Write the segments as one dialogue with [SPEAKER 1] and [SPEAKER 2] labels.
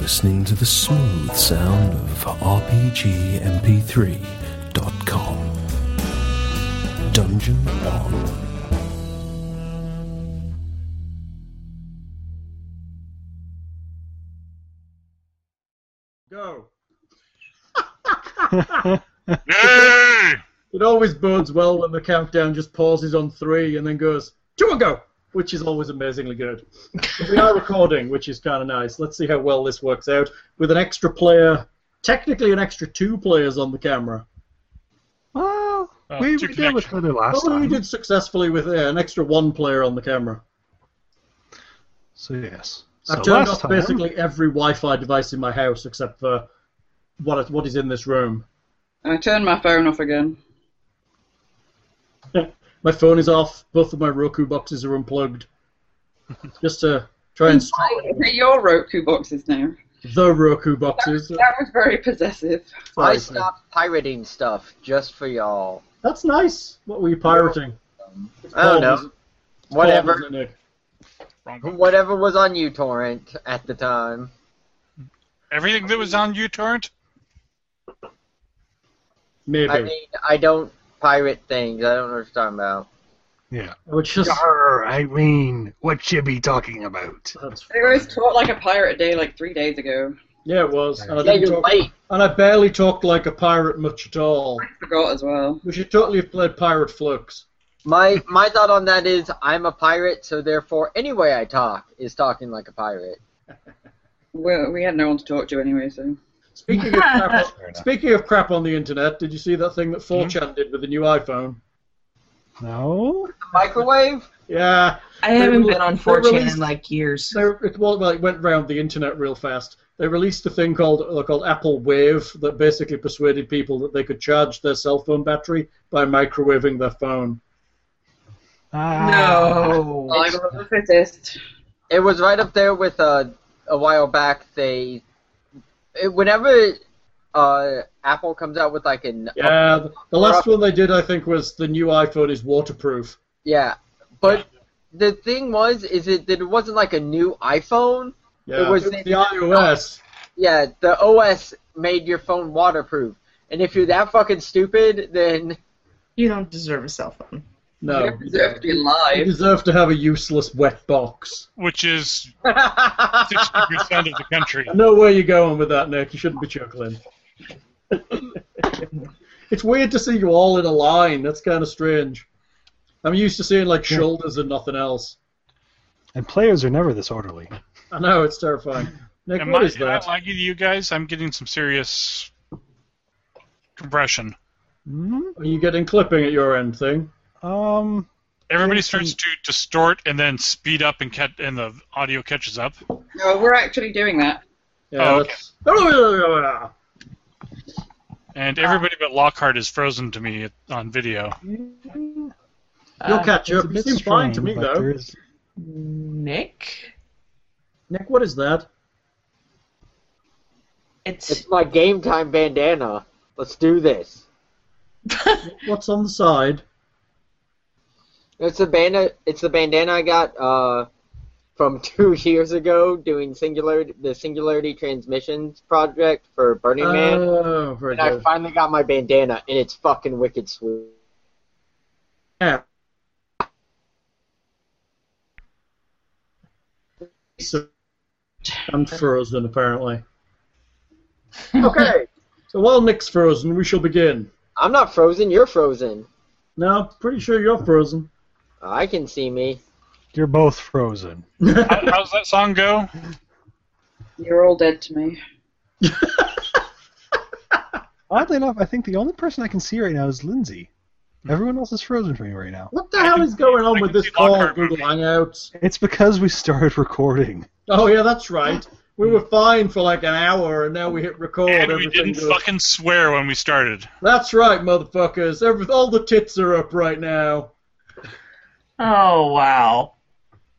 [SPEAKER 1] listening to the smooth sound of RPGMP3.com. Dungeon on.
[SPEAKER 2] Go.
[SPEAKER 3] Yay!
[SPEAKER 2] It always bodes well when the countdown just pauses on three and then goes two and go, which is always amazingly good. But we are recording, which is kind of nice. Let's see how well this works out with an extra player, technically an extra two players on the camera.
[SPEAKER 4] Well,
[SPEAKER 3] Uh,
[SPEAKER 4] we,
[SPEAKER 3] two
[SPEAKER 4] we did with
[SPEAKER 3] connection.
[SPEAKER 4] Twitter last
[SPEAKER 2] Probably we
[SPEAKER 4] time.
[SPEAKER 2] did successfully with uh, an extra one player on the camera.
[SPEAKER 4] So yes.
[SPEAKER 2] I've
[SPEAKER 4] so
[SPEAKER 2] turned
[SPEAKER 4] last
[SPEAKER 2] off
[SPEAKER 4] time-
[SPEAKER 2] basically every Wi-Fi device in my house except for what what is in this room.
[SPEAKER 5] And I turned my phone off again.
[SPEAKER 2] My phone is off. Both of my Roku boxes are unplugged. Just to try and stop
[SPEAKER 5] Like, they're your Roku boxes now.
[SPEAKER 2] the Roku boxes.
[SPEAKER 5] That was very possessive.
[SPEAKER 6] I
[SPEAKER 2] Sorry, Fred.
[SPEAKER 6] stopped pirating stuff just for y'all.
[SPEAKER 2] That's nice. What were you pirating?
[SPEAKER 6] I don't know.
[SPEAKER 2] Porn,
[SPEAKER 6] Whatever,
[SPEAKER 2] wasn't it?
[SPEAKER 3] Wrong one.
[SPEAKER 6] whatever was on uTorrent at the time.
[SPEAKER 3] Everything that was on uTorrent?
[SPEAKER 2] Maybe.
[SPEAKER 6] I mean, I don't pirate things. I don't know what you're talking about.
[SPEAKER 4] Yeah.
[SPEAKER 2] I would just.
[SPEAKER 4] Arr, Irene, what you be talking about?
[SPEAKER 2] That's-
[SPEAKER 5] I was taught like a pirate a day like three days ago.
[SPEAKER 2] yeah, it was. And I,
[SPEAKER 6] Yeah,
[SPEAKER 2] didn't
[SPEAKER 6] you're
[SPEAKER 2] talk-
[SPEAKER 6] late.
[SPEAKER 2] and I barely talked like a pirate much at all.
[SPEAKER 5] I forgot as well.
[SPEAKER 2] We should totally have played Pirate Flux.
[SPEAKER 6] My my thought on that is I'm a pirate, so therefore any way I talk is talking like a pirate.
[SPEAKER 5] Well, we had no one to talk to anyway, so.
[SPEAKER 2] Speaking of, crap
[SPEAKER 3] Fair
[SPEAKER 2] on,
[SPEAKER 3] enough. Hmm?
[SPEAKER 2] speaking of crap on the internet, did you see that thing that 4chan did with the new iPhone?
[SPEAKER 4] No.
[SPEAKER 6] Microwave?
[SPEAKER 2] Yeah.
[SPEAKER 7] I
[SPEAKER 2] They
[SPEAKER 7] haven't
[SPEAKER 2] rele-
[SPEAKER 7] been on
[SPEAKER 2] they
[SPEAKER 7] 4chan
[SPEAKER 2] released-
[SPEAKER 7] in like years.
[SPEAKER 2] So it, well, well, it went round the internet real fast. They released a thing called uh, called Apple Wave that basically persuaded people that they could charge their cell phone battery by microwaving their phone.
[SPEAKER 4] Ah,
[SPEAKER 2] Oh,
[SPEAKER 7] No.
[SPEAKER 5] Well, I was the fittest.
[SPEAKER 6] It was right up there with uh, a while back. They it, whenever uh, Apple comes out with like an
[SPEAKER 2] Yeah, th- the last one they did, I think, was the new iPhone is waterproof.
[SPEAKER 6] yeah, but the thing was is it that it wasn't like a new iPhone.
[SPEAKER 2] Yeah,
[SPEAKER 6] It was
[SPEAKER 2] the,
[SPEAKER 6] the-
[SPEAKER 2] iOS.
[SPEAKER 6] Yeah, the OS made your phone waterproof. And if you're that fucking stupid, then
[SPEAKER 7] You don't deserve a cell phone.
[SPEAKER 2] No,
[SPEAKER 5] You deserve to be
[SPEAKER 2] you
[SPEAKER 5] alive.
[SPEAKER 2] deserve to have a useless wet box.
[SPEAKER 3] Which is
[SPEAKER 6] I
[SPEAKER 3] 60% of the country.
[SPEAKER 2] I know where you're going with that, Nick. You shouldn't be chuckling. it's weird to see you all in a line. That's kind of strange. I'm used to seeing like
[SPEAKER 4] Yeah.
[SPEAKER 2] shoulders and nothing else.
[SPEAKER 4] and players are never this orderly.
[SPEAKER 2] I know it's terrifying. Nick,
[SPEAKER 3] Am
[SPEAKER 2] what
[SPEAKER 3] I,
[SPEAKER 2] is
[SPEAKER 3] am I
[SPEAKER 2] that?
[SPEAKER 3] lagging you guys? I'm getting some serious compression.
[SPEAKER 4] Hmm?
[SPEAKER 2] Are you getting clipping at your end
[SPEAKER 3] Oh,
[SPEAKER 2] thing?
[SPEAKER 4] Um,
[SPEAKER 3] Everybody
[SPEAKER 4] Yeah,
[SPEAKER 3] starts
[SPEAKER 4] and-
[SPEAKER 3] to distort and then speed up and cat- and the audio catches up.
[SPEAKER 5] No, we're actually doing that.
[SPEAKER 2] Yeah,
[SPEAKER 3] Oh,
[SPEAKER 2] that's- oh, Ah.
[SPEAKER 3] And everybody but Lockhart is frozen to me on video.
[SPEAKER 4] you'll
[SPEAKER 7] Uh,
[SPEAKER 2] You'll catch up. You seem fine to me, though.
[SPEAKER 7] Nick?
[SPEAKER 2] Nick, what is that?
[SPEAKER 7] It's.
[SPEAKER 6] it's my game time bandana. Let's do this.
[SPEAKER 2] What's on the side?
[SPEAKER 6] It's the bandana. It's the bandana I got uh, from two years ago doing singularity, the Singularity Transmissions project for Burning Man.
[SPEAKER 2] Oh, very
[SPEAKER 6] And I
[SPEAKER 2] good.
[SPEAKER 6] finally got my bandana, and it's fucking wicked sweet.
[SPEAKER 2] Yeah. So, I'm frozen, apparently.
[SPEAKER 6] Okay,
[SPEAKER 2] So while Nick's frozen, we shall begin.
[SPEAKER 6] I'm not frozen. You're frozen.
[SPEAKER 2] No, I'm pretty sure you're frozen.
[SPEAKER 6] I can see me.
[SPEAKER 4] You're both frozen.
[SPEAKER 3] How, how's that song go?
[SPEAKER 5] You're all dead to me.
[SPEAKER 4] Oddly enough, I think the only person I can see right now is Lindsay. Everyone else is frozen for me right now.
[SPEAKER 2] what the hell is going on
[SPEAKER 3] I
[SPEAKER 2] with
[SPEAKER 3] can
[SPEAKER 2] this
[SPEAKER 3] see
[SPEAKER 2] call,
[SPEAKER 3] Lockhart
[SPEAKER 2] Google
[SPEAKER 3] moving.
[SPEAKER 2] Hangouts?
[SPEAKER 4] It's because we started recording.
[SPEAKER 2] Oh, yeah, that's right. We were fine for like an hour, and now we hit record.
[SPEAKER 3] Hmm. and we
[SPEAKER 2] everything
[SPEAKER 3] didn't
[SPEAKER 2] goes-
[SPEAKER 3] fucking swear when we started.
[SPEAKER 2] That's right, motherfuckers. Every, all the tits are up right now.
[SPEAKER 7] Oh, wow.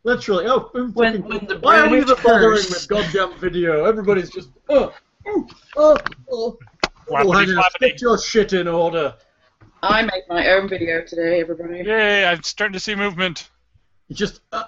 [SPEAKER 2] Literally. Oh, who
[SPEAKER 7] When,
[SPEAKER 2] fucking-
[SPEAKER 7] when the
[SPEAKER 2] Why are we
[SPEAKER 7] British
[SPEAKER 2] even bothering with
[SPEAKER 7] cursed.
[SPEAKER 2] goddamn video? Everybody's just, oh, oh, oh.
[SPEAKER 3] Flappity, flappity.
[SPEAKER 2] Get your shit in order.
[SPEAKER 5] I made my own video today, everybody.
[SPEAKER 3] Yay, I'm starting to see movement.
[SPEAKER 2] You just, uh,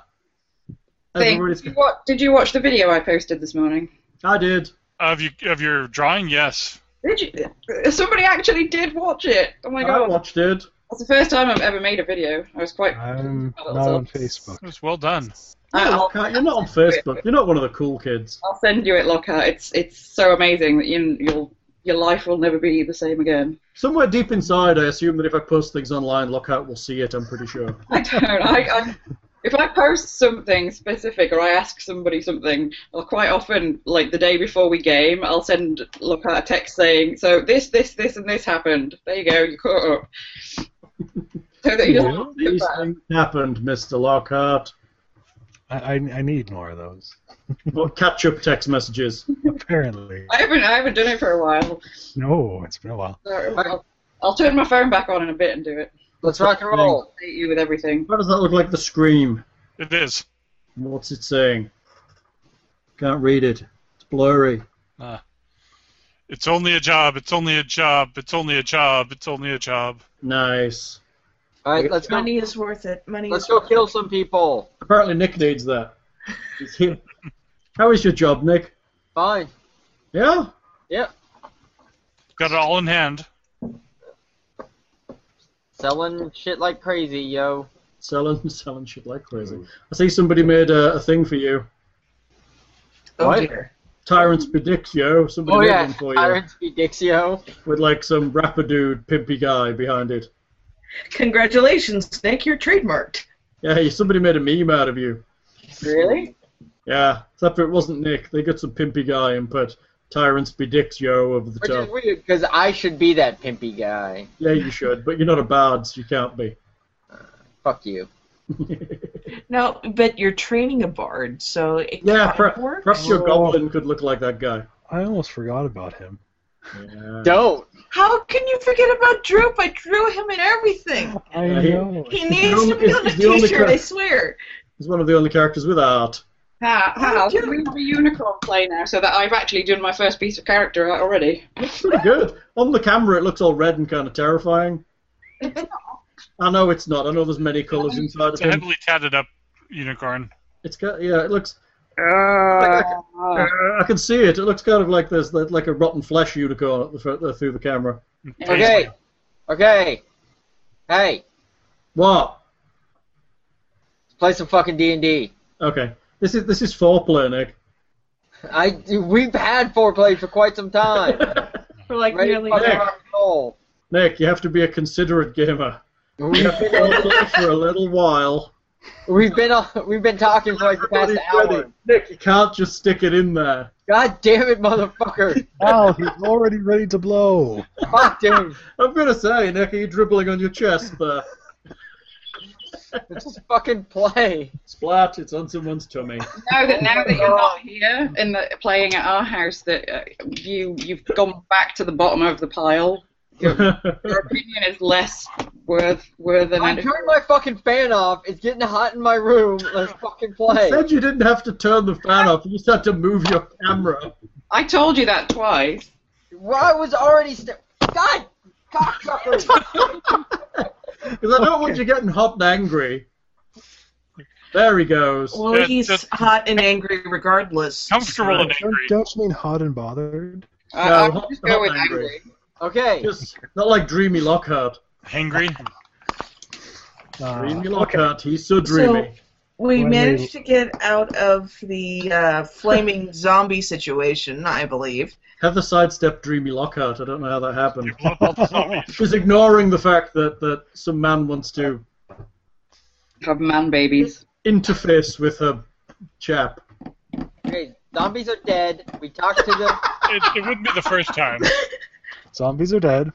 [SPEAKER 5] Thing,
[SPEAKER 2] everybody's,
[SPEAKER 5] did, you watch, did you watch the video I posted this morning?
[SPEAKER 2] I did.
[SPEAKER 7] Oh
[SPEAKER 3] Of you of your drawing, yes.
[SPEAKER 5] Did you? Somebody actually did watch it. Oh my
[SPEAKER 2] I
[SPEAKER 5] god.
[SPEAKER 2] watched it.
[SPEAKER 5] That's the first time I've ever made a video. I was quite.
[SPEAKER 4] I'm
[SPEAKER 5] Oh,
[SPEAKER 4] not on
[SPEAKER 5] that's-
[SPEAKER 4] Facebook.
[SPEAKER 3] It was well done.
[SPEAKER 5] I-
[SPEAKER 2] You're
[SPEAKER 5] I'll-
[SPEAKER 2] not- you're not on Facebook. You're not one of the cool kids.
[SPEAKER 5] I'll send you it, Lockhart. It's it's so amazing that you you'll your life will never be the same again.
[SPEAKER 2] Somewhere deep inside, I assume that if I post things online, Lockhart will see it. I'm pretty sure.
[SPEAKER 5] I don't. I, I if I post something specific or I ask somebody something, I'll quite often like the day before we game, I'll send Lockhart a text saying, "So this, this, this, and this happened. There you go. You caught up." so that he doesn't have to think
[SPEAKER 2] These
[SPEAKER 5] about it.
[SPEAKER 2] things happened, Mr. Lockhart.
[SPEAKER 4] I, I, I need more of those.
[SPEAKER 2] But catch up text messages.
[SPEAKER 4] Apparently.
[SPEAKER 5] I haven't I haven't done it for a while.
[SPEAKER 4] No, it's been a while.
[SPEAKER 5] So I'll, I'll turn my phone back on in a bit and do it.
[SPEAKER 6] Let's rock and roll.
[SPEAKER 5] Update you with everything.
[SPEAKER 2] How does that look like the scream?
[SPEAKER 3] It is.
[SPEAKER 2] What's it saying? Can't read it. It's blurry.
[SPEAKER 3] It's only a job. It's only a job. It's only a job. It's only a job.
[SPEAKER 2] Nice.
[SPEAKER 6] All right, let's go.
[SPEAKER 7] Money is worth it. Money
[SPEAKER 6] Let's
[SPEAKER 7] is
[SPEAKER 6] go
[SPEAKER 7] worth
[SPEAKER 6] kill some people.
[SPEAKER 2] Apparently, Nick needs that. He's here. How is your job, Nick?
[SPEAKER 6] Fine.
[SPEAKER 2] Yeah?
[SPEAKER 6] Yep.
[SPEAKER 3] Got it all in hand.
[SPEAKER 6] Selling shit like crazy, yo.
[SPEAKER 2] Selling, selling shit like crazy. I see somebody made a, a thing for you.
[SPEAKER 7] it. Oh,
[SPEAKER 6] What?
[SPEAKER 7] dear.
[SPEAKER 2] Tyrants Predicts Yo. Somebody
[SPEAKER 6] Oh
[SPEAKER 2] made
[SPEAKER 6] yeah,
[SPEAKER 2] one for you.
[SPEAKER 6] Tyrants be Dixio.
[SPEAKER 2] With like some rapper dude, pimpy guy behind it.
[SPEAKER 7] Congratulations, Nick. You're trademarked.
[SPEAKER 2] Yeah, somebody made a meme out of you.
[SPEAKER 5] Really?
[SPEAKER 2] Yeah, except for it wasn't Nick. They got some pimpy guy and put Tyrants Predicts Yo over the
[SPEAKER 6] Which
[SPEAKER 2] top.
[SPEAKER 6] is weird because I should be that pimpy guy.
[SPEAKER 2] Yeah, you should, but you're not a bard, so you can't be.
[SPEAKER 6] Fuck you.
[SPEAKER 7] No, but you're training a bard, so it
[SPEAKER 2] yeah,
[SPEAKER 7] kinda
[SPEAKER 2] per-
[SPEAKER 7] works.
[SPEAKER 2] perhaps your
[SPEAKER 4] Oh.
[SPEAKER 2] goblin could look like that guy.
[SPEAKER 4] I almost forgot about him.
[SPEAKER 2] Yeah.
[SPEAKER 6] Don't.
[SPEAKER 7] How can you forget about Droop? I drew him and everything.
[SPEAKER 4] I
[SPEAKER 2] Yeah, he-
[SPEAKER 4] know.
[SPEAKER 7] He needs to
[SPEAKER 2] only-
[SPEAKER 7] be on a
[SPEAKER 2] it's the only
[SPEAKER 7] T-shirt. I
[SPEAKER 2] cra-
[SPEAKER 7] swear.
[SPEAKER 2] He's one of the only characters with art.
[SPEAKER 5] Ha ha! Can we have a unicorn play now so that I've actually done my first piece of character art already?
[SPEAKER 2] It's pretty good. On the camera, it looks all red and kind of terrifying. I know it's not. I know there's many colours inside of
[SPEAKER 3] It's a
[SPEAKER 2] him.
[SPEAKER 3] heavily tatted up unicorn.
[SPEAKER 2] It's got, yeah, it looks.
[SPEAKER 5] Uh,
[SPEAKER 2] I can see it. It looks kind of like there's the- like a rotten flesh unicorn at the, fr- uh, through the camera.
[SPEAKER 6] Okay. Okay. Hey,
[SPEAKER 2] What?
[SPEAKER 6] let's play some fucking D and D.
[SPEAKER 2] Okay. This is this is foreplay, Nick.
[SPEAKER 6] I we've had foreplay for quite some time.
[SPEAKER 7] For like
[SPEAKER 6] Ready to
[SPEAKER 7] nearly.
[SPEAKER 6] fucking
[SPEAKER 2] Nick.
[SPEAKER 6] rock and roll.
[SPEAKER 2] Nick, you have to be a considerate gamer. You have to
[SPEAKER 6] We've been,
[SPEAKER 2] foreplay for a little while.
[SPEAKER 6] we've been on- we've been talking for like the past
[SPEAKER 2] Everybody's ready.
[SPEAKER 6] hour.
[SPEAKER 2] Nick, you can't just stick it in there.
[SPEAKER 6] God damn it, motherfucker!
[SPEAKER 4] Wow, he's already ready to blow.
[SPEAKER 6] Fuck, dude.
[SPEAKER 2] I'm gonna say, Nick, are you dribbling on your chest there?
[SPEAKER 6] Let's just fucking play.
[SPEAKER 2] Splat, it's on someone's tummy.
[SPEAKER 5] now that now that you're not here and that playing at our house, that uh, you you've gone back to the bottom of the pile. Your opinion is less worth worth than
[SPEAKER 6] I'm
[SPEAKER 5] it-
[SPEAKER 6] turning my fucking fan off. It's getting hot in my room. Let's fucking play.
[SPEAKER 2] You said you didn't have to turn the fan off. You just had to move your camera.
[SPEAKER 5] I told you that twice.
[SPEAKER 6] Well, I was already st- God, cocksucker.
[SPEAKER 2] Because I don't want you getting hot and angry. There he goes.
[SPEAKER 7] Well,
[SPEAKER 3] Yeah,
[SPEAKER 7] he's
[SPEAKER 3] just-
[SPEAKER 7] hot and angry regardless.
[SPEAKER 3] Comfortable and
[SPEAKER 4] Don't,
[SPEAKER 3] angry.
[SPEAKER 4] don't you mean hot and bothered?
[SPEAKER 5] I,
[SPEAKER 2] No,
[SPEAKER 5] I would
[SPEAKER 2] hot-
[SPEAKER 5] just go
[SPEAKER 2] hot
[SPEAKER 5] with
[SPEAKER 2] angry.
[SPEAKER 5] angry.
[SPEAKER 6] okay,
[SPEAKER 2] Just not like Dreamy Lockhart.
[SPEAKER 3] Hangry.
[SPEAKER 6] Ah,
[SPEAKER 4] Uh,
[SPEAKER 2] Dreamy Lockhart, he's so dreamy.
[SPEAKER 7] We
[SPEAKER 4] When
[SPEAKER 7] managed to get out of the uh, flaming zombie situation, I believe.
[SPEAKER 2] Heather sidestepped Dreamy Lockhart. I don't know how that happened.
[SPEAKER 3] Love all the zombies.
[SPEAKER 2] She's ignoring the fact that, that some man wants to
[SPEAKER 5] Have man babies.
[SPEAKER 2] interface with her chap.
[SPEAKER 6] okay. Zombies are dead. We talked to them.
[SPEAKER 3] it, it wouldn't be the first time.
[SPEAKER 4] zombies are dead.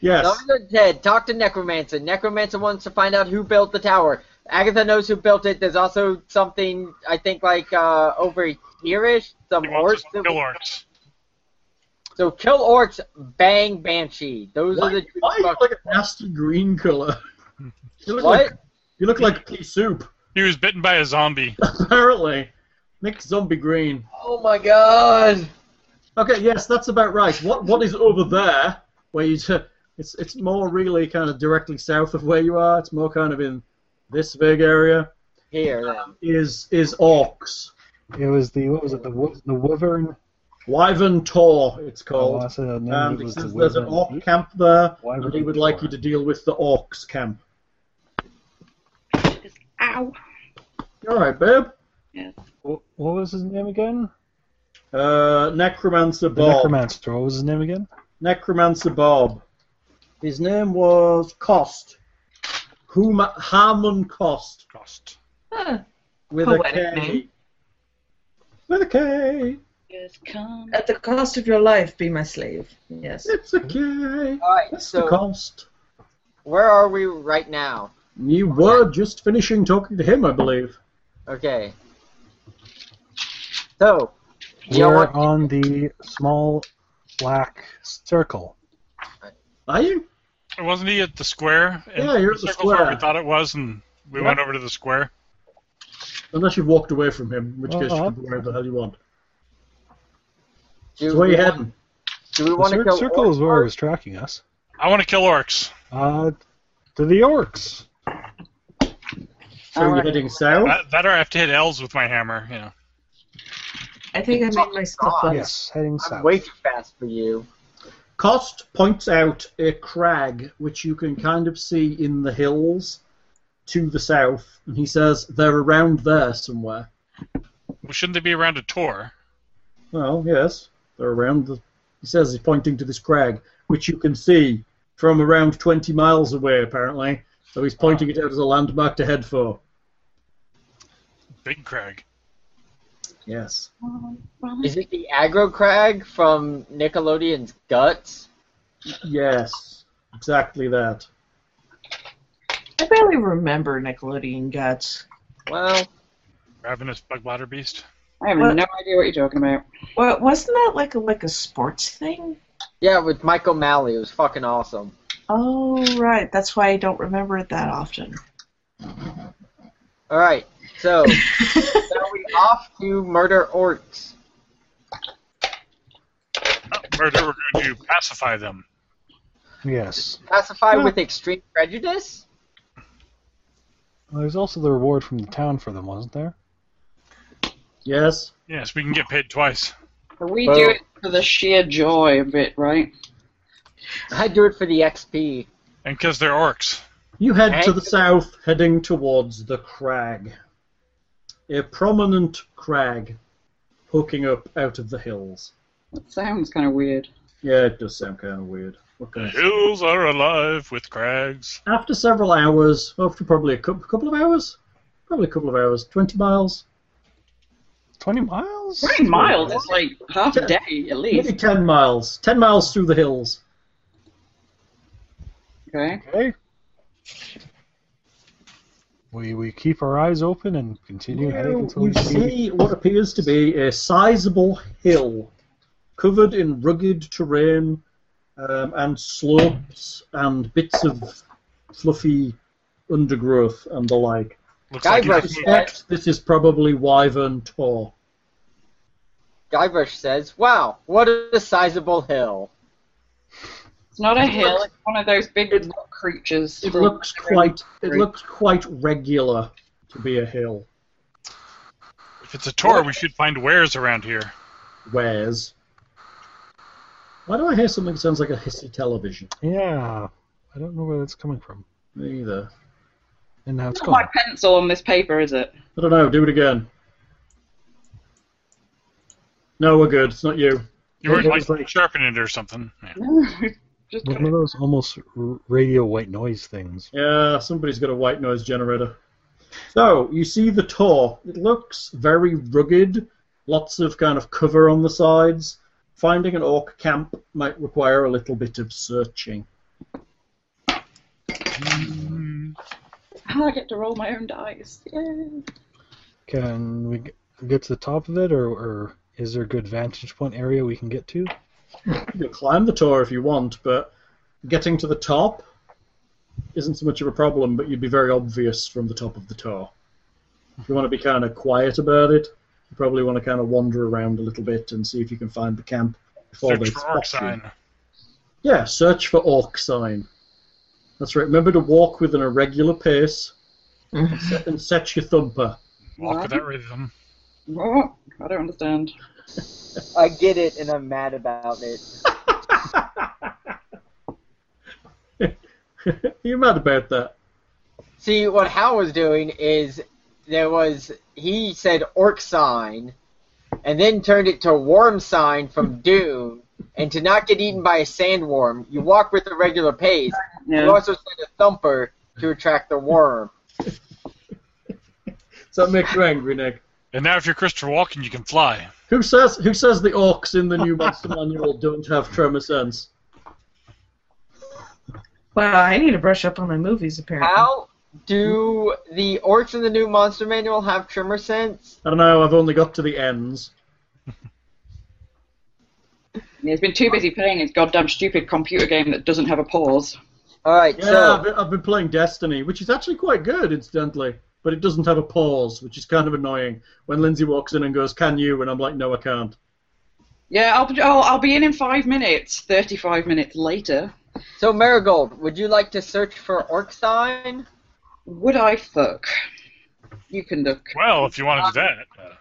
[SPEAKER 2] Yes.
[SPEAKER 6] Zombies are dead. Talk to Necromancer. Necromancer wants to find out who built the tower. Agatha knows who built it. There's also something I think like uh, over here-ish, some
[SPEAKER 3] He wants
[SPEAKER 6] orcs.
[SPEAKER 3] us to kill orcs.
[SPEAKER 6] So kill orcs, bang banshee. Those
[SPEAKER 2] Why,
[SPEAKER 6] are the two
[SPEAKER 2] why are you
[SPEAKER 6] fuck-
[SPEAKER 2] like a nasty green colour? You look
[SPEAKER 6] What?
[SPEAKER 2] like you look like pea soup,
[SPEAKER 3] He was bitten by a zombie.
[SPEAKER 2] apparently. Nick Zombie Green.
[SPEAKER 6] Oh my god.
[SPEAKER 2] Okay, yes, that's about right. What what is over there? Where you t- it's it's more really kind of directly south of where you are. It's more kind of in this big area.
[SPEAKER 6] Here then.
[SPEAKER 2] Is is orcs.
[SPEAKER 4] It was the what was it the wo- the Wyvern?
[SPEAKER 2] Wyvern Tor, it's
[SPEAKER 4] Oh,
[SPEAKER 2] called.
[SPEAKER 4] I said, no,
[SPEAKER 2] Um,
[SPEAKER 4] it
[SPEAKER 2] it
[SPEAKER 4] was
[SPEAKER 2] says
[SPEAKER 4] the
[SPEAKER 2] there's an
[SPEAKER 4] Wyvern.
[SPEAKER 2] orc camp there,
[SPEAKER 4] Wyvern
[SPEAKER 2] and he would like you to deal with the orcs camp.
[SPEAKER 5] Ow.
[SPEAKER 2] You All right, babe.
[SPEAKER 4] Wh- What was his name again?
[SPEAKER 2] Uh, Necromancer
[SPEAKER 4] The
[SPEAKER 2] Bob.
[SPEAKER 4] Necromancer. What was his name again?
[SPEAKER 2] Necromancer Bob. His name was Cost. Huma, Harmon Cost.
[SPEAKER 3] Cost.
[SPEAKER 7] Huh.
[SPEAKER 2] With a
[SPEAKER 7] Poetic
[SPEAKER 2] K.
[SPEAKER 7] name.
[SPEAKER 2] With a K.
[SPEAKER 5] Yes, come.
[SPEAKER 7] At the cost of your life, be my slave. Yes.
[SPEAKER 2] It's a K.
[SPEAKER 7] Uh,
[SPEAKER 6] Alright,
[SPEAKER 2] That's the
[SPEAKER 6] so
[SPEAKER 2] cost.
[SPEAKER 6] where are we right now?
[SPEAKER 2] You were just finishing talking to him, I believe.
[SPEAKER 6] Okay. So, you know
[SPEAKER 4] We're
[SPEAKER 6] what?
[SPEAKER 4] on the small black circle.
[SPEAKER 2] Are you?
[SPEAKER 3] Wasn't he at the square?
[SPEAKER 2] Yeah, you're at the
[SPEAKER 3] Circle's where
[SPEAKER 2] square.
[SPEAKER 3] We thought it was, and we went over to the square.
[SPEAKER 2] Unless you've walked away from him, in which case you
[SPEAKER 4] Uh-huh.
[SPEAKER 2] can go wherever the hell you want.
[SPEAKER 6] Do
[SPEAKER 2] So where
[SPEAKER 6] we
[SPEAKER 2] you
[SPEAKER 6] want-
[SPEAKER 2] heading?
[SPEAKER 6] Do we
[SPEAKER 4] The
[SPEAKER 6] want to
[SPEAKER 4] cir-
[SPEAKER 6] kill
[SPEAKER 4] circle is where it
[SPEAKER 6] orcs
[SPEAKER 4] was tracking us.
[SPEAKER 3] I want to kill orcs.
[SPEAKER 4] Uh, to the orcs.
[SPEAKER 2] So you're heading south?
[SPEAKER 3] That, that or I have to hit L's with my hammer. You know.
[SPEAKER 7] I think I made myself up.
[SPEAKER 4] Yes, heading
[SPEAKER 6] first? I'm
[SPEAKER 4] south.
[SPEAKER 6] way too fast for you.
[SPEAKER 2] Cost points out a crag which you can kind of see in the hills to the south, and he says they're around there somewhere.
[SPEAKER 3] Well, shouldn't they be around a tour?
[SPEAKER 2] Well, yes, they're around. The, he says he's pointing to this crag which you can see from around 20 miles away, apparently. So he's pointing it out as a landmark to head for.
[SPEAKER 3] Big Craig.
[SPEAKER 2] Yes.
[SPEAKER 4] Hmm.
[SPEAKER 6] Is it the aggro crag from Nickelodeon's Guts?
[SPEAKER 2] Yes. Exactly that.
[SPEAKER 7] I barely remember Nickelodeon Guts.
[SPEAKER 6] Well,
[SPEAKER 3] Ravenous bug bladder beast.
[SPEAKER 5] I have
[SPEAKER 7] What?
[SPEAKER 5] no idea what you're talking about.
[SPEAKER 7] Well, wasn't that like a like a sports thing?
[SPEAKER 6] yeah, with Michael Malley, it was fucking awesome.
[SPEAKER 7] Oh right, that's why I don't remember it that often.
[SPEAKER 6] All right, so now we off to murder orcs.
[SPEAKER 3] Oh, murder. We're going to pacify them.
[SPEAKER 4] Yes.
[SPEAKER 6] Pacify
[SPEAKER 4] Yeah.
[SPEAKER 6] with extreme prejudice.
[SPEAKER 4] Well, there's also the reward from the town for them, wasn't there?
[SPEAKER 2] Yes.
[SPEAKER 3] Yes, we can get paid twice.
[SPEAKER 5] So we
[SPEAKER 6] Well-
[SPEAKER 5] do it for the sheer joy of it, right?
[SPEAKER 6] I do it for the XP.
[SPEAKER 3] And because they're orcs.
[SPEAKER 2] You head to
[SPEAKER 6] Right.
[SPEAKER 2] the south, heading towards the crag. A prominent crag hooking up out of the hills.
[SPEAKER 5] That sounds kind of weird.
[SPEAKER 2] Yeah, it does sound kind of weird. What can
[SPEAKER 3] The
[SPEAKER 2] I say?
[SPEAKER 3] hills are alive with crags.
[SPEAKER 2] After several hours, after probably a cou- couple of hours, probably a couple of hours, 20 miles,
[SPEAKER 4] 20 miles?
[SPEAKER 5] 20 miles is like half a day at
[SPEAKER 2] maybe
[SPEAKER 5] least.
[SPEAKER 2] 10 miles, 10 miles through the hills.
[SPEAKER 5] Okay.
[SPEAKER 4] Okay. We, we keep our eyes open and continue heading
[SPEAKER 2] You,
[SPEAKER 4] until we see.
[SPEAKER 2] see what appears to be a sizable hill covered in rugged terrain um, and slopes and bits of fluffy undergrowth and the like.
[SPEAKER 3] Looks
[SPEAKER 6] Guy
[SPEAKER 3] like
[SPEAKER 2] I
[SPEAKER 6] brush.
[SPEAKER 3] it's
[SPEAKER 2] suspect this is probably Wyvern Tor.
[SPEAKER 6] Guybrush says, "Wow, what a sizable hill."
[SPEAKER 5] It's not a hill, it's one of those big rock creatures.
[SPEAKER 2] It
[SPEAKER 5] from-
[SPEAKER 2] looks quite it
[SPEAKER 5] Great.
[SPEAKER 2] looks quite regular to be a hill.
[SPEAKER 3] If it's a tour, we should find wares around here.
[SPEAKER 2] Where's why do I hear something that sounds like a hissy television?
[SPEAKER 4] Yeah. I don't know where that's coming from.
[SPEAKER 2] Me either.
[SPEAKER 4] And now it's
[SPEAKER 5] Not my
[SPEAKER 4] gone.
[SPEAKER 5] pencil on this paper, is it?
[SPEAKER 2] I don't know. Do it again. No, we're good. It's not you.
[SPEAKER 3] You were
[SPEAKER 4] It
[SPEAKER 3] like,
[SPEAKER 4] was like-
[SPEAKER 3] sharpening it or something. Yeah.
[SPEAKER 5] No. Just
[SPEAKER 4] One of those almost r- radio white noise things.
[SPEAKER 2] Yeah, somebody's got a white noise generator. So you see the tor. It looks very rugged. Lots of kind of cover on the sides. Finding an orc camp might require a little bit of searching.
[SPEAKER 5] I get to roll my own dice. Yay.
[SPEAKER 4] Can we g- get to the top of it, or, or is there a good vantage point area we can get to?
[SPEAKER 2] You can climb the tor if you want, but getting to the top isn't so much of a problem, but you'd be very obvious from the top of the tor. If you want to be kind of quiet about it, you probably want to kind of wander around a little bit and see if you can find the camp before
[SPEAKER 3] Search
[SPEAKER 2] they
[SPEAKER 3] for orc
[SPEAKER 2] spot you.
[SPEAKER 3] sign.
[SPEAKER 2] Yeah, search for orc sign. That's right. Remember to walk with an irregular pace and set your thumper.
[SPEAKER 3] Walk with that rhythm.
[SPEAKER 5] What? I don't understand.
[SPEAKER 6] I get it, and I'm mad about it.
[SPEAKER 2] you mad about that?
[SPEAKER 6] See, what Hal was doing is there was he said orc sign, and then turned it to worm sign from Doom, and to not get eaten by a sandworm, you walk with a regular pace. You
[SPEAKER 5] Yeah.
[SPEAKER 6] also said a thumper to attract the worm.
[SPEAKER 2] Does that make you angry, Nick?
[SPEAKER 3] And now, if you're Christopher Walken, you can fly.
[SPEAKER 2] Who says who says the orcs in the new monster manual don't have tremor sense?
[SPEAKER 7] Well, I need to brush up on my movies apparently.
[SPEAKER 6] How do the orcs in the new monster manual have trimmer sense?
[SPEAKER 2] I don't know. I've only got to the ends.
[SPEAKER 5] He's been too busy playing his goddamn stupid computer game that doesn't have a pause.
[SPEAKER 6] All right,
[SPEAKER 2] Yeah, I've,
[SPEAKER 6] so
[SPEAKER 2] been, I've been playing Destiny, which is actually quite good, incidentally, but it doesn't have a pause, which is kind of annoying. When Lindsay walks in and goes, "Can you?" and I'm like, "No, I can't."
[SPEAKER 5] Yeah, I'll, I'll, I'll be in in five minutes. 35 minutes later.
[SPEAKER 6] so Marigold, would you like to search for orc sign?
[SPEAKER 5] Would I fuck? You can look.
[SPEAKER 3] Well, if you want to do that. uh,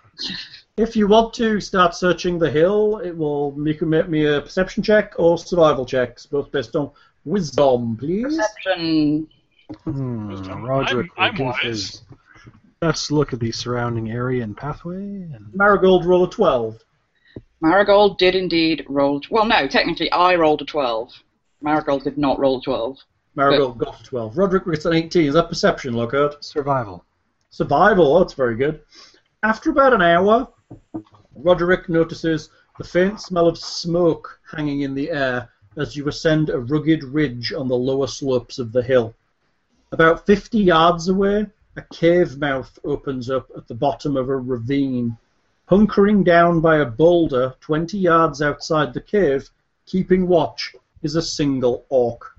[SPEAKER 2] If you want to start searching the hill, it will you can make me a perception check or survival checks, both based on wisdom, please.
[SPEAKER 5] Perception.
[SPEAKER 4] Hmm,
[SPEAKER 3] I'm-
[SPEAKER 4] Roderick will
[SPEAKER 3] I'm
[SPEAKER 4] give
[SPEAKER 3] wise.
[SPEAKER 4] his best look at the surrounding area and pathway. And
[SPEAKER 2] Marigold roll a twelve.
[SPEAKER 5] Marigold did indeed roll. Well, no, technically I rolled a 12. Marigold did not roll a 12.
[SPEAKER 2] Marigold got a twelve. Roderick gets an eighteen. Is that perception, Lockhart?
[SPEAKER 4] survival.
[SPEAKER 2] Survival, oh, that's very good. After about an hour, Roderick notices the faint smell of smoke hanging in the air as you ascend a rugged ridge on the lower slopes of the hill. About 50 yards away, a cave mouth opens up at the bottom of a ravine. Hunkering down by a boulder 20 yards outside the cave, keeping watch, is a single orc.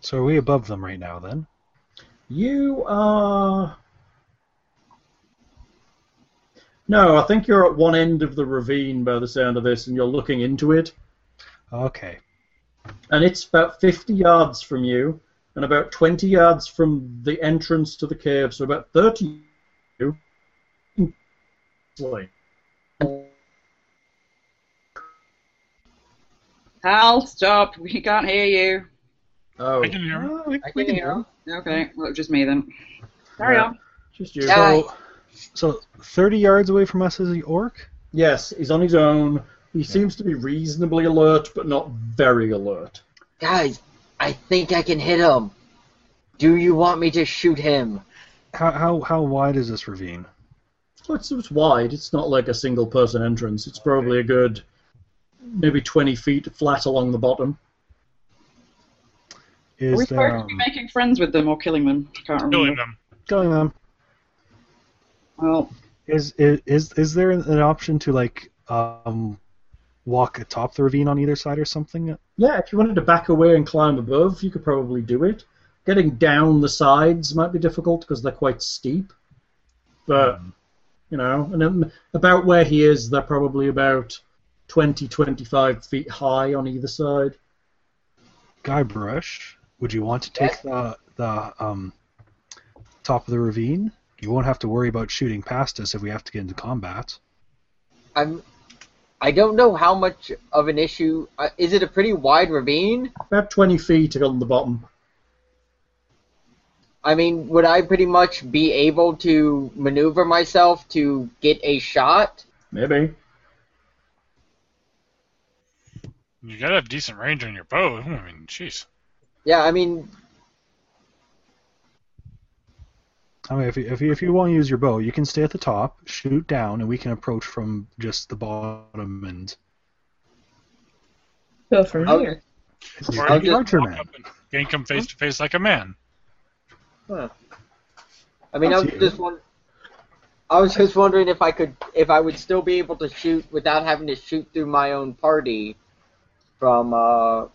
[SPEAKER 4] So are we above them right now then?
[SPEAKER 2] You are. No, I think you're at one end of the ravine by the sound of this, and you're looking into it.
[SPEAKER 4] Okay.
[SPEAKER 2] And it's about 50 yards from you, and about 20 yards from the entrance to the cave, so about 30. you. Slowly.
[SPEAKER 5] Hal, stop. We can't hear you.
[SPEAKER 2] Oh.
[SPEAKER 3] I can hear him.
[SPEAKER 2] Ah, we-
[SPEAKER 6] I
[SPEAKER 2] we
[SPEAKER 6] can
[SPEAKER 2] can
[SPEAKER 6] hear
[SPEAKER 2] hear him.
[SPEAKER 5] Okay, well, it was just me then. Carry
[SPEAKER 2] Yeah.
[SPEAKER 5] on.
[SPEAKER 2] Just you.
[SPEAKER 6] Yeah. Aye.
[SPEAKER 4] So, so 30 yards away from us is the orc?
[SPEAKER 2] Yes, he's on his own. He seems to be reasonably alert, but not very alert.
[SPEAKER 6] Guys, I think I can hit him. Do you want me to shoot him?
[SPEAKER 4] How, how, how wide is this ravine?
[SPEAKER 2] Well, it's, it's wide. It's not like a single person entrance. It's probably a good maybe 20 feet flat along the bottom.
[SPEAKER 5] Are we
[SPEAKER 4] Is
[SPEAKER 5] supposed
[SPEAKER 4] there
[SPEAKER 5] to
[SPEAKER 4] um,
[SPEAKER 5] be making friends with them or killing them? I can't remember.
[SPEAKER 3] Killing them.
[SPEAKER 4] going on?
[SPEAKER 5] Well,
[SPEAKER 4] Is, is is is there an option to like um walk atop the ravine on either side or something?
[SPEAKER 2] Yeah, if you wanted to back away and climb above, you could probably do it. Getting down the sides might be difficult because they're quite steep. But, you know, and then about where he is, they're probably about 20, 25 feet high on either side.
[SPEAKER 4] Guybrush, would you want to take the the um top of the ravine? You won't have to worry about shooting past us if we have to get into combat.
[SPEAKER 6] I'm. I don't know how much of an issue. Uh, is it a pretty wide ravine?
[SPEAKER 2] About 20 feet on the bottom.
[SPEAKER 6] I mean, would I pretty much be able to maneuver myself to get a shot?
[SPEAKER 2] Maybe.
[SPEAKER 3] You gotta have decent range on your bow. I mean, jeez.
[SPEAKER 6] Yeah, I mean,
[SPEAKER 4] I mean, if you, if you, if you want to use your bow, you can stay at the top, shoot down, and we can approach from just the bottom and
[SPEAKER 7] Go from
[SPEAKER 6] Oh,
[SPEAKER 7] here.
[SPEAKER 3] Or
[SPEAKER 6] I'll
[SPEAKER 3] you can
[SPEAKER 6] just-
[SPEAKER 3] walk up and gank them face to face like a man.
[SPEAKER 6] I mean, I
[SPEAKER 4] Up
[SPEAKER 6] was
[SPEAKER 4] to you.
[SPEAKER 6] just won- I was just wondering if I could, if I would still be able to shoot without having to shoot through my own party, from uh,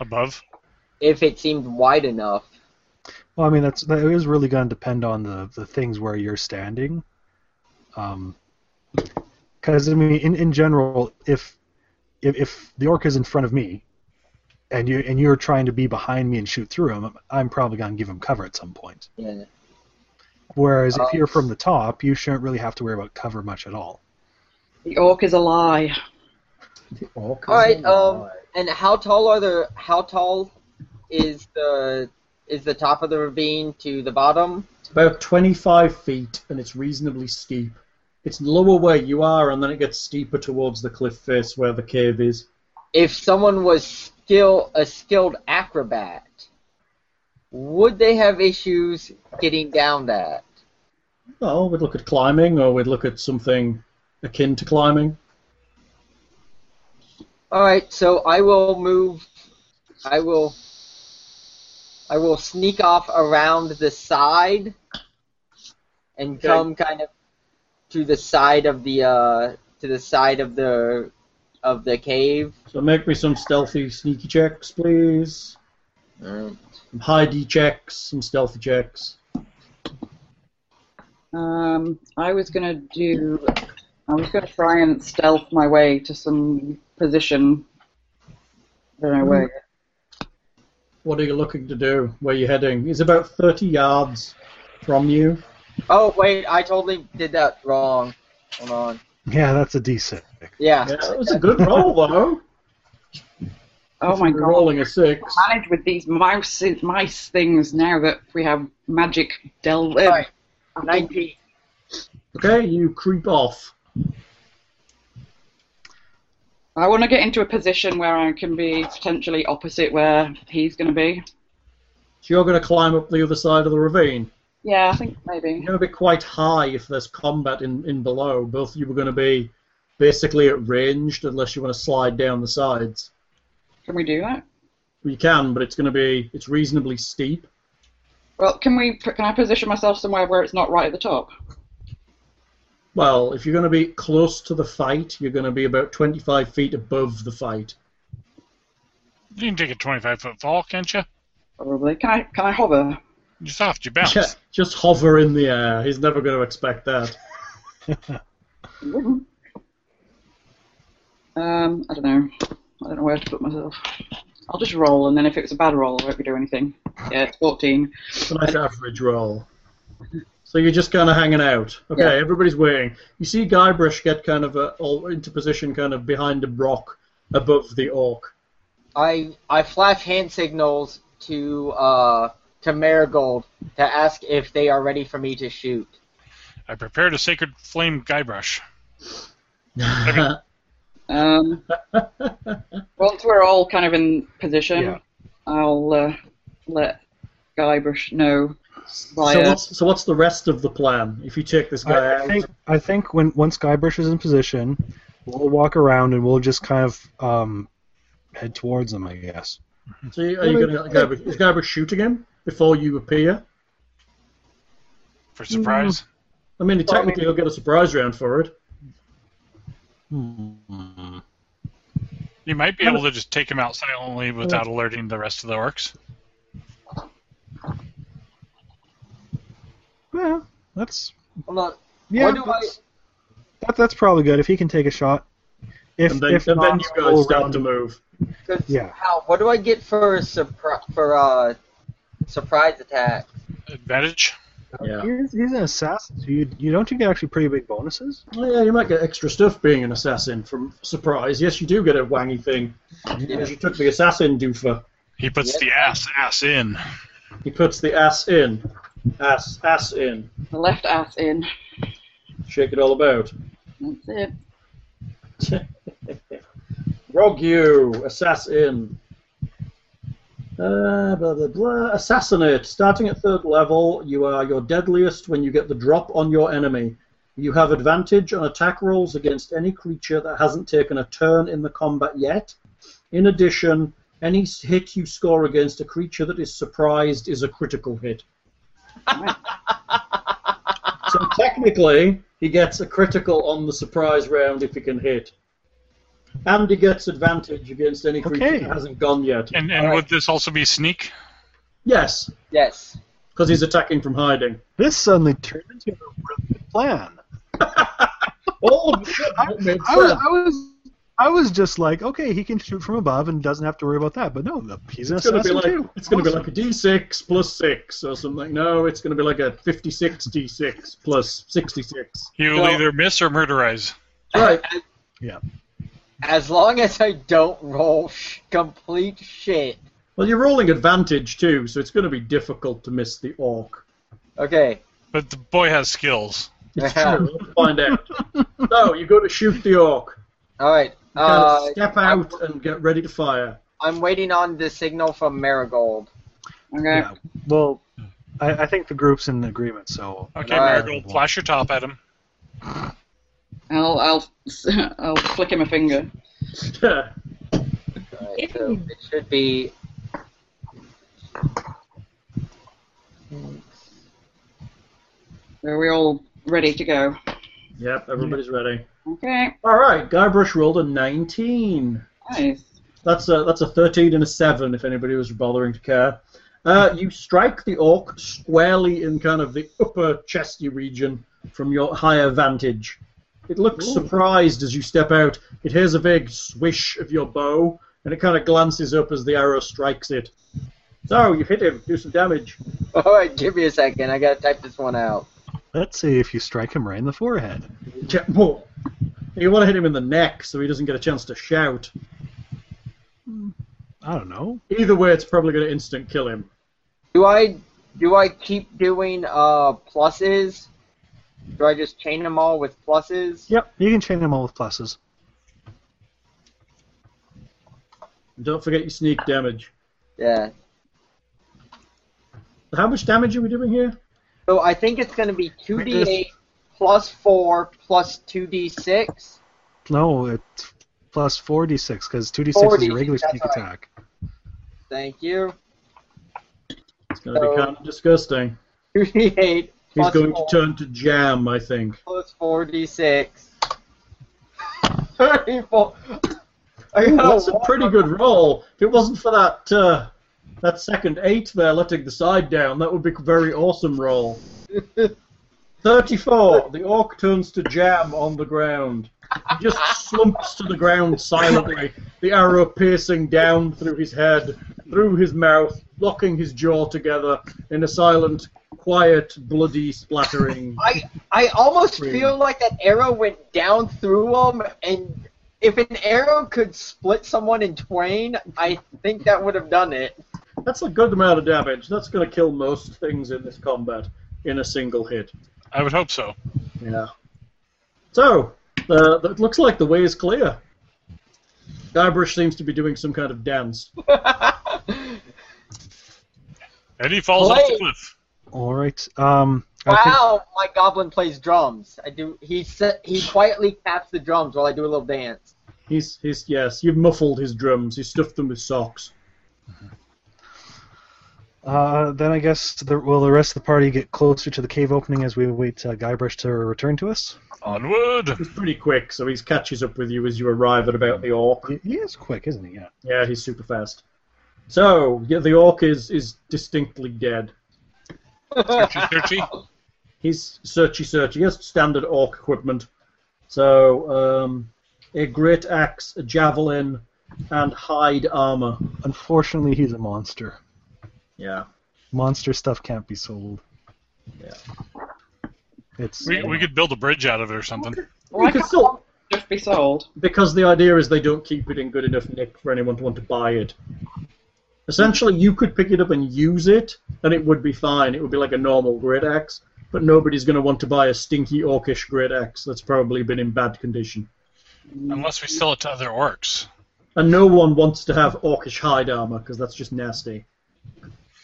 [SPEAKER 3] Above.
[SPEAKER 6] if it seemed wide enough.
[SPEAKER 4] well, I mean that's that is really going to depend on the, the things where you're standing, because I mean in, in general, if, if if the orc is in front of me, and you and you're trying to be behind me and shoot through him, I'm probably going to give him cover at some point.
[SPEAKER 6] Yeah.
[SPEAKER 4] Whereas if
[SPEAKER 6] Oh.
[SPEAKER 4] you're from the top, you shouldn't really have to worry about cover much at all.
[SPEAKER 5] The orc is a lie.
[SPEAKER 2] The orc
[SPEAKER 6] All right,
[SPEAKER 2] is
[SPEAKER 6] um,
[SPEAKER 2] alive.
[SPEAKER 6] And how tall are the? How tall is the is the top of the ravine to the bottom?
[SPEAKER 2] It's about 25 feet, and it's reasonably steep. It's lower where you are, and then it gets steeper towards the cliff face where the cave is.
[SPEAKER 6] If someone was still a skilled acrobat, would they have issues getting down that?
[SPEAKER 2] Oh, we'd look at climbing, or we'd look at something akin to climbing.
[SPEAKER 6] All right, so I will move. I will. I will sneak off around the side and
[SPEAKER 2] Okay.
[SPEAKER 6] come kind of to the side of the uh, to the side of the of the cave.
[SPEAKER 2] So make me some stealthy, sneaky checks, please. Some hidey checks, some stealthy checks.
[SPEAKER 5] Um, I was gonna do. I was gonna try and stealth my way to some position. Don't know where.
[SPEAKER 4] Mm-hmm.
[SPEAKER 2] What are you looking to do? Where are you heading? It's about 30 yards from you.
[SPEAKER 6] Oh wait, I totally did that wrong. Hold on.
[SPEAKER 4] Yeah, that's a D6.
[SPEAKER 6] Yeah.
[SPEAKER 2] Yeah, that was a good roll, though.
[SPEAKER 5] Oh
[SPEAKER 2] If
[SPEAKER 5] my
[SPEAKER 2] you were
[SPEAKER 5] god!
[SPEAKER 2] Rolling a six.
[SPEAKER 5] Manage with these mouse mice things now that we have magic uh, delve. in.
[SPEAKER 6] Sorry. Nineteen.
[SPEAKER 2] Okay, you creep off.
[SPEAKER 5] I want to get into a position where I can be potentially opposite where he's going to be.
[SPEAKER 2] So you're going to climb up the other side of the ravine.
[SPEAKER 5] Yeah, I think maybe.
[SPEAKER 2] You're going to be quite high if there's combat in, in below. Both of you are going to be basically at ranged unless you want to slide down the sides.
[SPEAKER 5] Can we do that?
[SPEAKER 2] You can, but it's going to be it's reasonably steep.
[SPEAKER 5] Well, can we? Can I position myself somewhere where it's not right at the top?
[SPEAKER 2] Well, if you're going to be close to the fight, you're going to be about 25 feet above the fight.
[SPEAKER 3] You can take a 25 foot fall, can't you?
[SPEAKER 5] Probably. Can I? Can I hover?
[SPEAKER 3] Just off your bounce.
[SPEAKER 2] Just, just hover in the air. He's never going to expect that.
[SPEAKER 5] Wouldn't. Um, I don't know. I don't know where to put myself. I'll just roll, and then if it's a bad roll, I won't be doing anything. Yeah, it's 14.
[SPEAKER 2] It's a nice average roll. So you're just kind of hanging out. Okay,
[SPEAKER 5] Yeah.
[SPEAKER 2] everybody's waiting. You see Guybrush get kind of uh all into position, kind of behind a rock above the orc.
[SPEAKER 6] I I flash hand signals to uh to Marigold to ask if they are ready for me to shoot.
[SPEAKER 3] I prepared a sacred flame guybrush. Okay.
[SPEAKER 5] Um, once we're all kind of in position,
[SPEAKER 4] Yeah.
[SPEAKER 5] I'll uh, let Guybrush know
[SPEAKER 2] So
[SPEAKER 5] via
[SPEAKER 2] what's, so what's the rest of the plan? If you take this guy
[SPEAKER 4] I, I
[SPEAKER 2] out,
[SPEAKER 4] think I think when once Guybrush is in position, we'll walk around and we'll just kind of um, head towards him, I guess.
[SPEAKER 2] so you- are you going to Guybrush, is Guybrush shooting him before you appear?
[SPEAKER 3] For surprise.
[SPEAKER 2] Mm-hmm. I mean, technically he'll get a surprise round for it.
[SPEAKER 4] Hmm.
[SPEAKER 3] You might be able to just take him out silently without alerting the rest of the orcs.
[SPEAKER 4] Yeah, that's
[SPEAKER 6] Hold on.
[SPEAKER 4] yeah.
[SPEAKER 6] What do
[SPEAKER 4] That's, that, that's probably good if he can take a shot. If
[SPEAKER 2] And then,
[SPEAKER 4] if
[SPEAKER 2] and
[SPEAKER 4] not,
[SPEAKER 2] then you
[SPEAKER 4] we'll
[SPEAKER 2] guys start
[SPEAKER 4] round-
[SPEAKER 2] to move.
[SPEAKER 6] Cause
[SPEAKER 4] Yeah.
[SPEAKER 6] How, what do I get for surpri- for uh surprise attack?
[SPEAKER 3] Advantage?
[SPEAKER 2] Yeah.
[SPEAKER 4] He's, he's an assassin. So you, you don't you get actually pretty big bonuses?
[SPEAKER 2] Well, yeah, you might get extra stuff being an assassin from surprise. Yes, you do get a wangy thing because you took the assassin doofer.
[SPEAKER 3] He puts
[SPEAKER 6] Yes.
[SPEAKER 3] the ass ass in.
[SPEAKER 2] He puts the ass in, ass ass in,
[SPEAKER 5] the left ass in.
[SPEAKER 2] shake it all about.
[SPEAKER 5] That's it.
[SPEAKER 2] Rog you, assassin. Uh, blah, blah, blah. Assassinate. Starting at third level, you are your deadliest when you get the drop on your enemy. You have advantage on attack rolls against any creature that hasn't taken a turn in the combat yet. In addition, any s- hit you score against a creature that is surprised is a critical hit. so technically, he gets a critical on the surprise round if he can hit. And he gets advantage against any creature
[SPEAKER 4] Okay.
[SPEAKER 2] that hasn't gone yet.
[SPEAKER 3] And, and would this also be sneak?
[SPEAKER 2] Yes,
[SPEAKER 6] Yes.
[SPEAKER 2] because he's attacking from hiding.
[SPEAKER 4] This suddenly turned into a really good plan.
[SPEAKER 2] All of the shit that made
[SPEAKER 4] Oh, I was,
[SPEAKER 2] sense.
[SPEAKER 4] I was I was just like, okay, he can shoot from above and doesn't have to worry about that. But no, the, he's an
[SPEAKER 2] It's gonna be
[SPEAKER 4] assassin
[SPEAKER 2] like
[SPEAKER 4] too.
[SPEAKER 2] it's gonna be
[SPEAKER 4] Awesome.
[SPEAKER 2] like a D6 plus six or something. No, it's gonna be like a 56 D6 plus 66.
[SPEAKER 3] He will
[SPEAKER 6] So-
[SPEAKER 3] either miss or murderize.
[SPEAKER 2] Right.
[SPEAKER 6] As long as I don't roll sh- complete shit.
[SPEAKER 2] Well, you're rolling advantage too, so it's gonna be difficult to miss the orc.
[SPEAKER 6] Okay.
[SPEAKER 3] But the boy has skills.
[SPEAKER 2] It's true. We'll find out. So you go to shoot the orc.
[SPEAKER 6] All right.
[SPEAKER 2] You kind of
[SPEAKER 6] Uh,
[SPEAKER 2] step out and get ready to fire.
[SPEAKER 6] I'm waiting on the signal from Marigold.
[SPEAKER 5] Okay.
[SPEAKER 4] Yeah. Well, I, I think the group's in agreement. So
[SPEAKER 3] Okay,
[SPEAKER 6] Alright.
[SPEAKER 3] Marigold, flash your top at him.
[SPEAKER 5] I'll I'll I'll flick him a finger.
[SPEAKER 6] All right, so it should be.
[SPEAKER 5] Are we all ready to go?
[SPEAKER 2] yep, everybody's ready.
[SPEAKER 5] Okay.
[SPEAKER 2] All right, Guybrush rolled a 19.
[SPEAKER 5] Nice.
[SPEAKER 2] That's a that's a 13 and a 7 if anybody was bothering to care. Uh, you strike the orc squarely in kind of the upper chesty region from your higher vantage. It looks surprised as you step out. It hears a vague swish of your bow, and it kind of glances up as the arrow strikes it. So you hit him. Do some damage.
[SPEAKER 6] All right, give me a second. I gotta type this one out.
[SPEAKER 4] let's see if you strike him right in the forehead.
[SPEAKER 2] Yeah, whoa. You want to hit him in the neck so he doesn't get a chance to shout.
[SPEAKER 4] I don't know.
[SPEAKER 2] Either way, it's probably going to instant kill him.
[SPEAKER 6] Do I do I keep doing uh pluses? Do I just chain them all with pluses?
[SPEAKER 4] Yep, you can chain them all with pluses.
[SPEAKER 2] Don't forget your sneak damage.
[SPEAKER 6] Yeah.
[SPEAKER 2] How much damage are we doing here?
[SPEAKER 6] So I think it's gonna be two d eight plus four plus two d six.
[SPEAKER 4] No, it's plus 4d6 because 2d6 is
[SPEAKER 6] 4d6,
[SPEAKER 4] your regular
[SPEAKER 6] that's
[SPEAKER 4] sneak
[SPEAKER 6] right.
[SPEAKER 4] attack.
[SPEAKER 6] Thank you.
[SPEAKER 2] It's going to be
[SPEAKER 6] So-
[SPEAKER 2] kind of disgusting.
[SPEAKER 6] Two d eight
[SPEAKER 2] He's
[SPEAKER 6] plus
[SPEAKER 2] going
[SPEAKER 6] four
[SPEAKER 2] to turn to jam, I think.
[SPEAKER 6] plus four d six. Thirty four. I got
[SPEAKER 2] That's a
[SPEAKER 6] one
[SPEAKER 2] pretty
[SPEAKER 6] on
[SPEAKER 2] good roll. If it wasn't for that uh, that second eight there letting the side down, that would be a very awesome roll. 34. The orc turns to jam on the ground. He just slumps to the ground silently, the arrow piercing down through his head, through his mouth, locking his jaw together in a silent, quiet, bloody splattering.
[SPEAKER 6] I I almost
[SPEAKER 2] Three.
[SPEAKER 6] feel like that arrow went down through them, and if an arrow could split someone in twain, I think that would have done it.
[SPEAKER 2] That's a good amount of damage. That's going to kill most things in this combat in a single hit.
[SPEAKER 3] I would hope so.
[SPEAKER 2] Yeah. So, uh, it looks like the way is clear. Guybrush seems to be doing some kind of dance.
[SPEAKER 3] And he falls off the
[SPEAKER 6] Blade.
[SPEAKER 3] cliff.
[SPEAKER 4] All right. Um, I think-
[SPEAKER 6] wow, my goblin plays drums. I do. He se- he quietly taps the drums while I do a little dance.
[SPEAKER 2] He's, he's yes, you've muffled his drums. You stuffed them with socks.
[SPEAKER 4] Uh, then I guess the, will the rest of the party get closer to the cave opening as we wait uh, Guybrush to return to us?
[SPEAKER 3] Onward!
[SPEAKER 2] He's pretty quick, so he catches up with you as you arrive at about the orc.
[SPEAKER 4] He, he is quick, isn't he? Yeah.
[SPEAKER 2] Yeah, he's super fast. So, yeah, the orc is, is distinctly dead.
[SPEAKER 3] Searchy, searchy.
[SPEAKER 2] He's searchy searchy. He has standard orc equipment. So, um, a great axe, a javelin, and hide armor.
[SPEAKER 4] Unfortunately, he's a monster.
[SPEAKER 2] Yeah.
[SPEAKER 4] Monster stuff can't be sold.
[SPEAKER 2] Yeah.
[SPEAKER 4] It's
[SPEAKER 3] We, we could build a bridge out of it or something.
[SPEAKER 5] Why
[SPEAKER 2] You can
[SPEAKER 5] can't
[SPEAKER 2] still-
[SPEAKER 5] just be sold?
[SPEAKER 2] because the idea is they don't keep it in good enough nick for anyone to want to buy it. Essentially, you could pick it up and use it, and it would be fine. It would be like a normal great axe, but nobody's going to want to buy a stinky orcish great axe that's probably been in bad condition.
[SPEAKER 3] Unless we sell it to other orcs.
[SPEAKER 2] And no one wants to have orcish hide armor because that's just nasty.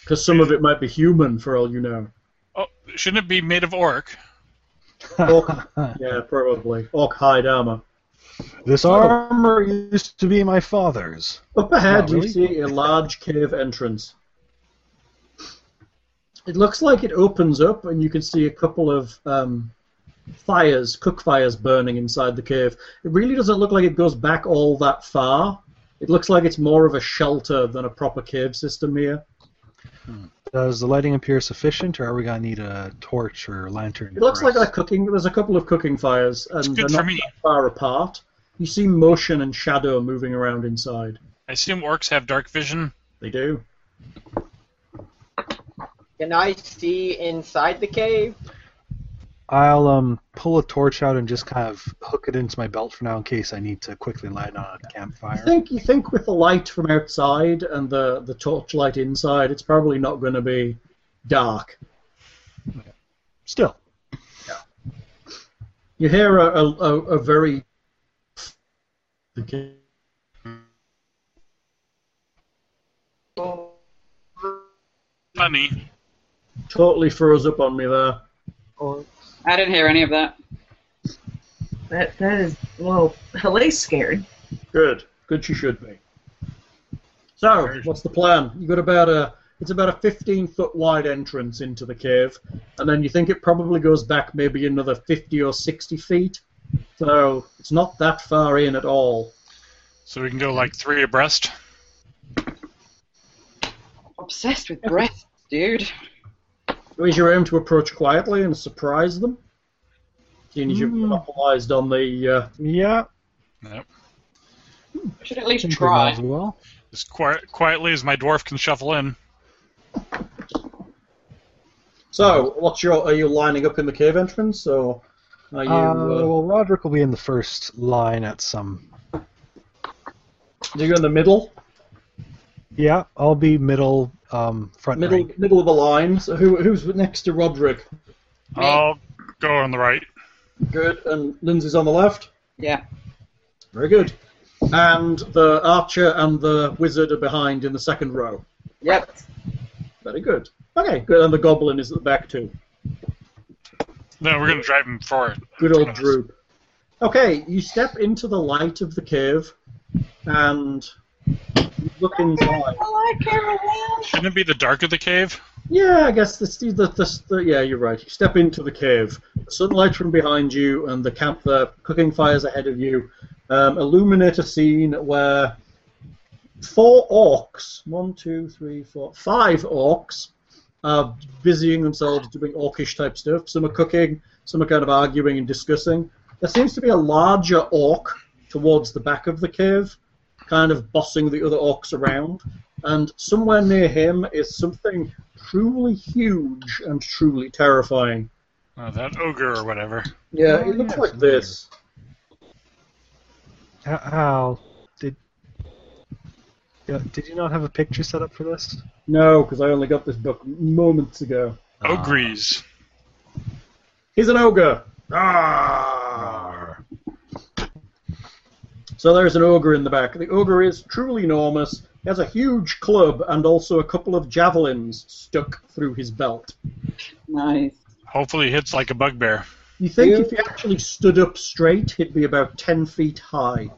[SPEAKER 2] Because some of it might be human, for all you know.
[SPEAKER 3] Oh, shouldn't it be made of orc?
[SPEAKER 2] Orc, yeah, probably orc hide armor.
[SPEAKER 4] this armor used to be my father's.
[SPEAKER 2] Up ahead,
[SPEAKER 4] Not really.
[SPEAKER 2] you see a large cave entrance. It looks like it opens up, and you can see a couple of um, fires, cook fires, burning inside the cave. It really doesn't look like it goes back all that far. It looks like it's more of a shelter than a proper cave system here.
[SPEAKER 4] Does the lighting appear sufficient, or are we gonna need a torch or a lantern?
[SPEAKER 2] It looks
[SPEAKER 4] for
[SPEAKER 2] like
[SPEAKER 4] us?
[SPEAKER 2] a cooking. There's a couple of cooking fires, and
[SPEAKER 3] good
[SPEAKER 2] they're
[SPEAKER 3] for
[SPEAKER 2] not
[SPEAKER 3] me.
[SPEAKER 2] that far apart. You see motion and shadow moving around inside.
[SPEAKER 3] I assume orcs have dark vision.
[SPEAKER 2] They do.
[SPEAKER 6] Can I see inside the cave?
[SPEAKER 4] I'll um pull a torch out and just kind of hook it into my belt for now in case I need to quickly light on a
[SPEAKER 2] You
[SPEAKER 4] campfire.
[SPEAKER 2] think you think with the light from outside and the the torchlight inside, it's probably not going to be dark.
[SPEAKER 4] Still,
[SPEAKER 2] You hear a a, a, a very the ca-
[SPEAKER 3] Funny.
[SPEAKER 2] totally froze up on me there.
[SPEAKER 6] Or
[SPEAKER 5] I didn't hear any of that.
[SPEAKER 7] That that is well, Helene's scared.
[SPEAKER 2] Good. Good she should be. So, what's the plan? You got about a it's about a 15 foot wide entrance into the cave, and then you think it probably goes back maybe another 50 or 60 feet. So it's not that far in at all.
[SPEAKER 3] So we can go like three abreast.
[SPEAKER 5] Obsessed with breath, dude.
[SPEAKER 2] Is your aim to approach quietly and surprise them? Seeing as you've monopolized on the uh,
[SPEAKER 4] yeah.
[SPEAKER 3] Yep.
[SPEAKER 5] Should at least
[SPEAKER 4] think we might
[SPEAKER 5] try.
[SPEAKER 4] as well.
[SPEAKER 3] As qui- quietly as my dwarf can shuffle in.
[SPEAKER 2] so what's your are you lining up in the cave entrance or are you?
[SPEAKER 4] Uh,
[SPEAKER 2] Uh,
[SPEAKER 4] well, Roderick will be in the first line at some.
[SPEAKER 2] are you in the middle?
[SPEAKER 4] Yeah, I'll be middle, um, front
[SPEAKER 2] Middle
[SPEAKER 4] rank.
[SPEAKER 2] middle of the line. So who who's next to Roderick?
[SPEAKER 5] Me.
[SPEAKER 3] I'll go on the right.
[SPEAKER 2] Good. And Lindsay's on the left.
[SPEAKER 5] Yeah.
[SPEAKER 2] Very good. And the archer and the wizard are behind in the second row.
[SPEAKER 5] Yep.
[SPEAKER 2] Very good. Okay, good. And the goblin is at the back too.
[SPEAKER 3] No, we're gonna drive him forward.
[SPEAKER 2] Good old droop. Okay, you step into the light of the cave and you look inside.
[SPEAKER 5] I like Caroline.
[SPEAKER 3] Shouldn't it be the dark of the cave?
[SPEAKER 2] Yeah, I guess the, the, the, the yeah, you're right. You step into the cave. Sunlight from behind you, and the camp, the cooking fires ahead of you, um, illuminate a scene where four orcs, one, two, three, four, five orcs, are busying themselves doing orcish type stuff. Some are cooking, some are kind of arguing and discussing. There seems to be a larger orc towards the back of the cave, kind of bossing the other orcs around. And somewhere near him is something truly huge and truly terrifying.
[SPEAKER 3] Oh, that ogre or whatever.
[SPEAKER 2] Yeah,
[SPEAKER 4] Oh,
[SPEAKER 2] it looks
[SPEAKER 4] yeah,
[SPEAKER 2] like
[SPEAKER 4] familiar.
[SPEAKER 2] this.
[SPEAKER 4] Ho- How did? Yeah, did you not have a picture set up for this?
[SPEAKER 2] No, because I only got this book moments ago.
[SPEAKER 3] Ogres.
[SPEAKER 2] He's an ogre. So there's an ogre in the back. The ogre is truly enormous. He has a huge club and also a couple of javelins stuck through his belt.
[SPEAKER 5] Nice.
[SPEAKER 3] Hopefully, he hits like a bugbear.
[SPEAKER 2] You think if he actually stood up straight, he'd be about 10 feet high.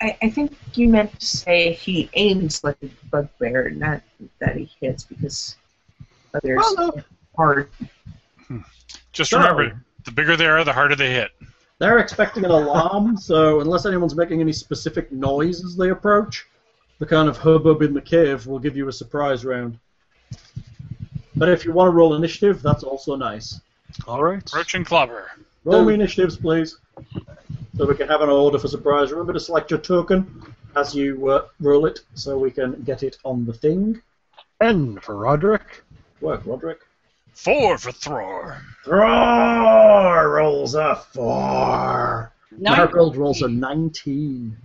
[SPEAKER 7] I, I think you meant to say he aims like a bugbear, not that he hits because others
[SPEAKER 2] Well, no.
[SPEAKER 7] are hard.
[SPEAKER 3] Just
[SPEAKER 2] So-
[SPEAKER 3] remember, the bigger they are, the harder they hit.
[SPEAKER 2] They're expecting an alarm, so unless anyone's making any specific noise as they approach, the kind of hubbub in the cave will give you a surprise round. But if you want to roll initiative, that's also nice.
[SPEAKER 4] All right.
[SPEAKER 3] Roach and clobber.
[SPEAKER 2] Roll
[SPEAKER 6] Um,
[SPEAKER 2] me initiatives, please, so we can have an order for surprise. Remember to select your token as you uh, roll it, so we can get it on the thing.
[SPEAKER 4] N for Roderick.
[SPEAKER 2] Work, Roderick.
[SPEAKER 3] Four for Thror.
[SPEAKER 2] Roar rolls a four.
[SPEAKER 5] Nice.
[SPEAKER 2] Marigold rolls a 19.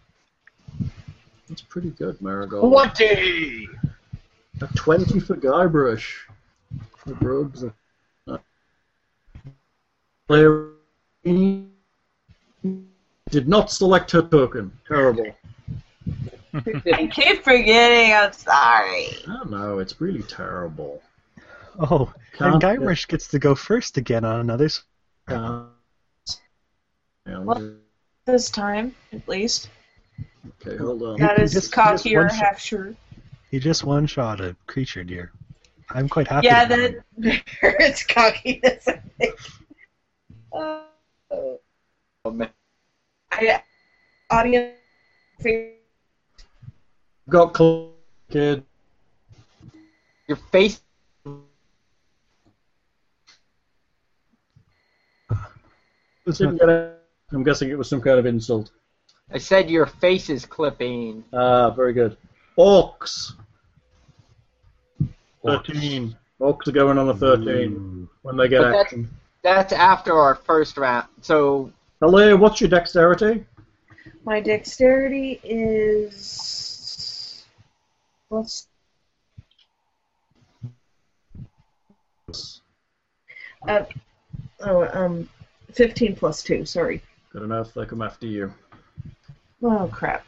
[SPEAKER 2] That's pretty good, Marigold.
[SPEAKER 6] twenty.
[SPEAKER 2] A 20 for Guybrush. The Brogues are. uh, Claire did not select her token. Terrible.
[SPEAKER 7] I keep forgetting. I'm sorry.
[SPEAKER 2] I don't know, it's really terrible.
[SPEAKER 4] Oh, and Guybrush gets to go first again on another. s-
[SPEAKER 2] Can't- Yeah,
[SPEAKER 7] What? This time, at least,
[SPEAKER 2] okay, hold on.
[SPEAKER 7] got his
[SPEAKER 4] just-
[SPEAKER 7] cock
[SPEAKER 4] just
[SPEAKER 7] here
[SPEAKER 4] one shot.
[SPEAKER 7] half sure.
[SPEAKER 4] He just one shot a creature, dear. I'm quite happy.
[SPEAKER 7] Yeah,
[SPEAKER 4] about
[SPEAKER 7] that
[SPEAKER 4] it.
[SPEAKER 7] it's cockiness. I think. Uh,
[SPEAKER 4] Oh,
[SPEAKER 7] I audience.
[SPEAKER 2] Got cl- kid.
[SPEAKER 6] Your face.
[SPEAKER 2] Didn't get it. I'm guessing it was some kind of insult.
[SPEAKER 6] I said your face is clipping.
[SPEAKER 2] Ah, very good. Orcs. 13. Orcs are going on a 13 when they get
[SPEAKER 6] But that's-
[SPEAKER 2] action.
[SPEAKER 6] That's after our first round. So
[SPEAKER 2] Hello, what's your dexterity?
[SPEAKER 7] My dexterity is plus. Uh, oh, um, fifteen plus two. Sorry.
[SPEAKER 2] Good enough, they come after you.
[SPEAKER 7] Oh crap.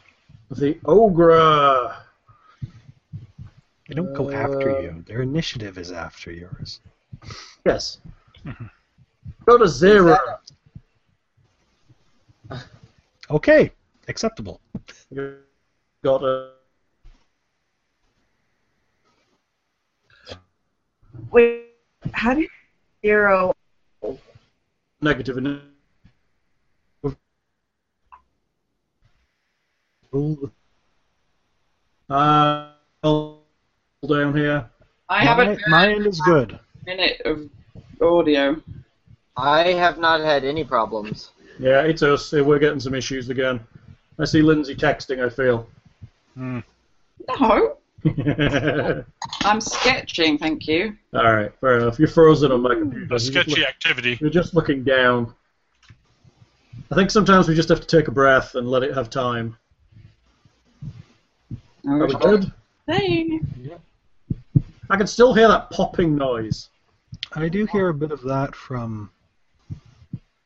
[SPEAKER 2] The Ogre.
[SPEAKER 4] They don't go after
[SPEAKER 2] Uh,
[SPEAKER 4] you. Their initiative is after yours.
[SPEAKER 2] Yes. Go to zero.
[SPEAKER 4] Okay, acceptable.
[SPEAKER 2] You got a.
[SPEAKER 7] Wait, how did zero?
[SPEAKER 2] negative and
[SPEAKER 4] Roll-
[SPEAKER 2] uh, all down here.
[SPEAKER 5] I haven't
[SPEAKER 4] Mine- mine is good.
[SPEAKER 5] a minute of audio.
[SPEAKER 6] I have not had any problems.
[SPEAKER 2] Yeah, it's us. We're getting some issues again. I see Lindsay texting. I feel.
[SPEAKER 5] No, I'm sketching, thank you.
[SPEAKER 2] all right, fair enough. You're frozen on my computer. You're
[SPEAKER 3] A
[SPEAKER 2] just
[SPEAKER 3] sketchy
[SPEAKER 2] look-
[SPEAKER 3] activity.
[SPEAKER 2] You're just looking down. I think sometimes we just have to take a breath and let it have time. Are we good?
[SPEAKER 5] Hey.
[SPEAKER 2] I can still hear that popping noise.
[SPEAKER 4] I do hear a bit of that from.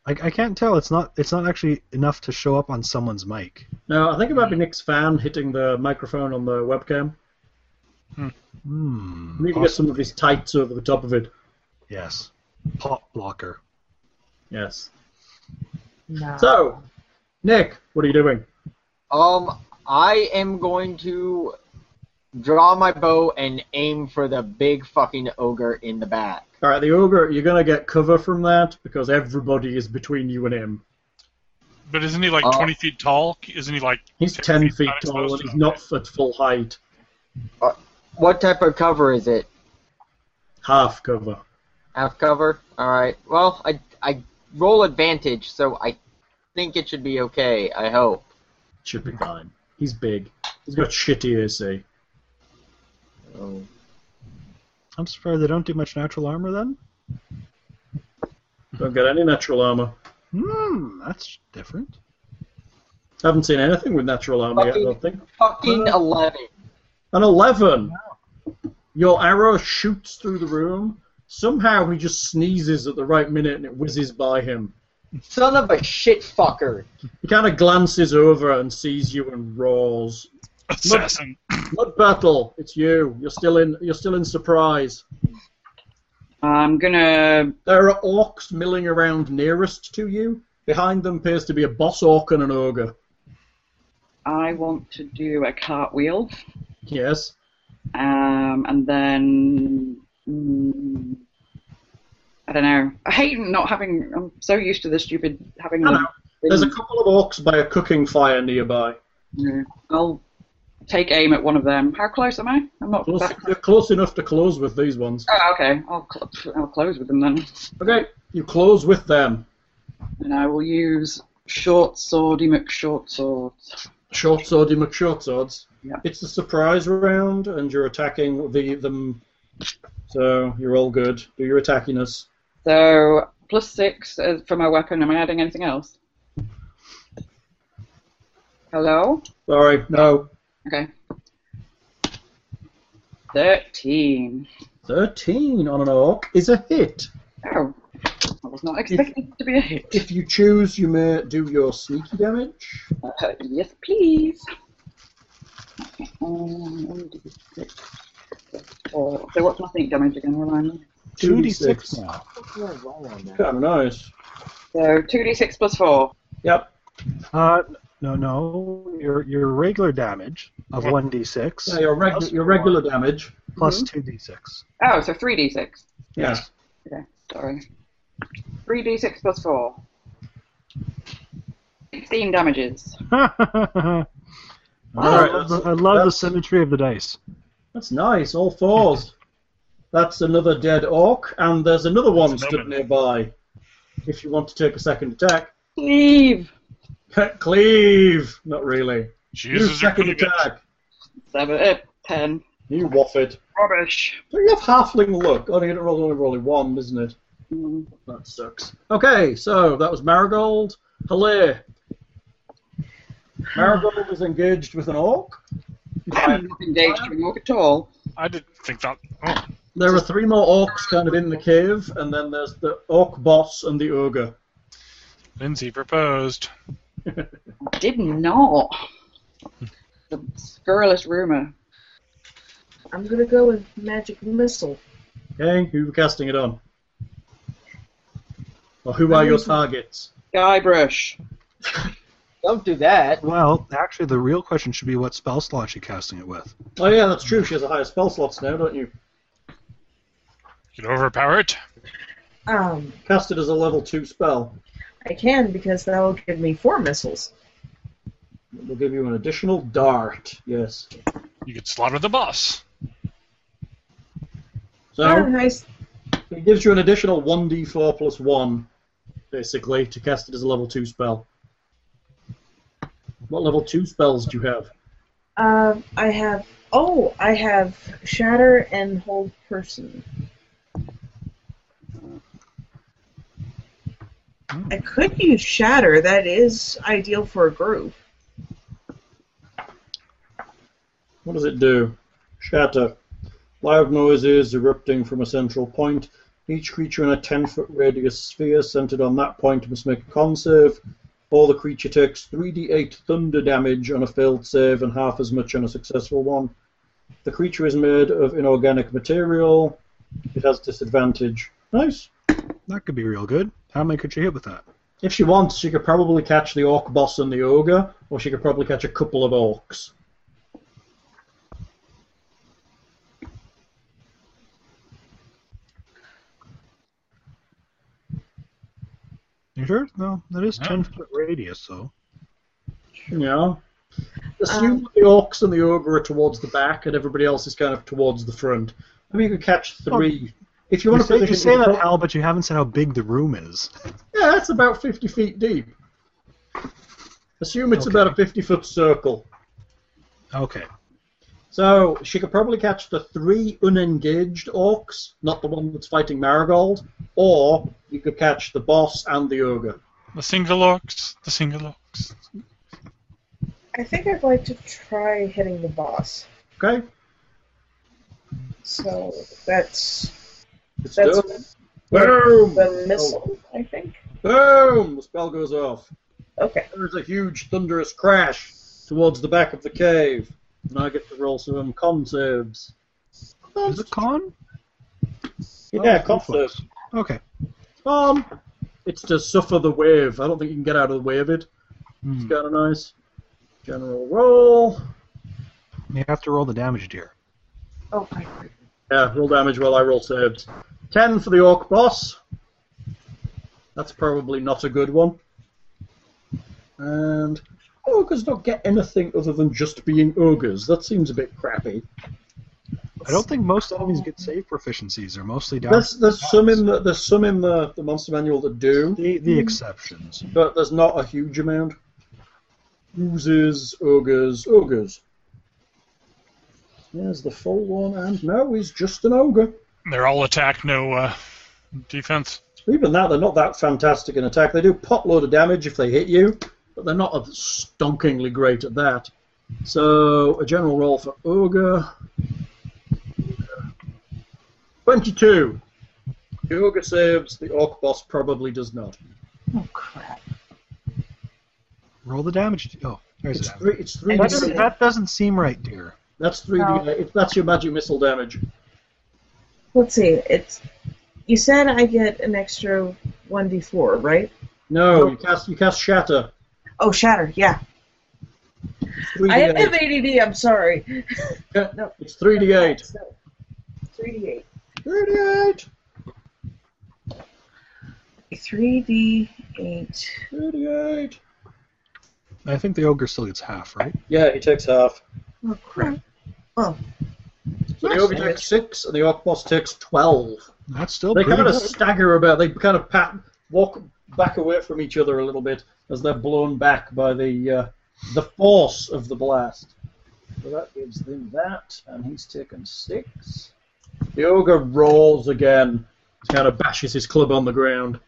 [SPEAKER 4] I, I can't tell. It's not. It's not actually enough to show up on someone's mic.
[SPEAKER 2] No, I think it might be Nick's fan hitting the microphone on the webcam.
[SPEAKER 4] Hmm.
[SPEAKER 2] We need to get some of his tights over the top of it.
[SPEAKER 4] Yes. Pop blocker.
[SPEAKER 2] Yes.
[SPEAKER 7] No.
[SPEAKER 2] So, Nick, what are you doing?
[SPEAKER 6] Um, I am going to draw my bow and aim for the big fucking ogre in the back.
[SPEAKER 2] All right, the ogre, you're gonna get cover from that because everybody is between you and him.
[SPEAKER 3] But isn't he like
[SPEAKER 6] Uh,
[SPEAKER 3] 20 feet tall? Isn't he like.
[SPEAKER 2] He's ten
[SPEAKER 3] Ten feet,
[SPEAKER 2] feet
[SPEAKER 3] not
[SPEAKER 2] tall and
[SPEAKER 3] exposed,
[SPEAKER 2] he's
[SPEAKER 3] okay.
[SPEAKER 2] not at full height.
[SPEAKER 6] What type of cover is it?
[SPEAKER 2] Half cover.
[SPEAKER 6] Half cover? Alright. Well, I, I roll advantage, so I think it should be okay, I hope.
[SPEAKER 2] Should be fine. He's big. He's got shitty AC.
[SPEAKER 6] Um,
[SPEAKER 4] I'm surprised they don't do much natural armor then.
[SPEAKER 2] Don't get any natural armor.
[SPEAKER 4] Hmm. That's different.
[SPEAKER 2] Haven't seen anything with natural armor yet, I
[SPEAKER 6] Fucking-
[SPEAKER 2] don't think.
[SPEAKER 6] Fucking 11.
[SPEAKER 2] An 11! Your arrow shoots through the room. Somehow he just sneezes at the right minute and it whizzes by him.
[SPEAKER 6] Son of a shit fucker.
[SPEAKER 2] He kind of glances over and sees you and roars.
[SPEAKER 3] Assassin.
[SPEAKER 2] Mud battle, it's you. You're still in. You're still in surprise.
[SPEAKER 5] I'm gonna.
[SPEAKER 2] There are orcs milling around nearest to you. Behind them appears to be a boss orc and an ogre.
[SPEAKER 5] I want to do a cartwheel,
[SPEAKER 2] Yes.
[SPEAKER 5] um, and then. mm, I don't know. I hate not having. I'm so used to the stupid having.
[SPEAKER 2] I
[SPEAKER 5] the
[SPEAKER 2] know. There's a
[SPEAKER 5] thing.
[SPEAKER 2] couple of orcs by a cooking fire nearby.
[SPEAKER 5] Yeah. I'll take aim at one of them. How close am I? I'm not.
[SPEAKER 2] Close,
[SPEAKER 5] That...
[SPEAKER 2] you're close enough to close with these ones.
[SPEAKER 5] Oh, okay. I'll cl- I'll close with them then.
[SPEAKER 2] Okay, you close with them.
[SPEAKER 5] And I will use short swordy McShort sword.
[SPEAKER 2] Short swordy McShort swords.
[SPEAKER 5] Yeah.
[SPEAKER 2] It's a surprise round, and you're attacking the them. So you're all good. Do your attackiness.
[SPEAKER 5] So plus six uh, for my weapon. Am I adding anything else? Hello.
[SPEAKER 2] Sorry, no.
[SPEAKER 5] Okay. Thirteen.
[SPEAKER 2] Thirteen on an orc is a hit.
[SPEAKER 5] Oh, I was not expecting it to be a hit.
[SPEAKER 2] If you choose, you may do your sneaky damage.
[SPEAKER 5] Uh, yes, please. Um, one, two, three, four. So what's my sneak damage again? Remind me.
[SPEAKER 2] 2d6.
[SPEAKER 4] now.
[SPEAKER 2] Kind of Oh, nice.
[SPEAKER 5] So two d six plus four.
[SPEAKER 2] Yep.
[SPEAKER 4] Uh, no, no. Your your regular damage of one d six
[SPEAKER 2] Yeah, Mm-hmm. your, reg-
[SPEAKER 4] Plus
[SPEAKER 2] your
[SPEAKER 4] four.
[SPEAKER 2] regular damage.
[SPEAKER 4] plus two d six.
[SPEAKER 5] Oh, so three d six.
[SPEAKER 2] Yeah.
[SPEAKER 5] Okay, sorry. 3d6 plus 4. 16 damages.
[SPEAKER 4] I
[SPEAKER 2] Alright,
[SPEAKER 4] love, the,
[SPEAKER 2] that's-
[SPEAKER 4] I love the
[SPEAKER 2] that's-
[SPEAKER 4] symmetry of the dice.
[SPEAKER 2] That's nice. All fours. That's another dead orc, and there's another one
[SPEAKER 3] That's
[SPEAKER 2] stood
[SPEAKER 3] another.
[SPEAKER 2] nearby. If you want to take a second attack,
[SPEAKER 5] Cleave.
[SPEAKER 2] Pet cleave. Not really.
[SPEAKER 3] She
[SPEAKER 2] You
[SPEAKER 3] uses her
[SPEAKER 2] second
[SPEAKER 3] cleavage.
[SPEAKER 2] attack.
[SPEAKER 5] Seven. Uh, ten.
[SPEAKER 2] You waffed.
[SPEAKER 5] Rubbish.
[SPEAKER 2] Don't you have halfling luck? Oh, no, you don't roll only rolling one, isn't it?
[SPEAKER 5] Mm.
[SPEAKER 2] That sucks. Okay, so that was Marigold. Hello. Marigold is engaged with an orc.
[SPEAKER 5] I'm not engaged to walk at all.
[SPEAKER 3] I didn't think that. Oh,
[SPEAKER 2] There are three more orcs kind of in the cave, and then there's the orc boss and the ogre.
[SPEAKER 3] Lindsay proposed.
[SPEAKER 5] Did not. The scurrilous rumor.
[SPEAKER 7] I'm gonna go with magic missile.
[SPEAKER 2] Okay, who are we casting it on? Or who are your targets?
[SPEAKER 5] Guybrush.
[SPEAKER 6] Don't do that.
[SPEAKER 4] Well, actually, the real question should be what spell slot she casting it with.
[SPEAKER 2] Oh yeah, that's true. She has a higher spell slots now, don't you?
[SPEAKER 3] You can overpower it.
[SPEAKER 7] Um,
[SPEAKER 2] Cast it as a level two spell.
[SPEAKER 7] I can because that will give me four missiles.
[SPEAKER 2] It will give you an additional dart. Yes.
[SPEAKER 3] You could slaughter the boss.
[SPEAKER 7] Oh,
[SPEAKER 2] So
[SPEAKER 7] nice.
[SPEAKER 2] it gives you an additional one d four plus one, basically, to cast it as a level two spell. What level two spells do you have?
[SPEAKER 7] Um, I have. Oh, I have shatter and hold person. I could use shatter. That is ideal for a group.
[SPEAKER 2] What does it do? Shatter. Loud noises erupting from a central point. Each creature in a 10 foot radius sphere centered on that point must make a con save, or the creature takes 3d8 thunder damage on a failed save and half as much on a successful one. The creature is made of inorganic material. It has disadvantage. Nice.
[SPEAKER 4] That could be real good. How many could she hit with that?
[SPEAKER 2] If she wants, she could probably catch the orc boss and the ogre, or she could probably catch a couple of orcs.
[SPEAKER 4] You sure? No, that is
[SPEAKER 3] Yeah.
[SPEAKER 4] 10 foot radius, so.
[SPEAKER 2] Yeah. Assume that the orcs and the ogre are towards the back, and everybody else is kind of towards the front. Maybe you could catch three. if you
[SPEAKER 4] You,
[SPEAKER 2] want to
[SPEAKER 4] say, you
[SPEAKER 2] position
[SPEAKER 4] say
[SPEAKER 2] it-
[SPEAKER 4] that, Hal, but you haven't said how big the room is.
[SPEAKER 2] yeah, that's about 50 feet deep. Assume it's about a 50 foot circle.
[SPEAKER 4] Okay.
[SPEAKER 2] So she could probably catch the three unengaged orcs, not the one that's fighting Marigold, or you could catch the boss and the ogre.
[SPEAKER 3] The single orcs. The single orcs.
[SPEAKER 7] I think I'd like to try hitting the boss.
[SPEAKER 2] Okay?
[SPEAKER 7] So that's
[SPEAKER 2] It's
[SPEAKER 7] That's-
[SPEAKER 2] done. Boom!
[SPEAKER 7] the missile. I think.
[SPEAKER 2] Boom! The spell goes off.
[SPEAKER 7] Okay.
[SPEAKER 2] There's a huge thunderous crash towards the back of the cave. And I get to roll some um, con saves.
[SPEAKER 4] Is it con?
[SPEAKER 2] Yeah, con
[SPEAKER 4] Reflex.
[SPEAKER 2] saves.
[SPEAKER 4] Okay.
[SPEAKER 2] Um, it's to suffer the wave. I don't think you can get out of the way of it.
[SPEAKER 4] Hmm.
[SPEAKER 2] Kind of nice. General roll.
[SPEAKER 4] You have to roll the damage, dear.
[SPEAKER 7] Oh, I,
[SPEAKER 2] Yeah, roll damage while I roll saves. Ten for the orc boss. That's probably not a good one. And ogres don't get anything other than just being ogres. That seems a bit crappy.
[SPEAKER 4] I don't think most enemies get save proficiencies. They're mostly down.
[SPEAKER 2] There's, there's some in the there's some in the, the monster manual that do,
[SPEAKER 4] the, the exceptions.
[SPEAKER 2] but there's not a huge amount. Oozes, ogres, ogres. There's the full one, and no, he's just an ogre.
[SPEAKER 3] They're all attack, no uh, defense.
[SPEAKER 2] Even that, they're not that fantastic in attack. They do potload of damage if they hit you, but they're not stonkingly great at that. So a general roll for ogre. Twenty-two. The ogre saves. The orc boss probably does not.
[SPEAKER 7] oh crap.
[SPEAKER 4] Roll the damage. d- Oh, there's
[SPEAKER 2] It's
[SPEAKER 4] the damage.
[SPEAKER 2] three. It's three.
[SPEAKER 7] I
[SPEAKER 4] That
[SPEAKER 7] That's-
[SPEAKER 2] d8.
[SPEAKER 4] doesn't, that doesn't seem right, dear.
[SPEAKER 2] That's three.
[SPEAKER 7] No.
[SPEAKER 2] d If that's your magic missile damage,
[SPEAKER 7] Let's see. It's you said I get an extra one d four, right?
[SPEAKER 2] no, you cast you cast shatter.
[SPEAKER 7] Oh, shatter. Yeah.
[SPEAKER 2] It's three
[SPEAKER 7] I have
[SPEAKER 2] d8.
[SPEAKER 7] ADD. I'm sorry. no.
[SPEAKER 2] It's three d8.
[SPEAKER 7] Three d eight.
[SPEAKER 2] Three d8.
[SPEAKER 7] Three d eight.
[SPEAKER 2] Three d8.
[SPEAKER 4] I think the ogre still gets half, right?
[SPEAKER 2] Yeah, he takes half.
[SPEAKER 7] Oh crap. Oh,
[SPEAKER 2] So the ogre takes six, and the orc boss takes twelve.
[SPEAKER 4] That's still
[SPEAKER 2] They
[SPEAKER 4] pretty
[SPEAKER 2] kind of
[SPEAKER 4] good.
[SPEAKER 2] stagger about. They kind of pat, walk, back away from each other a little bit as they're blown back by the uh, the force of the blast. So that gives them that, and he's taken six. The ogre rolls again, kind of bashes his club on the ground.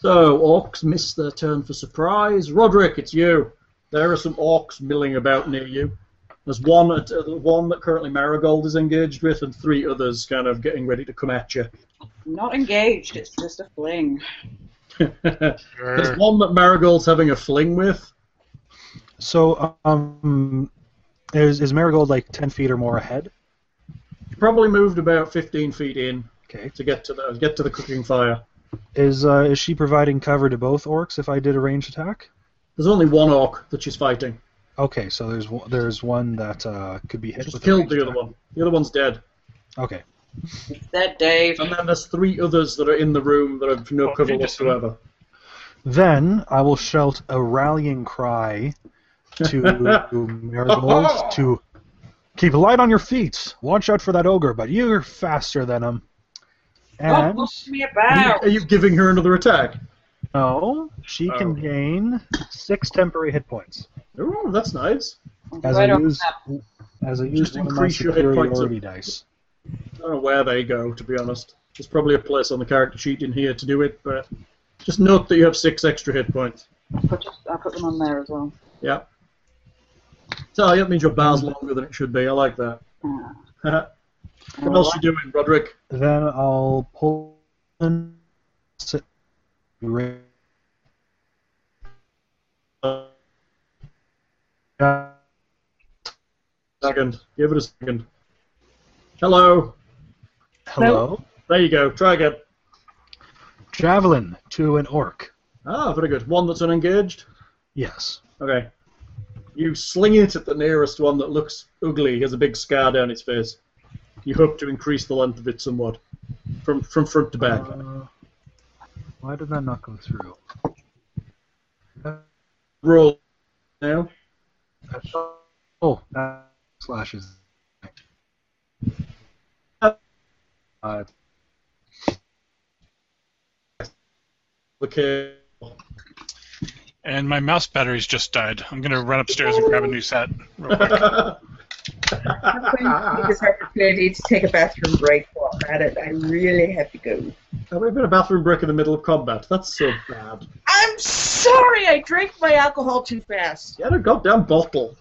[SPEAKER 2] So orcs miss their turn for surprise. Roderick, it's you. There are some orcs milling about near you. There's one, at, uh, one that currently Marigold is engaged with, and three others kind of getting ready to come at you.
[SPEAKER 5] Not engaged, it's just a fling.
[SPEAKER 2] There's
[SPEAKER 3] Sure.
[SPEAKER 2] one that Marigold's having a fling with.
[SPEAKER 4] So, um, is, is Marigold like 10 feet or more ahead?
[SPEAKER 2] She probably moved about 15 feet in
[SPEAKER 4] Okay.
[SPEAKER 2] to get to the get to the cooking fire.
[SPEAKER 4] Is uh, is she providing cover to both orcs if I did a ranged attack?
[SPEAKER 2] There's only one orc that she's fighting.
[SPEAKER 4] Okay, so there's one, there's one that uh, could be hit.
[SPEAKER 2] She's
[SPEAKER 4] with a
[SPEAKER 2] killed
[SPEAKER 4] ranged
[SPEAKER 2] the other
[SPEAKER 4] attack.
[SPEAKER 2] one. The other one's dead.
[SPEAKER 4] Okay.
[SPEAKER 5] It's dead, Dave. oh,
[SPEAKER 2] And then there's three others that are in the room that have no
[SPEAKER 3] Oh,
[SPEAKER 2] cover
[SPEAKER 3] you just-
[SPEAKER 2] whatsoever.
[SPEAKER 4] Then I will shout a rallying cry to Marigold to keep light on your feet. Watch out for that ogre, but you're faster than him.
[SPEAKER 5] Oh,
[SPEAKER 4] And
[SPEAKER 5] push me
[SPEAKER 2] Are
[SPEAKER 5] about.
[SPEAKER 2] you giving her another attack?
[SPEAKER 4] no, she
[SPEAKER 2] Oh.
[SPEAKER 4] can gain six temporary hit points
[SPEAKER 2] Oh, that's nice.
[SPEAKER 4] as
[SPEAKER 5] Right
[SPEAKER 4] I
[SPEAKER 5] on
[SPEAKER 4] use
[SPEAKER 5] that.
[SPEAKER 4] as I
[SPEAKER 2] Just
[SPEAKER 4] use one of my
[SPEAKER 2] increase your hit points.
[SPEAKER 4] superiority dice.
[SPEAKER 2] I don't know where they go, to be honest. There's probably a place on the character sheet in here to do it, but just note that you have six extra hit points.
[SPEAKER 5] I put, I put them on there as well.
[SPEAKER 2] Yeah. So that means your bar's longer than it should be. I like that.
[SPEAKER 5] Ah.
[SPEAKER 2] what else you doing, Roderick?
[SPEAKER 4] Then I'll pull in sit- ra-
[SPEAKER 2] Second. Give it a second. Hello.
[SPEAKER 4] hello
[SPEAKER 2] There you go. Try again.
[SPEAKER 4] javelin to an orc.
[SPEAKER 2] Ah, very good. One that's unengaged.
[SPEAKER 4] Yes.
[SPEAKER 2] Okay. You sling it at the nearest one that looks ugly. He has a big scar down its face. You hope to increase the length of it somewhat, from from front to back.
[SPEAKER 4] Uh, why did that not go through?
[SPEAKER 2] Roll now.
[SPEAKER 4] Oh, that slashes. Uh,
[SPEAKER 2] Okay.
[SPEAKER 3] And my mouse battery's just died. I'm gonna run upstairs and grab a new set. Real quick.
[SPEAKER 7] I'm going to take this opportunity to take a bathroom break while I'm at it. I really have to go.
[SPEAKER 2] Have we been a bathroom break in the middle of combat? That's so bad.
[SPEAKER 7] I'm sorry, I drank my alcohol too fast.
[SPEAKER 2] You had a goddamn bottle.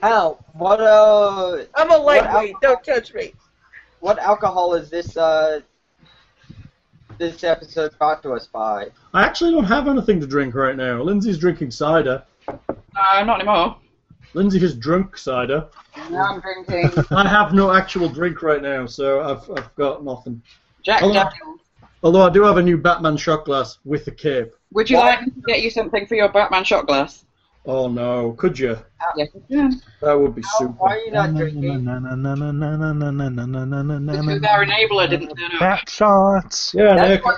[SPEAKER 6] How? What uh?
[SPEAKER 7] I'm a lightweight. Don't touch me.
[SPEAKER 6] What alcohol is this uh? This episode brought to us by?
[SPEAKER 2] I actually don't have anything to drink right now. Lindsay's drinking cider.
[SPEAKER 5] Uh, not anymore.
[SPEAKER 2] Lindsay has drunk cider.
[SPEAKER 5] Now I'm drinking
[SPEAKER 2] I have no actual drink right now, so I've, I've got nothing.
[SPEAKER 5] Jack
[SPEAKER 2] Hold on.
[SPEAKER 5] Daniels.
[SPEAKER 2] Although I do have a new Batman shot glass with a cape.
[SPEAKER 5] Would you
[SPEAKER 6] What?
[SPEAKER 5] like me to get you something for your Batman shot glass?
[SPEAKER 2] Oh no, could you?
[SPEAKER 5] Yes, I can.
[SPEAKER 2] That would be
[SPEAKER 6] How, why are
[SPEAKER 2] super.
[SPEAKER 6] you not drinking?
[SPEAKER 5] Because our enabler didn't turn up.
[SPEAKER 4] Bat shots.
[SPEAKER 2] Yeah,
[SPEAKER 6] That's
[SPEAKER 2] Nick.
[SPEAKER 6] why,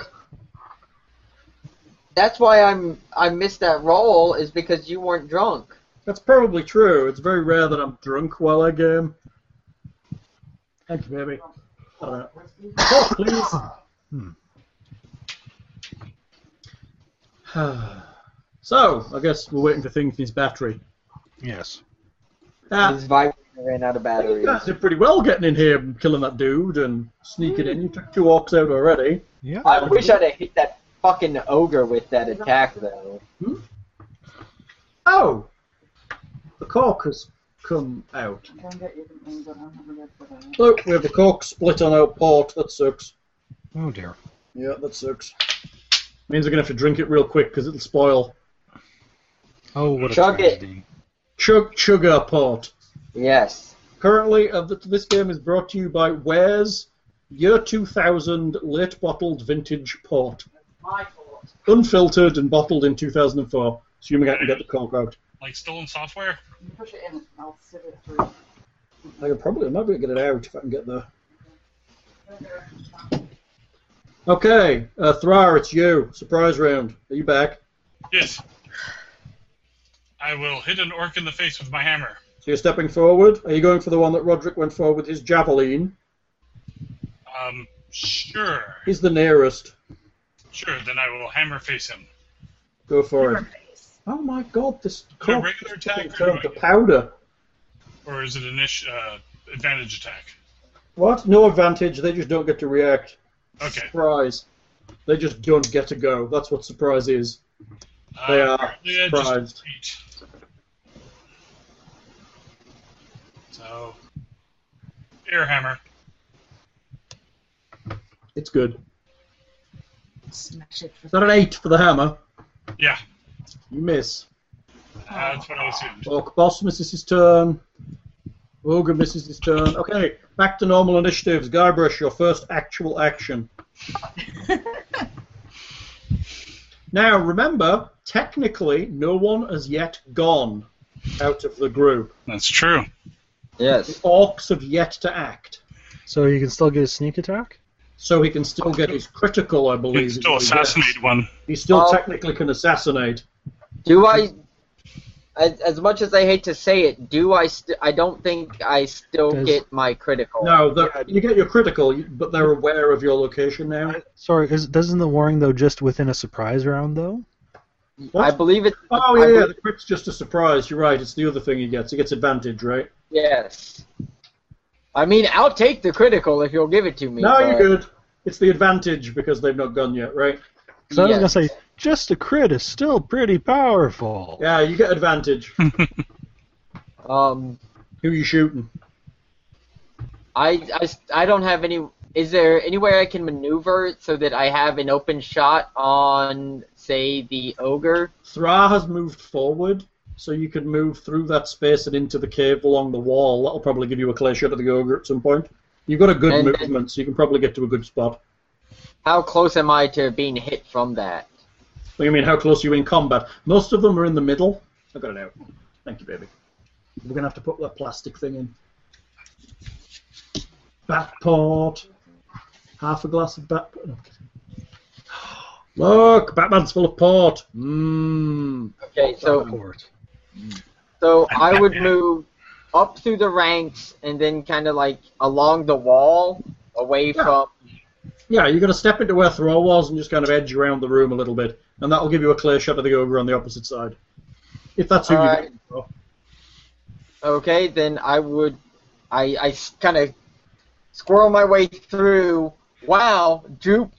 [SPEAKER 6] that's why I'm I missed that roll is because you weren't drunk.
[SPEAKER 2] That's probably true. It's very rare that I'm drunk while I game. Thank you, baby. I don't know. Oh, please. so, I guess we're waiting for things in his battery.
[SPEAKER 4] Yes.
[SPEAKER 2] Ah,
[SPEAKER 6] His vibrator ran out of
[SPEAKER 2] you
[SPEAKER 6] batteries.
[SPEAKER 2] guys did pretty well getting in here and killing that dude and sneaking in. You took two orcs out already.
[SPEAKER 4] Yeah.
[SPEAKER 6] I wish I'd have hit that fucking ogre with that attack though.
[SPEAKER 2] Oh! The cork has come out. Look, we have the cork split on our port. That sucks.
[SPEAKER 4] Oh dear.
[SPEAKER 2] Yeah, that sucks. Means we're going to have to drink it real quick because it'll spoil.
[SPEAKER 4] Oh, what a
[SPEAKER 6] Chug it.
[SPEAKER 4] tragedy.
[SPEAKER 2] Chug Chugger Port.
[SPEAKER 6] Yes.
[SPEAKER 2] Currently, uh, th- this game is brought to you by Wares Year 2000 Late Bottled Vintage Port. Unfiltered and bottled in 2004. Assuming I can get the cork out.
[SPEAKER 3] Like stolen software?
[SPEAKER 5] Push it in, I'll sieve it through.
[SPEAKER 2] I could probably, I might be able to get it out if I can get there. Okay, uh, Thrar, it's you. Surprise round. Are you back?
[SPEAKER 3] Yes. I will hit an orc in the face with my hammer.
[SPEAKER 2] So you're stepping forward. Are you going for the one that Roderick went for with his javelin?
[SPEAKER 3] Um, sure.
[SPEAKER 2] He's the nearest.
[SPEAKER 3] Sure, then I will hammer face him.
[SPEAKER 2] Go for it. Oh my god, this
[SPEAKER 3] Is it a
[SPEAKER 2] cork
[SPEAKER 3] regular attack or
[SPEAKER 2] turned
[SPEAKER 3] do
[SPEAKER 2] to
[SPEAKER 3] I-
[SPEAKER 2] powder.
[SPEAKER 3] or is it an ish, uh, advantage attack?
[SPEAKER 2] What? No advantage. They just don't get to react.
[SPEAKER 3] Okay.
[SPEAKER 2] Surprise. They just don't get to go. That's what surprise is. They
[SPEAKER 3] Uh,
[SPEAKER 2] are
[SPEAKER 3] apparently I just
[SPEAKER 2] surprised.
[SPEAKER 3] beat. So, air hammer.
[SPEAKER 2] It's good.
[SPEAKER 7] Smash it
[SPEAKER 2] Is
[SPEAKER 7] for
[SPEAKER 2] that an eight for the hammer?
[SPEAKER 3] Yeah,
[SPEAKER 2] You miss.
[SPEAKER 3] uh, that's what I assumed.
[SPEAKER 2] Orc boss misses his turn. Ogre misses his turn. Okay, back to normal initiatives. Guybrush, your first actual action. now, remember, technically, no one has yet gone out of the group.
[SPEAKER 3] That's true.
[SPEAKER 6] Yes.
[SPEAKER 2] Orcs have yet to act.
[SPEAKER 4] So you can still get a sneak attack?
[SPEAKER 2] So he can still get his critical, I
[SPEAKER 3] You can
[SPEAKER 2] believe. is
[SPEAKER 3] still
[SPEAKER 2] what he
[SPEAKER 3] assassinate
[SPEAKER 2] gets.
[SPEAKER 3] one.
[SPEAKER 2] He still
[SPEAKER 6] Oh.
[SPEAKER 2] technically can assassinate.
[SPEAKER 6] Do I? As, as much as I hate to say it, do I? St- I don't think I still
[SPEAKER 4] Does-
[SPEAKER 6] get my critical.
[SPEAKER 2] No, the, you get your critical, you- but they're aware of your location now.
[SPEAKER 4] Sorry, is, doesn't the warring though just within a surprise round though?
[SPEAKER 6] I
[SPEAKER 2] What?
[SPEAKER 6] believe it's.
[SPEAKER 2] Oh yeah,
[SPEAKER 6] I
[SPEAKER 2] yeah,
[SPEAKER 6] believe-
[SPEAKER 2] the crit's just a surprise. You're right. It's the other thing he gets. He gets advantage, right?
[SPEAKER 6] Yes. I mean, I'll take the critical if you'll give it to me.
[SPEAKER 2] No, you're
[SPEAKER 6] but-
[SPEAKER 2] good. It's the advantage because they've not gone yet, right?
[SPEAKER 4] Because I was
[SPEAKER 6] Yes.
[SPEAKER 4] gonna say just a crit is still pretty powerful.
[SPEAKER 2] Yeah, you get advantage.
[SPEAKER 6] Um,
[SPEAKER 2] Who you shooting?
[SPEAKER 6] I, I, I don't have any. Is there any way I can maneuver so that I have an open shot on, say, the ogre?
[SPEAKER 2] Thra has moved forward, so you can move through that space and into the cave along the wall. That'll probably give you a clear shot of the ogre at some point. You've got a good
[SPEAKER 6] And-
[SPEAKER 2] movement, so you can probably get to a good spot.
[SPEAKER 6] How close am I to being hit from that?
[SPEAKER 2] What do you mean? How close are you in combat? Most of them are in the middle. I got it out. Thank you, baby. We're gonna have to put that plastic thing in. Batport. Half a glass of bat. no, I'm kidding. Look, Batman's full of port. Mmm.
[SPEAKER 6] Okay, so
[SPEAKER 4] Port.
[SPEAKER 6] So I would move up through the ranks and then kind of like along the wall, away
[SPEAKER 2] Yeah.
[SPEAKER 6] from.
[SPEAKER 2] Yeah, you're gonna step into where Throw was and just kind of edge around the room a little bit, and that'll give you a clear shot of the ogre on the opposite side. If that's who
[SPEAKER 6] Alright.
[SPEAKER 2] you go for.
[SPEAKER 6] uh, Okay, then I would, I I kind of squirrel my way through. Wow, Droop,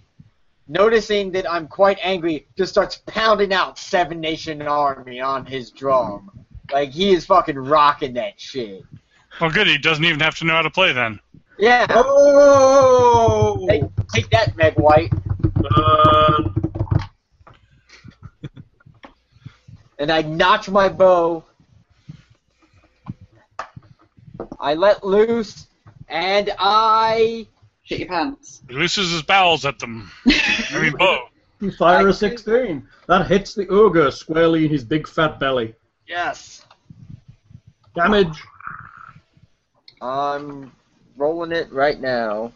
[SPEAKER 6] noticing that I'm quite angry, just starts pounding out Seven Nation Army on his drum. Like he is fucking rocking that shit.
[SPEAKER 3] Well, good. He doesn't even have to know how to play then.
[SPEAKER 6] Yeah.
[SPEAKER 2] Oh!
[SPEAKER 6] Take, take that, Meg White.
[SPEAKER 2] Burn.
[SPEAKER 6] and I notch my bow. I let loose, and I
[SPEAKER 5] Shit your pants.
[SPEAKER 3] He looses his bowels at them. I mean, bow.
[SPEAKER 2] You fire
[SPEAKER 6] I-
[SPEAKER 2] a 16. That hits the ogre squarely in his big fat belly.
[SPEAKER 6] yes,
[SPEAKER 2] Damage.
[SPEAKER 6] I'm rolling it right now.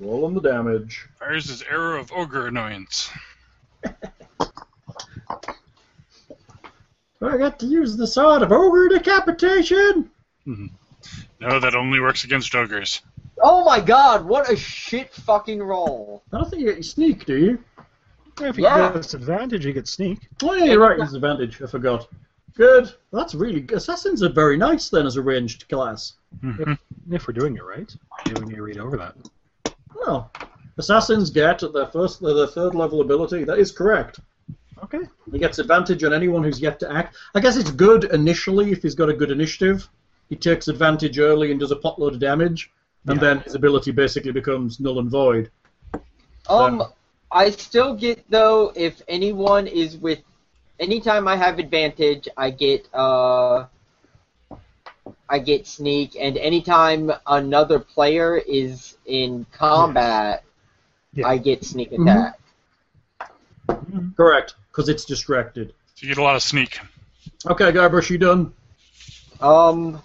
[SPEAKER 2] Roll on the damage.
[SPEAKER 3] Fires his arrow of ogre annoyance.
[SPEAKER 2] I got to use the sword of ogre decapitation.
[SPEAKER 3] No, that only works against ogres.
[SPEAKER 6] Oh my god, what a shit fucking roll!
[SPEAKER 2] I don't think you get your sneak, do you?
[SPEAKER 4] Yeah, if you
[SPEAKER 6] Yeah.
[SPEAKER 4] get disadvantage, you get sneak.
[SPEAKER 2] Oh, yeah, you're right. Disadvantage. I forgot. Good. That's really good. Assassins are very nice then as a ranged class.
[SPEAKER 4] If we're doing it right, maybe we need to read over that.
[SPEAKER 2] Well, assassins get at their first, their third level ability. That is correct.
[SPEAKER 4] Okay.
[SPEAKER 2] He gets advantage on anyone who's yet to act. I guess it's good initially if he's got a good initiative. He takes advantage early and does a potload of damage, and
[SPEAKER 4] Yeah.
[SPEAKER 2] then his ability basically becomes null and void.
[SPEAKER 6] Um, I still get though if anyone is with, anytime I have advantage, I get uh, I get sneak, and anytime another player is in combat,
[SPEAKER 4] Yes.
[SPEAKER 6] I get sneak
[SPEAKER 2] Mhm.
[SPEAKER 6] attack.
[SPEAKER 2] Correct, because it's distracted.
[SPEAKER 3] So you get a lot of sneak.
[SPEAKER 2] Okay, Guybrush, you done?
[SPEAKER 6] Um,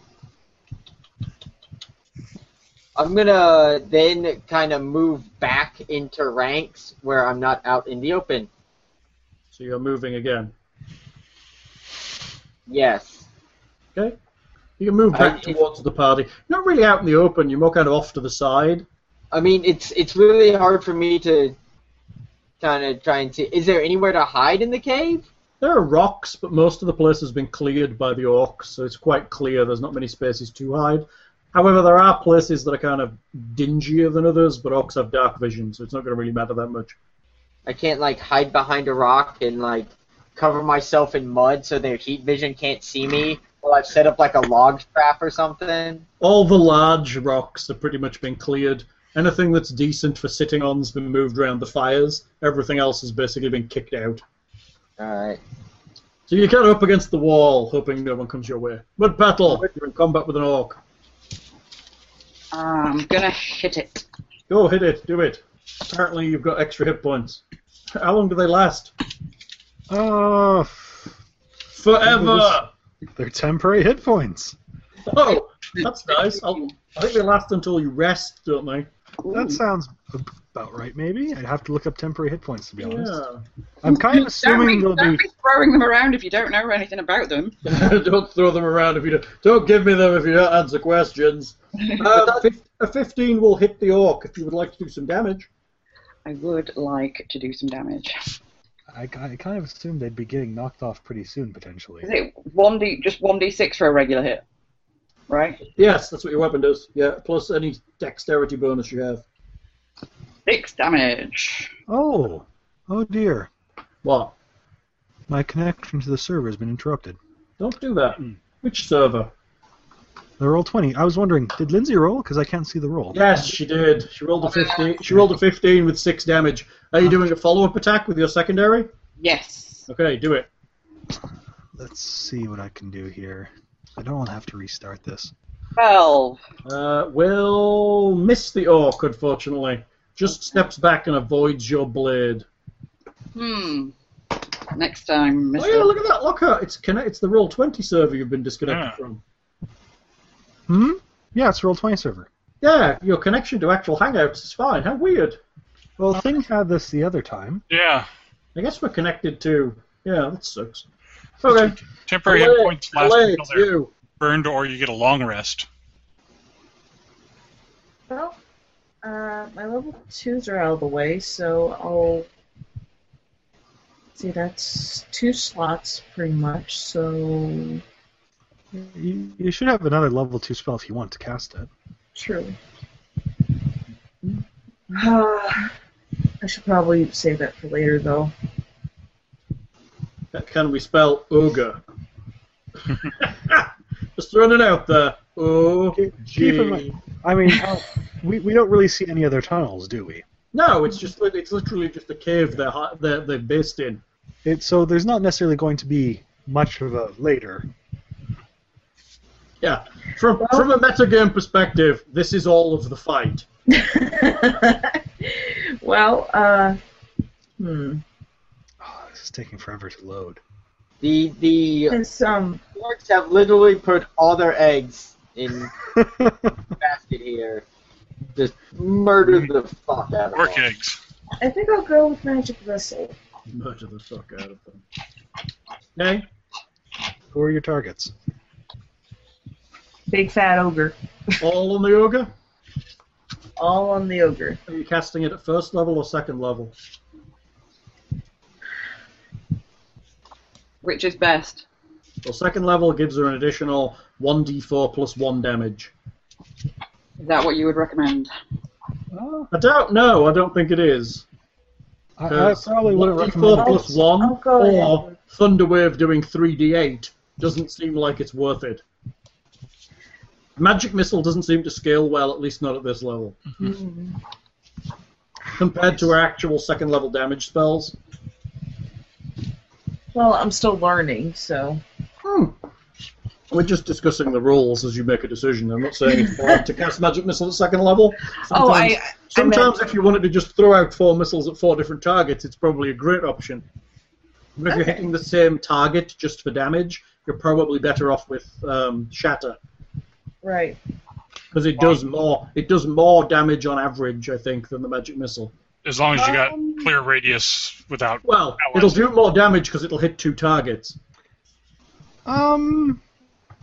[SPEAKER 6] I'm gonna then kind of move back into ranks where I'm not out in the open.
[SPEAKER 2] So you're moving again.
[SPEAKER 6] Yes.
[SPEAKER 2] Okay. You can move back
[SPEAKER 6] I-
[SPEAKER 2] towards the party. You're not really out in the open. You're more kind of off to the side.
[SPEAKER 6] I mean, it's it's really hard for me to kind of try and see. Is there anywhere to hide in the cave?
[SPEAKER 2] There are rocks, but most of the place has been cleared by the orcs, so it's quite clear there's not many spaces to hide. However, there are places that are kind of dingier than others, but orcs have dark vision, so it's not going to really matter that much.
[SPEAKER 6] I can't like hide behind a rock and like cover myself in mud so their heat vision can't see me. Well, I've set up like a log trap or something.
[SPEAKER 2] All the large rocks have pretty much been cleared. Anything that's decent for sitting on's been moved around the fires. Everything else has basically been kicked out.
[SPEAKER 6] All right.
[SPEAKER 2] So you're kind of up against the wall, hoping no one comes your way. Mud battle! You're in combat with an orc.
[SPEAKER 5] I'm gonna hit it.
[SPEAKER 2] Go hit it, do it. Apparently you've got extra hit points. How long do they last?
[SPEAKER 4] Oh, f-
[SPEAKER 2] Forever!
[SPEAKER 4] they're temporary hit points.
[SPEAKER 2] Oh, that's nice. I'll, I think they last until you rest, don't they?
[SPEAKER 4] That sounds ab- about right. Maybe I'd have to look up temporary hit points to be honest.
[SPEAKER 2] Yeah.
[SPEAKER 4] I'm kind of
[SPEAKER 5] Don't
[SPEAKER 4] assuming
[SPEAKER 5] be,
[SPEAKER 4] they'll be
[SPEAKER 5] don't be throwing them around if you don't know anything about them.
[SPEAKER 2] don't throw them around if you don't. Don't give me them if you don't answer questions. Uh, fif- a 15 will hit the orc if you would like to do some damage.
[SPEAKER 5] I would like to do some damage.
[SPEAKER 4] I, I kind of assumed they'd be getting knocked off pretty soon, potentially.
[SPEAKER 5] Is it one d just one d six for a regular hit? Right,
[SPEAKER 2] Yes, that's what your weapon does. Yeah, plus any dexterity bonus you have.
[SPEAKER 5] six damage.
[SPEAKER 4] Oh, oh dear.
[SPEAKER 2] What?
[SPEAKER 4] My connection to the server has been interrupted.
[SPEAKER 2] Don't do that.
[SPEAKER 4] Hmm.
[SPEAKER 2] Which server?
[SPEAKER 4] The roll 20. I was wondering, did Lindsay roll? Because I can't see the roll.
[SPEAKER 2] Yes, she did. She rolled a 15. She rolled a 15 with six damage. Are you doing a follow-up attack with your secondary?
[SPEAKER 5] Yes.
[SPEAKER 2] Okay, do it.
[SPEAKER 4] Let's see what I can do here. I don't want to have to restart this.
[SPEAKER 5] Twelve.
[SPEAKER 2] Uh, will miss the orc, unfortunately. Just steps back and avoids your blade.
[SPEAKER 5] Hmm. Next time,
[SPEAKER 2] Oh
[SPEAKER 5] Mister.
[SPEAKER 2] yeah, look at that locker. It's connect. It's the roll twenty server you've been disconnected
[SPEAKER 3] Yeah.
[SPEAKER 2] from.
[SPEAKER 4] Hmm? Yeah, it's roll 20 server.
[SPEAKER 2] Yeah, your connection to actual Hangouts is fine. How weird.
[SPEAKER 4] Well, Thing had this the other time.
[SPEAKER 3] Yeah.
[SPEAKER 2] I guess we're connected to. Yeah, that sucks. Okay.
[SPEAKER 3] Temporary hit
[SPEAKER 2] Alec,
[SPEAKER 3] points last
[SPEAKER 2] Alec,
[SPEAKER 3] until they're
[SPEAKER 2] you.
[SPEAKER 3] burned or you get a long rest.
[SPEAKER 7] Well, uh, my level twos are out of the way, so I'll see. That's two slots, pretty much. So
[SPEAKER 4] You, you should have another level 2 spell if you want to cast it.
[SPEAKER 7] true. I should probably save that for later, though.
[SPEAKER 2] Can we spell ogre? Just throwing it out there. Oh,
[SPEAKER 4] Keep in mind, I mean, how- we, we don't really see any other tunnels, do we?
[SPEAKER 2] no, it's just it's literally just a cave they're hi- they're, they're based in.
[SPEAKER 4] It, so there's not necessarily going to be much of a later.
[SPEAKER 2] Yeah, from from a metagame perspective, this is all of the fight.
[SPEAKER 7] well, uh, hmm.
[SPEAKER 4] Oh, this is taking forever to load.
[SPEAKER 6] The the
[SPEAKER 7] It's, um,
[SPEAKER 6] orcs have literally put all their eggs in the basket here. Just murder the fuck out of
[SPEAKER 3] Orc
[SPEAKER 6] them.
[SPEAKER 3] eggs.
[SPEAKER 7] I think I'll go with magic vessel.
[SPEAKER 2] Murder the fuck out of them. Okay.
[SPEAKER 4] Who are your targets?
[SPEAKER 7] Big fat ogre.
[SPEAKER 2] All on the ogre?
[SPEAKER 7] All on the ogre.
[SPEAKER 2] Are you casting it at first level or second level?
[SPEAKER 5] Which is best?
[SPEAKER 2] Well, second level gives her an additional 1d4 plus 1 damage.
[SPEAKER 5] Is that what you would recommend?
[SPEAKER 4] Oh,
[SPEAKER 2] I don't know, I don't think it is. Uh,
[SPEAKER 4] I, I probably wouldn't
[SPEAKER 2] 1d4
[SPEAKER 4] recommend
[SPEAKER 2] plus
[SPEAKER 4] this.
[SPEAKER 2] 1
[SPEAKER 7] I'll go ahead.
[SPEAKER 2] or Thunderwave doing 3d8 doesn't seem like it's worth it. Magic Missile doesn't seem to scale well, at least not at this level. Compared to her actual second level damage spells.
[SPEAKER 7] Well, I'm still learning, so.
[SPEAKER 2] We're just discussing the rules as you make a decision. I'm not saying it's bad to cast magic missile at second level.
[SPEAKER 7] Oh, I-
[SPEAKER 2] sometimes if you wanted to just throw out four missiles at four different targets, it's probably a great option. But if you're hitting the same target just for damage, you're probably better off with um, shatter
[SPEAKER 7] Right.
[SPEAKER 2] because it does more. It does more damage on average, I think, than the magic missile.
[SPEAKER 3] As long as you got clear radius without.
[SPEAKER 2] Well,
[SPEAKER 3] How
[SPEAKER 2] it'll
[SPEAKER 3] is
[SPEAKER 2] do more damage because it'll hit two targets.
[SPEAKER 4] Um,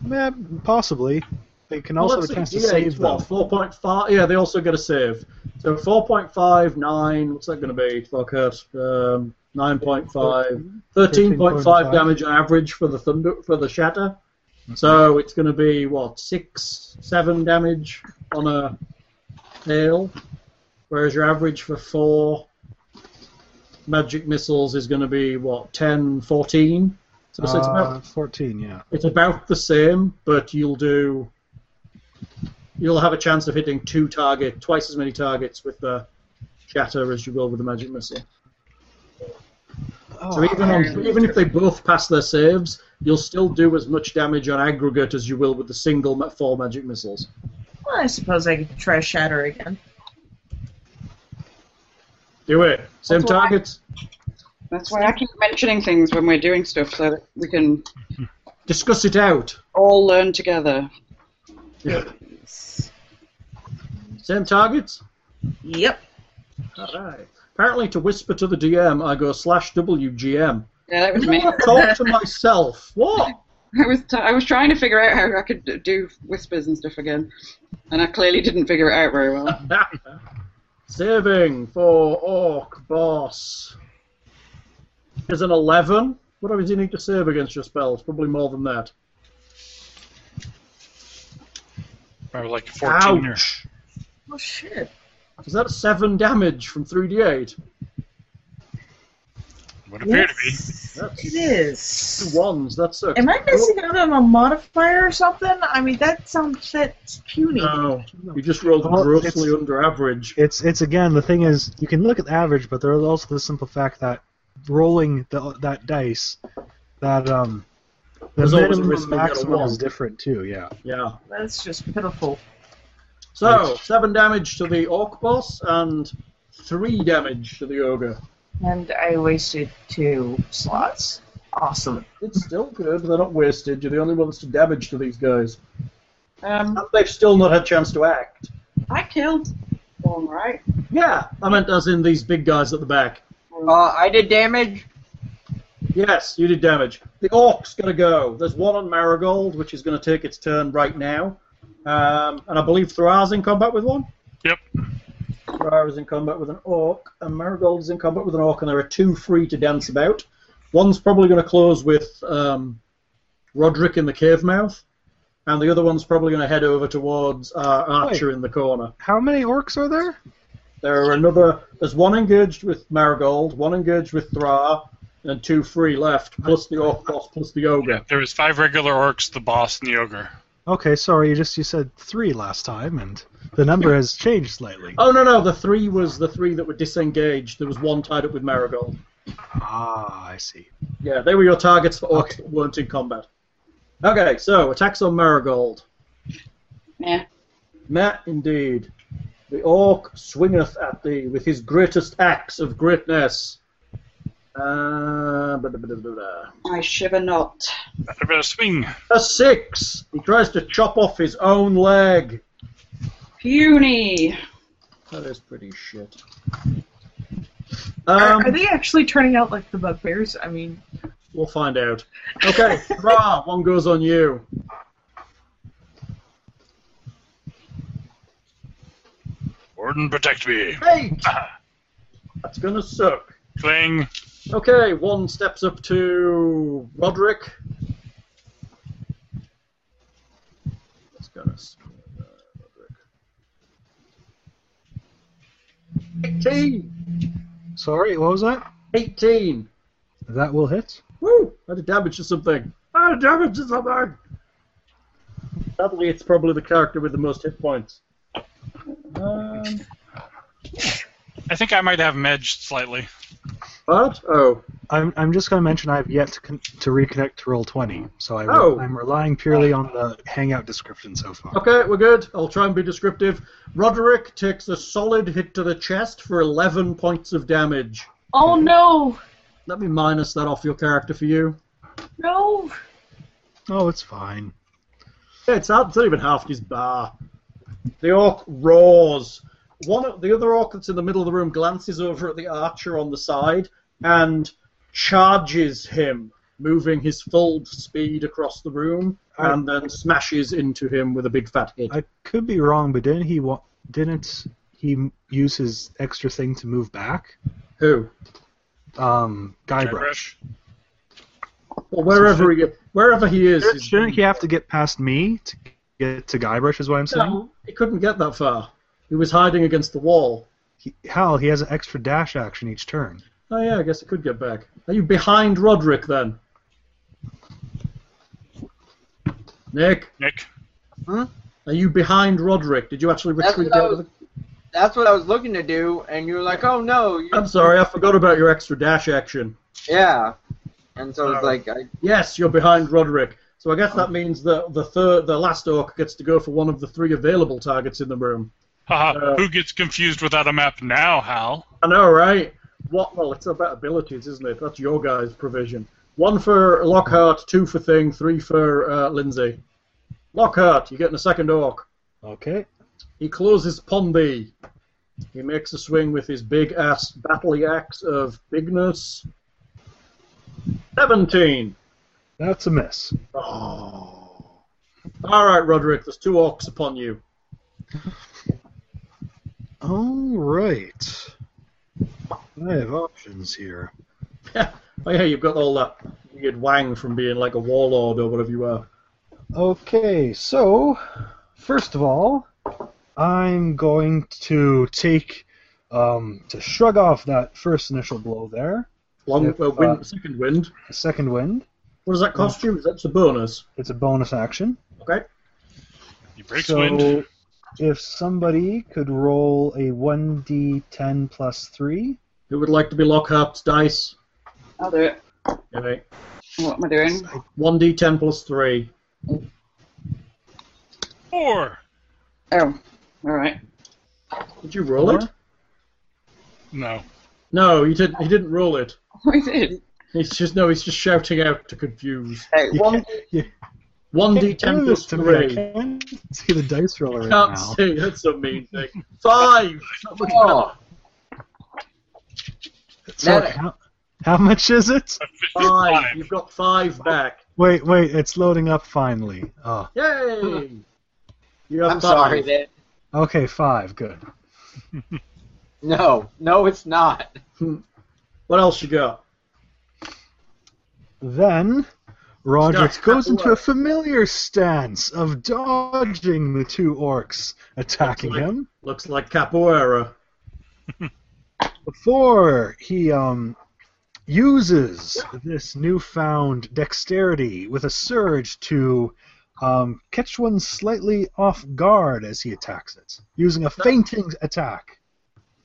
[SPEAKER 4] yeah, possibly. They can
[SPEAKER 2] Well,
[SPEAKER 4] also
[SPEAKER 2] let's
[SPEAKER 4] a chance
[SPEAKER 2] see,
[SPEAKER 4] to
[SPEAKER 2] yeah,
[SPEAKER 4] save
[SPEAKER 2] it's what,
[SPEAKER 4] them.
[SPEAKER 2] 4.5. Yeah, they also got a save. So 4.5, 9, what's that going to be? Fuck us. Um, 9.5. 13.5
[SPEAKER 4] 13.5.
[SPEAKER 2] damage on average for the thunder for the shatter. So it's going to be what six, seven damage on a hail, whereas your average for four magic missiles is going to be what 10, 14. So it's, it's
[SPEAKER 4] Uh,
[SPEAKER 2] about
[SPEAKER 4] Fourteen, yeah.
[SPEAKER 2] it's about the same, but you'll do you'll have a chance of hitting two target, twice as many targets with the shatter as you will with the magic missile.
[SPEAKER 5] Oh,
[SPEAKER 2] So even, on, even if they both pass their saves, you'll still do as much damage on aggregate as you will with the single ma- four magic missiles.
[SPEAKER 7] Well, I suppose I could try Shatter again.
[SPEAKER 2] Do it. Same
[SPEAKER 5] That's what I-
[SPEAKER 2] targets.
[SPEAKER 5] That's why I keep mentioning things when we're doing stuff so that we can
[SPEAKER 2] Discuss it out.
[SPEAKER 5] all learn together.
[SPEAKER 2] Same targets.
[SPEAKER 7] Yep.
[SPEAKER 2] All right. Apparently, to whisper to the DM, I go slash WGM.
[SPEAKER 5] Yeah, that was
[SPEAKER 2] I
[SPEAKER 5] me.
[SPEAKER 2] want to talk to myself. What?
[SPEAKER 5] I was t- I was trying to figure out how I could d- do whispers and stuff again, and I clearly didn't figure it out very well.
[SPEAKER 2] Saving for Orc Boss is an 11. What do you need to save against your spells? Probably more than that.
[SPEAKER 3] Probably uh, like a 14 or
[SPEAKER 2] Ouch.
[SPEAKER 7] Oh shit.
[SPEAKER 2] Is that 7 damage from 3d8?
[SPEAKER 3] would appear
[SPEAKER 7] Yes,
[SPEAKER 2] That's-
[SPEAKER 7] It is.
[SPEAKER 2] Two ones, Oh, that sucks.
[SPEAKER 7] Am I missing out on a modifier or something? I mean, that sounds that's puny.
[SPEAKER 2] No, you just rolled
[SPEAKER 4] Well,
[SPEAKER 2] grossly
[SPEAKER 4] it's-
[SPEAKER 2] under average.
[SPEAKER 4] It's it's again the thing is you can look at the average, but there's also the simple fact that rolling the, that dice, that um, the
[SPEAKER 2] There's always a
[SPEAKER 4] minimum
[SPEAKER 2] risk we get a
[SPEAKER 4] maximum
[SPEAKER 2] one.
[SPEAKER 4] is different too. Yeah.
[SPEAKER 2] Yeah.
[SPEAKER 7] That's just pitiful.
[SPEAKER 2] So, 7 damage to the Orc Boss and 3 damage to the Ogre.
[SPEAKER 7] And I wasted two slots. Awesome.
[SPEAKER 2] It's still good, they're not wasted. You're the only ones to damage to these guys.
[SPEAKER 5] Um,
[SPEAKER 2] And they've still not had a chance to act.
[SPEAKER 5] I killed one, right?
[SPEAKER 2] Yeah, I meant as in these big guys at the back.
[SPEAKER 6] Uh, I did damage.
[SPEAKER 2] Yes, you did damage. The orc's gonna go. There's one on Marigold, which is gonna take its turn right now. Um, and I believe Thra's in combat with one.
[SPEAKER 3] Yep.
[SPEAKER 2] Thra is in combat with an orc, and Marigold is in combat with an orc, and there are two free to dance about. One's probably gonna close with um, Roderick in the cave mouth, and the other one's probably gonna head over towards our archer in the corner.
[SPEAKER 4] How many orcs are there?
[SPEAKER 2] There are another. There's one engaged with Marigold, one engaged with Thra, and two free left, plus the orc boss, plus the ogre.
[SPEAKER 3] There was five regular orcs, the boss, and the ogre.
[SPEAKER 4] Okay, sorry, you just you said three last time, and the number has changed slightly.
[SPEAKER 2] Oh no no, the three was the three that were disengaged. There was one tied up with Marigold.
[SPEAKER 4] Ah, I see.
[SPEAKER 2] Yeah, they were your targets for orcs that weren't in combat. Okay, so attacks on Marigold.
[SPEAKER 5] Yeah.
[SPEAKER 2] Matt, indeed. The orc swingeth at thee with his greatest axe of greatness. Uh, blah, blah, blah, blah, blah.
[SPEAKER 5] I shiver not.
[SPEAKER 3] I better swing.
[SPEAKER 2] A six. He tries to chop off his own leg.
[SPEAKER 5] Puny.
[SPEAKER 2] That is Oh, pretty shit.
[SPEAKER 7] are, are
[SPEAKER 2] Um,
[SPEAKER 7] they actually turning out like the bugbears? I mean,
[SPEAKER 2] we'll find out. Okay, Ra, one goes on you.
[SPEAKER 3] Warden, protect me.
[SPEAKER 2] Eight! That's gonna suck.
[SPEAKER 3] Clang.
[SPEAKER 2] Okay, one steps up to Roderick. That's gonna suck. Uh, Roderick. 18!
[SPEAKER 4] Sorry, what was that?
[SPEAKER 2] 18!
[SPEAKER 4] That will hit.
[SPEAKER 2] Woo! I did damage to something. I did damage to something. Sadly, it's probably the character with the most hit points. Um,
[SPEAKER 3] I think I might have him edged slightly.
[SPEAKER 2] what? Oh,
[SPEAKER 4] I'm, I'm just going to mention I have yet to, con- to reconnect to roll twenty, so I,
[SPEAKER 2] Oh.
[SPEAKER 4] am relying purely on the Hangout description so far.
[SPEAKER 2] okay, we're good. I'll try and be descriptive. Roderick takes a solid hit to the chest for 11 points of damage.
[SPEAKER 7] oh no,
[SPEAKER 2] Let me minus that off your character for you.
[SPEAKER 7] no.
[SPEAKER 4] Oh, it's fine.
[SPEAKER 2] Yeah, it's not, it's not even half his bar. The orc roars. One, of- the other orc that's in the middle of the room glances over at the archer on the side and charges him moving his full speed across the room,
[SPEAKER 4] I-
[SPEAKER 2] and then smashes into him with a big fat hit.
[SPEAKER 4] I could be wrong, but didn't he wa- didn't he m- use his extra thing to move back?
[SPEAKER 2] Who?
[SPEAKER 4] Um, Guybrush.
[SPEAKER 3] Guybrush.
[SPEAKER 2] Well, wherever he wherever he is,
[SPEAKER 4] Shouldn't-
[SPEAKER 2] he's-
[SPEAKER 4] Shouldn't he have to get past me to get to Guybrush? Is what I'm saying.
[SPEAKER 2] No, he couldn't get that far. He was hiding against the wall.
[SPEAKER 4] He, hell, he has an extra dash action each turn.
[SPEAKER 2] Oh yeah, I guess he could get back. Are you behind Roderick then? Nick,
[SPEAKER 3] Nick.
[SPEAKER 2] are you behind Roderick? Did you actually
[SPEAKER 6] That's
[SPEAKER 2] retreat
[SPEAKER 6] what I
[SPEAKER 2] out of the...
[SPEAKER 6] That's what I was looking to do, and you were like, "Oh no!" You...
[SPEAKER 2] I'm sorry, I forgot about your extra dash action.
[SPEAKER 6] Yeah. And so it's
[SPEAKER 2] Oh.
[SPEAKER 6] like, I,
[SPEAKER 2] Yes, you're behind Roderick. So I guess that means that the third, the last orc gets to go for one of the three available targets in the room.
[SPEAKER 3] Haha,
[SPEAKER 2] Uh,
[SPEAKER 3] who gets confused without a map now, Hal?
[SPEAKER 2] I know, right? What? Well, it's about abilities, isn't it? That's your guy's provision. One for Lockhart, two for Thing, three for uh, Lindsay. Lockhart, you're getting a second orc.
[SPEAKER 4] Okay.
[SPEAKER 2] He closes upon thee. He makes a swing with his big ass battley axe of bigness. 17.
[SPEAKER 4] That's a miss.
[SPEAKER 2] Oh. All right, Roderick, there's two orcs upon you.
[SPEAKER 4] All right. I have options here.
[SPEAKER 2] Oh, yeah, you've got all that weird wang from being like a warlord or whatever you are.
[SPEAKER 4] Okay, so first of all, I'm going to take um, to shrug off that first initial blow there.
[SPEAKER 2] Long,
[SPEAKER 4] If,
[SPEAKER 2] uh, wind,
[SPEAKER 4] uh,
[SPEAKER 2] second wind.
[SPEAKER 4] A second wind.
[SPEAKER 2] What does that cost you? That's a bonus.
[SPEAKER 4] It's a bonus action.
[SPEAKER 2] Okay.
[SPEAKER 3] He breaks
[SPEAKER 4] so
[SPEAKER 3] wind.
[SPEAKER 4] if somebody could roll a 1d10 plus 3,
[SPEAKER 2] Who would like to be Lockhart's dice?
[SPEAKER 5] I'll do it.
[SPEAKER 2] Anyway,
[SPEAKER 5] What am I doing?
[SPEAKER 2] 1d10 plus 3.
[SPEAKER 3] Four.
[SPEAKER 5] Oh, all right.
[SPEAKER 2] Did you roll it?
[SPEAKER 4] Four?
[SPEAKER 3] No.
[SPEAKER 2] No, he didn't. He didn't roll it.
[SPEAKER 5] What is it?
[SPEAKER 2] He's just no. He's just shouting out to confuse.
[SPEAKER 5] Hey,
[SPEAKER 4] You
[SPEAKER 5] one,
[SPEAKER 2] One
[SPEAKER 4] Can't
[SPEAKER 2] d ten
[SPEAKER 4] do this
[SPEAKER 2] plus three.
[SPEAKER 4] I can't see the dice roller right
[SPEAKER 2] Can't
[SPEAKER 4] now.
[SPEAKER 2] see. That's a mean thing. Five. Not much
[SPEAKER 6] oh,
[SPEAKER 4] So
[SPEAKER 6] That-
[SPEAKER 4] how, how much is it?
[SPEAKER 2] better. Five.
[SPEAKER 3] Five.
[SPEAKER 2] You've got five back.
[SPEAKER 4] Wait, wait, it's loading up finally. Oh,
[SPEAKER 2] Yay! You have five.
[SPEAKER 6] I'm sorry. That
[SPEAKER 4] okay, five, good.
[SPEAKER 6] no, no, it's not.
[SPEAKER 2] What else you got?
[SPEAKER 4] Then Roderick
[SPEAKER 2] Stop.
[SPEAKER 4] goes into a
[SPEAKER 2] What?
[SPEAKER 4] familiar stance of dodging the two orcs attacking
[SPEAKER 2] Looks like-
[SPEAKER 4] him
[SPEAKER 2] Looks like capoeira.
[SPEAKER 4] before he um uses this newfound dexterity with a surge to um, catch one slightly off guard as he attacks it using a fainting attack.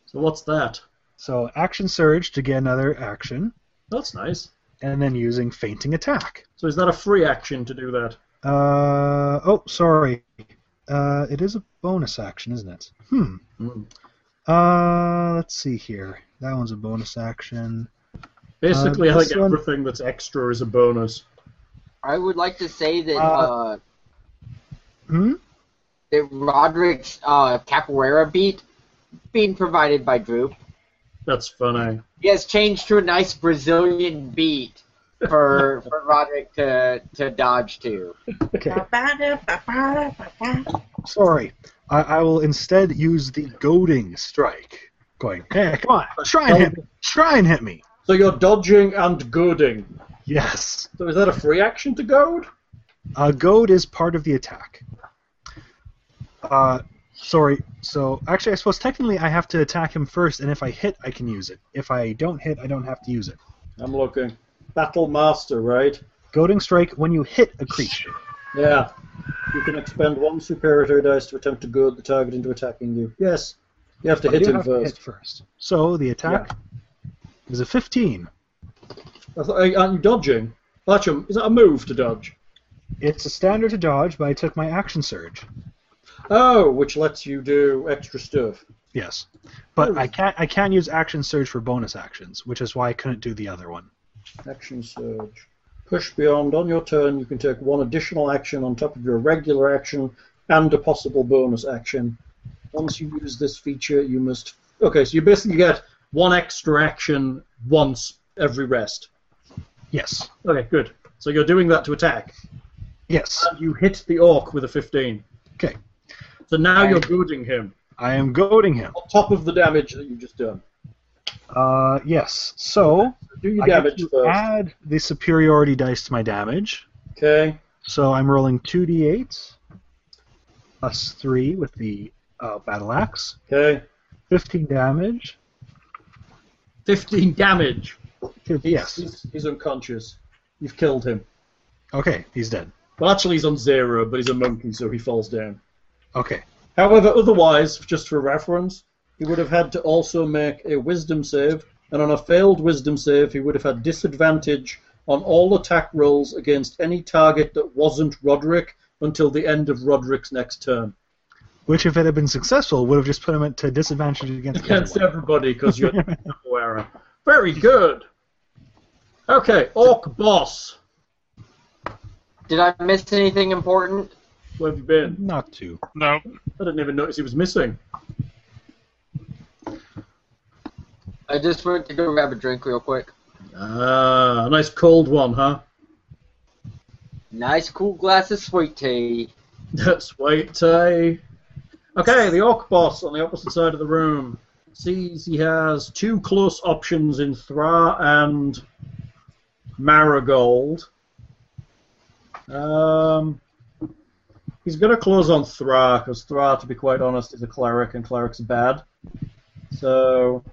[SPEAKER 2] So what's that?
[SPEAKER 4] So action surge to get another action,
[SPEAKER 2] That's nice.
[SPEAKER 4] and then using fainting attack.
[SPEAKER 2] So is that a free action to do that?
[SPEAKER 4] Uh, oh, sorry. Uh, it is a bonus action, isn't it? Hmm.
[SPEAKER 2] Hmm.
[SPEAKER 4] Uh, let's see here. That one's a bonus action.
[SPEAKER 2] Basically, I
[SPEAKER 4] Uh, this
[SPEAKER 2] think
[SPEAKER 4] one-
[SPEAKER 2] everything that's extra is a bonus.
[SPEAKER 6] I would like to say that
[SPEAKER 4] Uh,
[SPEAKER 6] uh,
[SPEAKER 4] Hmm.
[SPEAKER 6] that Roderick's uh, capoeira beat being provided by Droop.
[SPEAKER 2] That's funny.
[SPEAKER 6] He has changed to a nice Brazilian beat for for Roderick to to dodge to.
[SPEAKER 4] Okay.
[SPEAKER 7] Ba-ba-da-ba-ba-da-ba-ba.
[SPEAKER 4] Sorry. I, I will instead use the goading strike. Going. Hey, come on! Try and hit me! Try and hit me!
[SPEAKER 2] So you're dodging and goading.
[SPEAKER 4] Yes.
[SPEAKER 2] So is that a free action to goad?
[SPEAKER 4] Uh, goad is part of the attack. Uh, sorry. So actually, I suppose technically I have to attack him first, and if I hit, I can use it. If I don't hit, I don't have to use it.
[SPEAKER 2] I'm looking. Battle Master, right?
[SPEAKER 4] Goading strike when you hit a creature.
[SPEAKER 2] Yeah. You can expend one superiority dice to attempt to goad the target into attacking you. Yes. You have to
[SPEAKER 4] You
[SPEAKER 2] hit him
[SPEAKER 4] have to
[SPEAKER 2] first.
[SPEAKER 4] hit first. So the attack is a 15.
[SPEAKER 2] I thought- are- Aren't you uh, dodging? Archum, is that a move to dodge?
[SPEAKER 4] It's a standard to dodge, but I took my action surge.
[SPEAKER 2] Oh, which lets you do extra stuff.
[SPEAKER 4] Yes, but
[SPEAKER 2] Oh.
[SPEAKER 4] I can't. I can use action surge for bonus actions, which is why I couldn't do the other one.
[SPEAKER 2] Action surge. Push beyond. On your turn, you can take one additional action on top of your regular action and a possible bonus action. Once you use this feature, you must. Okay, so you basically get one extra action once every rest.
[SPEAKER 4] Yes.
[SPEAKER 2] Okay, good. So you're doing that to attack.
[SPEAKER 4] Yes.
[SPEAKER 2] And you hit the orc with a 15.
[SPEAKER 4] Okay.
[SPEAKER 2] So now
[SPEAKER 6] Okay.
[SPEAKER 2] you're goading him
[SPEAKER 4] I am goading him.
[SPEAKER 2] on top of the damage that you've just done.
[SPEAKER 4] Uh, yes. So
[SPEAKER 2] Do your
[SPEAKER 4] I get
[SPEAKER 2] damage
[SPEAKER 4] to
[SPEAKER 2] first.
[SPEAKER 4] add the superiority dice to my damage.
[SPEAKER 2] Okay.
[SPEAKER 4] So I'm rolling 2d8 plus 3 with the uh, battle axe.
[SPEAKER 2] Okay.
[SPEAKER 4] 15 damage.
[SPEAKER 2] 15 damage.
[SPEAKER 4] Yes.
[SPEAKER 2] He's, he's unconscious. You've killed him.
[SPEAKER 4] Okay, he's dead.
[SPEAKER 2] Well, actually, he's on zero, but he's a monkey, so he falls down.
[SPEAKER 4] Okay.
[SPEAKER 2] However, otherwise, just for reference, he would have had to also make a wisdom save, and on a failed wisdom save, he would have had disadvantage on all attack rolls against any target that wasn't Roderick until the end of Roderick's next turn.
[SPEAKER 4] Which, if it had been successful, would have just put him at to disadvantage against
[SPEAKER 2] Against
[SPEAKER 4] everyone.
[SPEAKER 2] everybody, because you're aware. Very good. Okay, Orc Boss.
[SPEAKER 6] Did I miss anything important?
[SPEAKER 2] Where have you been?
[SPEAKER 4] Not to.
[SPEAKER 3] No.
[SPEAKER 2] I didn't even notice he was missing.
[SPEAKER 6] I just went to go grab a drink real quick.
[SPEAKER 2] Ah, a nice cold one, huh?
[SPEAKER 6] Nice cool glass of sweet tea.
[SPEAKER 2] That's wait tea. Okay, the orc boss on the opposite side of the room sees he has two close options in Thra and Marigold. Um, he's going to close on Thra because Thra, to be quite honest, is a cleric and cleric's bad. So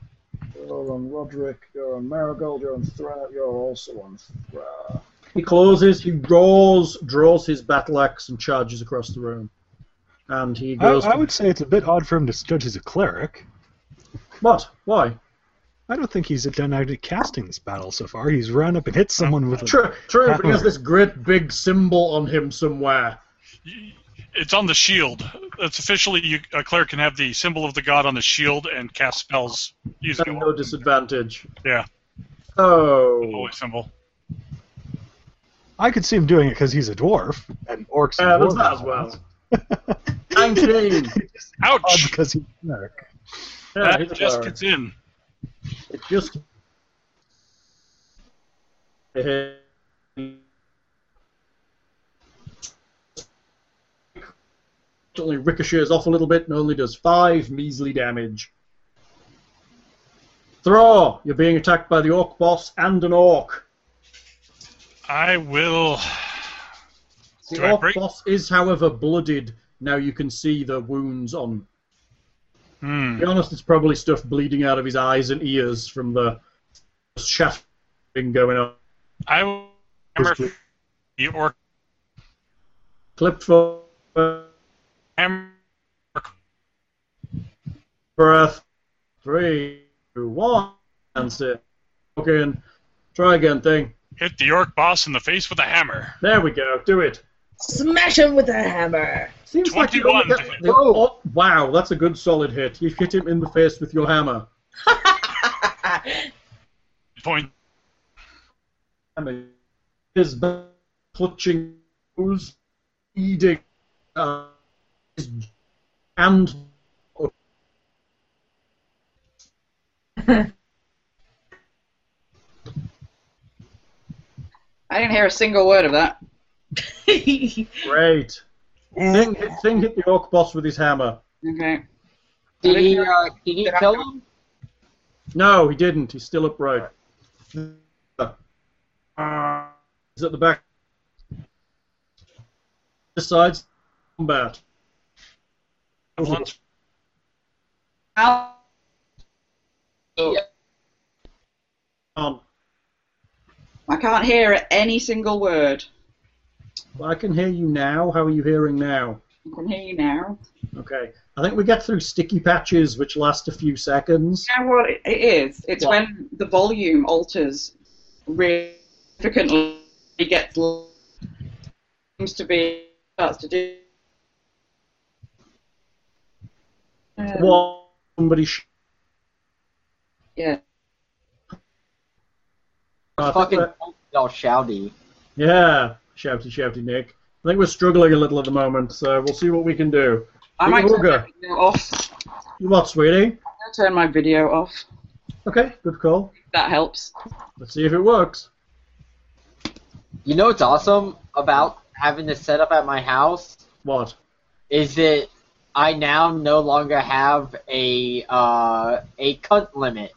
[SPEAKER 2] you're on Roderick, you're on Marigold, you're on Thra, you're also on Thra. He closes, he roars, draws his battle axe, and charges across the room. And he
[SPEAKER 4] I,
[SPEAKER 2] goes.
[SPEAKER 4] I would say it's a bit odd for him to judge as a cleric.
[SPEAKER 2] What? Why?
[SPEAKER 4] I don't think he's done out casting this battle so far. He's run up and hit someone with a.
[SPEAKER 2] True, true, but he has this great big symbol on him somewhere.
[SPEAKER 3] It's on the shield. That's officially you, a cleric can have the symbol of the god on the shield and cast spells using
[SPEAKER 2] And
[SPEAKER 3] it.
[SPEAKER 2] no disadvantage.
[SPEAKER 3] Yeah.
[SPEAKER 2] Oh.
[SPEAKER 3] Holy symbol.
[SPEAKER 4] I could see him doing it because he's a dwarf, and orcs.
[SPEAKER 2] Yeah,
[SPEAKER 4] and
[SPEAKER 2] there's
[SPEAKER 4] dwarves
[SPEAKER 2] that as
[SPEAKER 4] are
[SPEAKER 2] well.
[SPEAKER 4] odd.
[SPEAKER 2] 19!
[SPEAKER 4] Odd
[SPEAKER 3] Ouch!
[SPEAKER 4] because he's a cleric.
[SPEAKER 2] Yeah, he's
[SPEAKER 3] that
[SPEAKER 2] a
[SPEAKER 3] just
[SPEAKER 2] cleric.
[SPEAKER 3] gets in.
[SPEAKER 2] It just. Only ricochets off a little bit and only does five measly damage. Throw! You're being attacked by the orc boss and an orc.
[SPEAKER 3] I will.
[SPEAKER 2] The
[SPEAKER 3] Do I
[SPEAKER 2] orc
[SPEAKER 3] break-
[SPEAKER 2] boss is, however, blooded. Now you can see the wounds on. To
[SPEAKER 3] Hmm.
[SPEAKER 2] be honest, it's probably stuff bleeding out of his eyes and ears from the shafting going on.
[SPEAKER 3] I will hammer the orc.
[SPEAKER 2] Clip for
[SPEAKER 3] Hammer.
[SPEAKER 2] breath. Three, two, one, and sit. Again. Try again, thing.
[SPEAKER 3] Hit the orc boss in the face with a hammer.
[SPEAKER 2] There we go. Do it.
[SPEAKER 7] Smash him with a hammer.
[SPEAKER 2] Seems like you
[SPEAKER 3] 21.
[SPEAKER 2] only get the-
[SPEAKER 6] Oh.
[SPEAKER 2] oh, wow, that's a good solid hit. You hit him in the face with your hammer.
[SPEAKER 3] Point.
[SPEAKER 2] Hammer. His back clutching toes, eating uh, his and
[SPEAKER 5] I didn't hear a single word of that.
[SPEAKER 2] great. Thing, hit- thing hit the orc boss with his hammer.
[SPEAKER 5] Okay.
[SPEAKER 6] Did he, uh, did he kill him?
[SPEAKER 2] No, he didn't. He's still upright. He's at the back. Decides combat.
[SPEAKER 3] Let's
[SPEAKER 5] Al-
[SPEAKER 2] Um,
[SPEAKER 5] I can't hear any single word.
[SPEAKER 2] I can hear you now. How are you hearing now?
[SPEAKER 5] I can hear you now.
[SPEAKER 2] Okay. I think we get through sticky patches, which last a few seconds.
[SPEAKER 5] You know what it it is? It's
[SPEAKER 2] What?
[SPEAKER 5] when the volume alters really significantly. It gets l- seems to be starts to do. Um,
[SPEAKER 2] One, somebody sh-
[SPEAKER 5] Yeah.
[SPEAKER 2] I think
[SPEAKER 6] Fucking
[SPEAKER 2] we're-
[SPEAKER 6] all shouty.
[SPEAKER 2] yeah, shouty, shouty, Nick. I think we're struggling a little at the moment, so we'll see what we can do.
[SPEAKER 5] I might turn
[SPEAKER 2] Yoga.
[SPEAKER 5] my video off.
[SPEAKER 2] You what, sweetie?
[SPEAKER 5] I'll turn my video off.
[SPEAKER 2] Okay, good call.
[SPEAKER 5] That helps.
[SPEAKER 2] Let's see if it works.
[SPEAKER 6] You know what's awesome about having this set up at my house
[SPEAKER 2] What?
[SPEAKER 6] is that I now no longer have a uh, a cunt limit.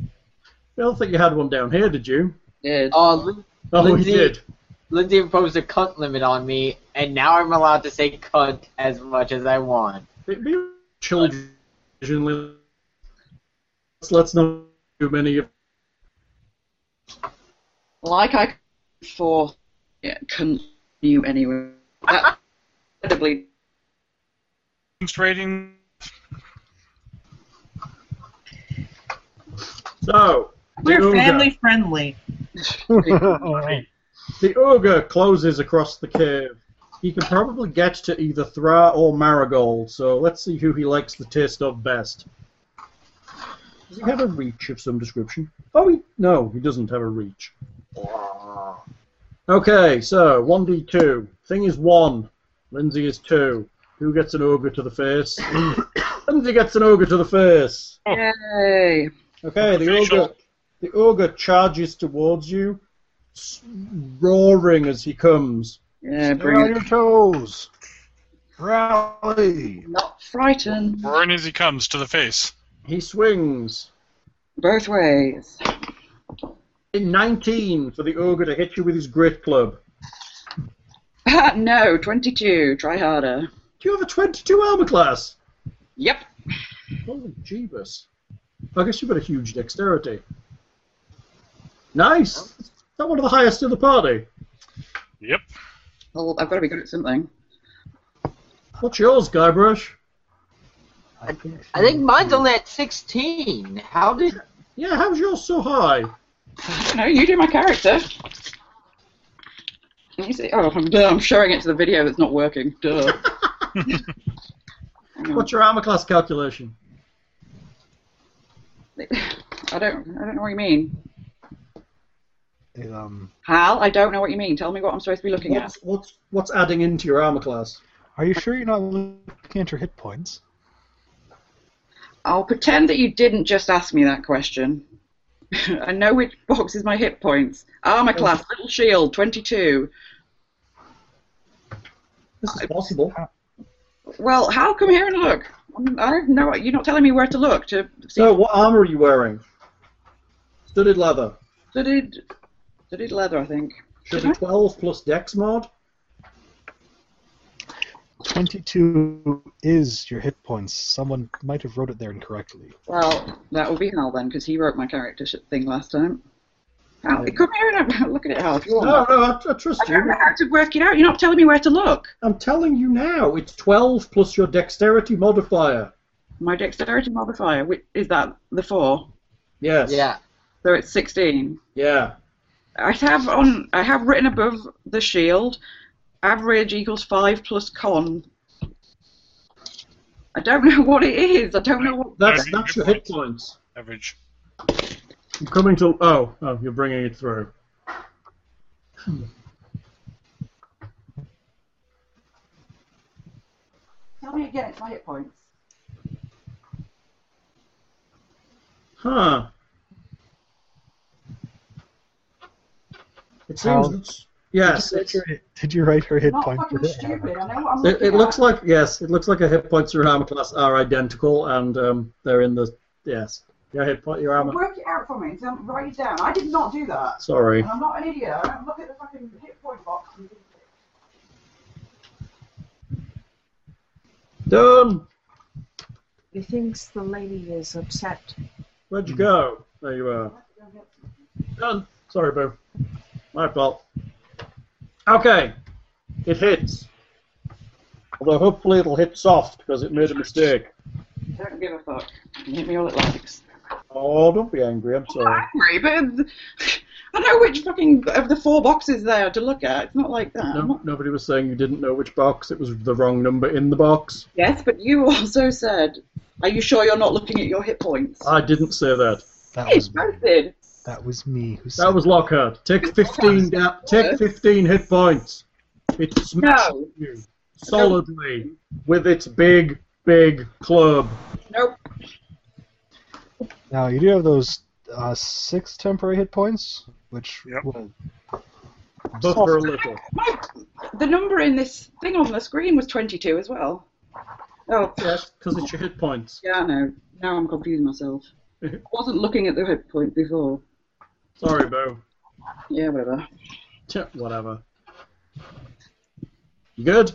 [SPEAKER 2] I don't think you had one down here, did you?
[SPEAKER 5] Did.
[SPEAKER 6] Uh, Lin-
[SPEAKER 2] Oh,
[SPEAKER 6] Lindsay-
[SPEAKER 2] we did.
[SPEAKER 6] Lindsay imposed a cunt limit on me, and now I'm allowed to say cunt as much as I want.
[SPEAKER 2] It'd be children. Let's, let's not do many of.
[SPEAKER 5] like I could before, yeah, couldn't you anyway. That- Incredibly,
[SPEAKER 3] rating.
[SPEAKER 2] So,
[SPEAKER 7] We're
[SPEAKER 2] Yoga.
[SPEAKER 7] family friendly.
[SPEAKER 2] The ogre closes across the cave. He can probably get to either Thra or Marigold, so let's see who he likes the taste of best. Does he have a reach of some description? Oh, he, no, he doesn't have a reach. Okay, so 1d2. Thing is 1. Lindsay is 2. Who gets an ogre to the face? Lindsay gets an ogre to the face.
[SPEAKER 5] Oh. yay!
[SPEAKER 2] Okay, the
[SPEAKER 3] Facial.
[SPEAKER 2] ogre, the ogre charges towards you, s- roaring as he comes.
[SPEAKER 5] Yeah,
[SPEAKER 8] Stay on
[SPEAKER 5] brilliant.
[SPEAKER 8] your toes. Rally.
[SPEAKER 5] Not frightened.
[SPEAKER 3] Roaring as he comes to the face.
[SPEAKER 2] He swings.
[SPEAKER 5] Both ways.
[SPEAKER 2] In 19 for the ogre to hit you with his great club.
[SPEAKER 5] Ah, no, 22. Try harder.
[SPEAKER 2] Do you have a 22 armor class?
[SPEAKER 5] Yep.
[SPEAKER 2] Holy jeebus. I guess you've got a huge dexterity. Nice! Is that one of the highest in the party?
[SPEAKER 3] Yep.
[SPEAKER 5] Well, I've got to be good at something.
[SPEAKER 2] What's yours, Guybrush?
[SPEAKER 4] I think,
[SPEAKER 6] I think mine's only at 16. How did?
[SPEAKER 2] Yeah, how's yours so high?
[SPEAKER 5] I don't know. You do my character. Let me see. Oh, I'm, duh, I'm showing it to the video that's not working. Duh. Hang on.
[SPEAKER 2] What's your armor class calculation?
[SPEAKER 5] I don't. I don't know what you mean,
[SPEAKER 4] it, um,
[SPEAKER 5] Hal. I don't know what you mean. Tell me what I'm supposed to be looking at.
[SPEAKER 2] What's, what's, what's adding into your armor class?
[SPEAKER 4] are you sure you're not looking at your hit points?
[SPEAKER 5] I'll pretend that you didn't just ask me that question. I know which box is my hit points. Armor class, little shield, 22.
[SPEAKER 2] This is possible.
[SPEAKER 5] Well, Hal, come here and look. I'm- I don't know. You're not telling me where to look to see.
[SPEAKER 2] So, what armor are you wearing? Studded leather.
[SPEAKER 5] Studded, studded leather, I think.
[SPEAKER 2] Should be 12 plus dex mod.
[SPEAKER 4] 22 is your hit points. Someone might have wrote it there incorrectly.
[SPEAKER 5] Well, that will be Hal then, because he wrote my character sh- thing last time. Hal, come here and have- look at it, Hal, if you want.
[SPEAKER 2] No, no, I, I trust
[SPEAKER 5] Oh. I don't
[SPEAKER 2] you.
[SPEAKER 5] know how to work it out. You're not telling me where to look.
[SPEAKER 2] I'm telling you now, it's 12 plus your dexterity modifier.
[SPEAKER 5] My dexterity modifier whi- is that the four,
[SPEAKER 2] Yes.
[SPEAKER 6] Yeah.
[SPEAKER 5] so it's 16.
[SPEAKER 2] Yeah.
[SPEAKER 5] I have on. I have written above the shield. Average equals five plus con. I don't know what it is. I don't know what.
[SPEAKER 2] That's,
[SPEAKER 3] Average
[SPEAKER 2] that's your
[SPEAKER 3] hit
[SPEAKER 2] hit points.
[SPEAKER 3] Average.
[SPEAKER 2] I'm coming to. Oh, oh, you're bringing it through.
[SPEAKER 5] Tell me again. It's my hit points.
[SPEAKER 2] Huh. It seems.
[SPEAKER 4] How-
[SPEAKER 5] Oh.
[SPEAKER 2] it's- yes.
[SPEAKER 4] Did
[SPEAKER 2] It's,
[SPEAKER 4] you write her- Did you write her hit point for this?
[SPEAKER 5] I know what I'm
[SPEAKER 2] it, it looks like. Yes, it looks like your hit points and armor class are identical, and um, they're in the. Yes. Your hit point, your armor.
[SPEAKER 5] Work it out for me. Write it down. I did not do that.
[SPEAKER 2] Sorry.
[SPEAKER 5] I'm not an idiot. I don't look at the fucking hit point box.
[SPEAKER 2] Done.
[SPEAKER 7] He thinks the lady is upset.
[SPEAKER 2] Where'd you go? There you are. Done. Sorry, Boo. My fault. Okay. It hits. Although hopefully it'll hit soft because it made a mistake.
[SPEAKER 5] Don't give a fuck. You hit me all it likes.
[SPEAKER 2] Oh, don't be angry. I'm
[SPEAKER 5] I'm
[SPEAKER 2] sorry.
[SPEAKER 5] angry, but I know which fucking of the four boxes there to look at. It's not like that. I'm
[SPEAKER 2] No,
[SPEAKER 5] not-
[SPEAKER 2] nobody was saying you didn't know which box. It was the wrong number in the box.
[SPEAKER 5] Yes, but you also said, "Are you sure you're not looking at your hit points?"
[SPEAKER 2] I didn't say that.
[SPEAKER 4] That
[SPEAKER 5] Yes,
[SPEAKER 4] was me.
[SPEAKER 5] both did.
[SPEAKER 4] That was me who said
[SPEAKER 2] That was Lockhart. Take 15. da- take 15 hit points. It smashes
[SPEAKER 5] No.
[SPEAKER 2] you solidly with its big, big club.
[SPEAKER 5] Nope.
[SPEAKER 4] Now you do have those uh, six temporary hit points, which
[SPEAKER 3] Yep.
[SPEAKER 4] will
[SPEAKER 2] Buffer a little.
[SPEAKER 5] My, the number in this thing on the screen was 22 as well. Oh,
[SPEAKER 2] Yes, because it's your hit points.
[SPEAKER 5] yeah, I know. Now I'm confusing myself. I wasn't looking at the hit point before.
[SPEAKER 2] Sorry, Bo.
[SPEAKER 5] Yeah, whatever.
[SPEAKER 2] Tch, Whatever. You good?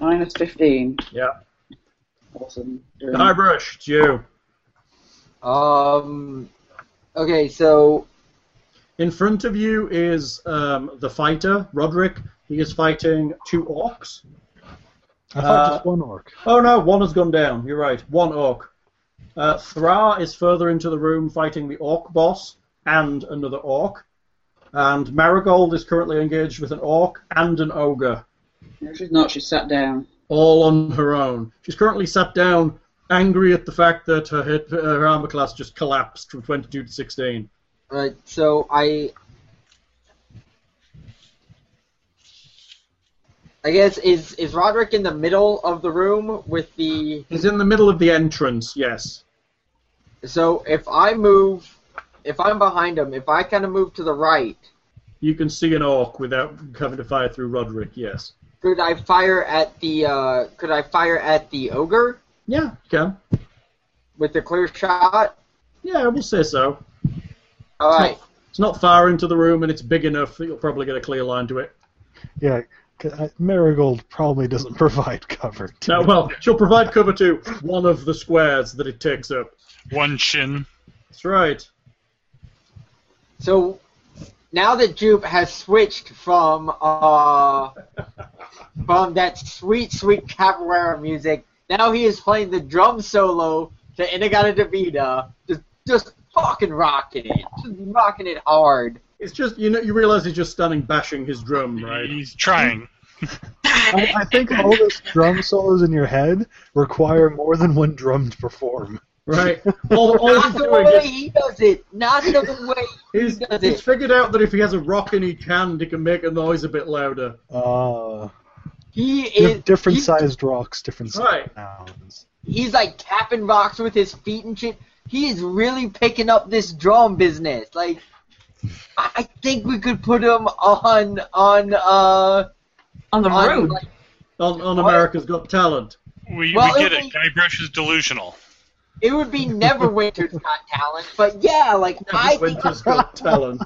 [SPEAKER 5] Minus 15.
[SPEAKER 2] Yeah.
[SPEAKER 5] Awesome.
[SPEAKER 2] Hi, Brush. It's you.
[SPEAKER 6] Um. Okay, so
[SPEAKER 2] In front of you is um, the fighter, Roderick. He is fighting two orcs.
[SPEAKER 4] I thought
[SPEAKER 2] Uh,
[SPEAKER 4] just one orc.
[SPEAKER 2] Oh no, one has gone down. You're right. One orc. Uh, Thra is further into the room fighting the orc boss and another orc. And Marigold is currently engaged with an orc and an ogre,
[SPEAKER 5] No, she's not. She's sat down.
[SPEAKER 2] all on her own. She's currently sat down, angry at the fact that her, hit, her armor class just collapsed from 22 to 16.
[SPEAKER 6] right, so I. I guess is is Roderick in the middle of the room with the
[SPEAKER 2] He's in the middle of the entrance, yes.
[SPEAKER 6] so if I move if I'm behind him if I kind of move to the right
[SPEAKER 2] You can see an orc without having to fire through Roderick, yes.
[SPEAKER 6] could I fire at the uh, could I fire at the ogre
[SPEAKER 2] Yeah, you can.
[SPEAKER 6] with the clear shot
[SPEAKER 2] Yeah, we'll say so.
[SPEAKER 6] all right
[SPEAKER 2] It's not far into the room and it's big enough that you'll probably get a clear line to it.
[SPEAKER 4] Yeah, 'cause I- Marigold probably doesn't provide cover. to
[SPEAKER 2] Now,
[SPEAKER 4] me.
[SPEAKER 2] well, she'll provide cover to one of the squares that it takes up.
[SPEAKER 3] One chin.
[SPEAKER 2] That's right.
[SPEAKER 6] So now that Jupe has switched from uh, from that sweet, sweet capoeira music, now he is playing the drum solo to Inagata Davida, just just fucking rocking it, just rocking it hard.
[SPEAKER 2] It's just you know you realize he's just standing bashing his drum, right?
[SPEAKER 3] He's trying.
[SPEAKER 4] I, I think all those drum solos in your head require more than one drum to perform.
[SPEAKER 2] Right. All, all
[SPEAKER 6] Not
[SPEAKER 2] he's
[SPEAKER 6] the
[SPEAKER 2] doing
[SPEAKER 6] way
[SPEAKER 2] is
[SPEAKER 6] he does it, not the way
[SPEAKER 2] he's, he's figured out that if he has a rock in each hand, he can make a noise a bit louder.
[SPEAKER 4] Uh,
[SPEAKER 6] he
[SPEAKER 4] di-
[SPEAKER 6] is.
[SPEAKER 4] different
[SPEAKER 6] he-
[SPEAKER 4] sized rocks, different
[SPEAKER 2] Right.
[SPEAKER 4] sized sounds.
[SPEAKER 6] He's like tapping rocks with his feet and shit. He is really picking up this drum business. Like, I I think we could put him on on uh
[SPEAKER 7] On the
[SPEAKER 6] on,
[SPEAKER 7] road.
[SPEAKER 6] like,
[SPEAKER 2] On, on
[SPEAKER 6] What?
[SPEAKER 2] America's Got Talent.
[SPEAKER 3] We,
[SPEAKER 6] Well,
[SPEAKER 3] we get
[SPEAKER 6] it'll
[SPEAKER 3] it. Guybrush is delusional.
[SPEAKER 6] it would be Neverwinter's Got Talent, but yeah, like I think
[SPEAKER 2] Winter's Got Talent.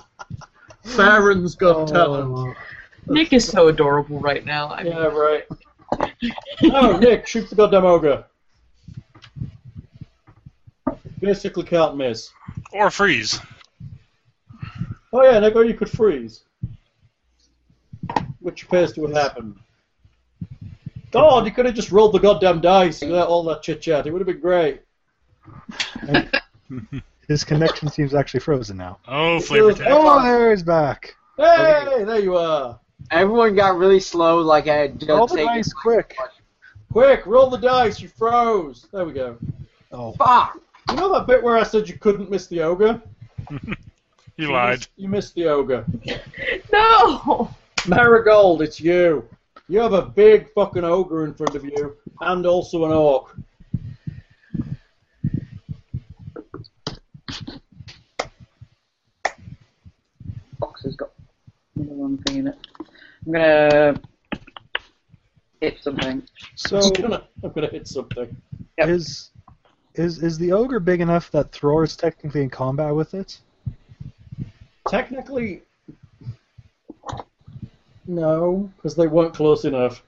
[SPEAKER 2] Farron's Got
[SPEAKER 4] Uh,
[SPEAKER 2] Talent.
[SPEAKER 7] Nick is so adorable right now. I mean,
[SPEAKER 2] Yeah, right. no, Oh, Nick, shoot the goddamn ogre. Basically, can't miss.
[SPEAKER 3] Or freeze.
[SPEAKER 2] Oh yeah, Nick, or you could freeze, which appears to have happened. God, you could have just rolled the goddamn dice without all that chit chat. It would have been great.
[SPEAKER 4] His connection seems actually frozen now.
[SPEAKER 3] Oh, flavor
[SPEAKER 2] was-
[SPEAKER 3] text.
[SPEAKER 4] Oh, there he's back.
[SPEAKER 2] Hey, there you are.
[SPEAKER 6] everyone got really slow. Like I had
[SPEAKER 4] Roll
[SPEAKER 6] just
[SPEAKER 4] the
[SPEAKER 6] taken-
[SPEAKER 4] dice quick.
[SPEAKER 2] Quick, roll the dice. You froze. There we go.
[SPEAKER 4] Oh,
[SPEAKER 6] Fuck.
[SPEAKER 2] You know that bit where I said you couldn't miss the ogre?
[SPEAKER 3] He
[SPEAKER 2] You
[SPEAKER 3] lied.
[SPEAKER 2] missed- You missed the ogre.
[SPEAKER 7] no!
[SPEAKER 2] Marigold, it's you. You have a big fucking ogre in front of you, and also an orc.
[SPEAKER 5] box has got another one thing in it. I'm gonna hit something.
[SPEAKER 2] So
[SPEAKER 4] so
[SPEAKER 2] I'm gonna, I'm gonna hit something.
[SPEAKER 5] Yep.
[SPEAKER 4] is is is the ogre big enough that Thror is technically in combat with it?
[SPEAKER 2] Technically, no, because they weren't close enough.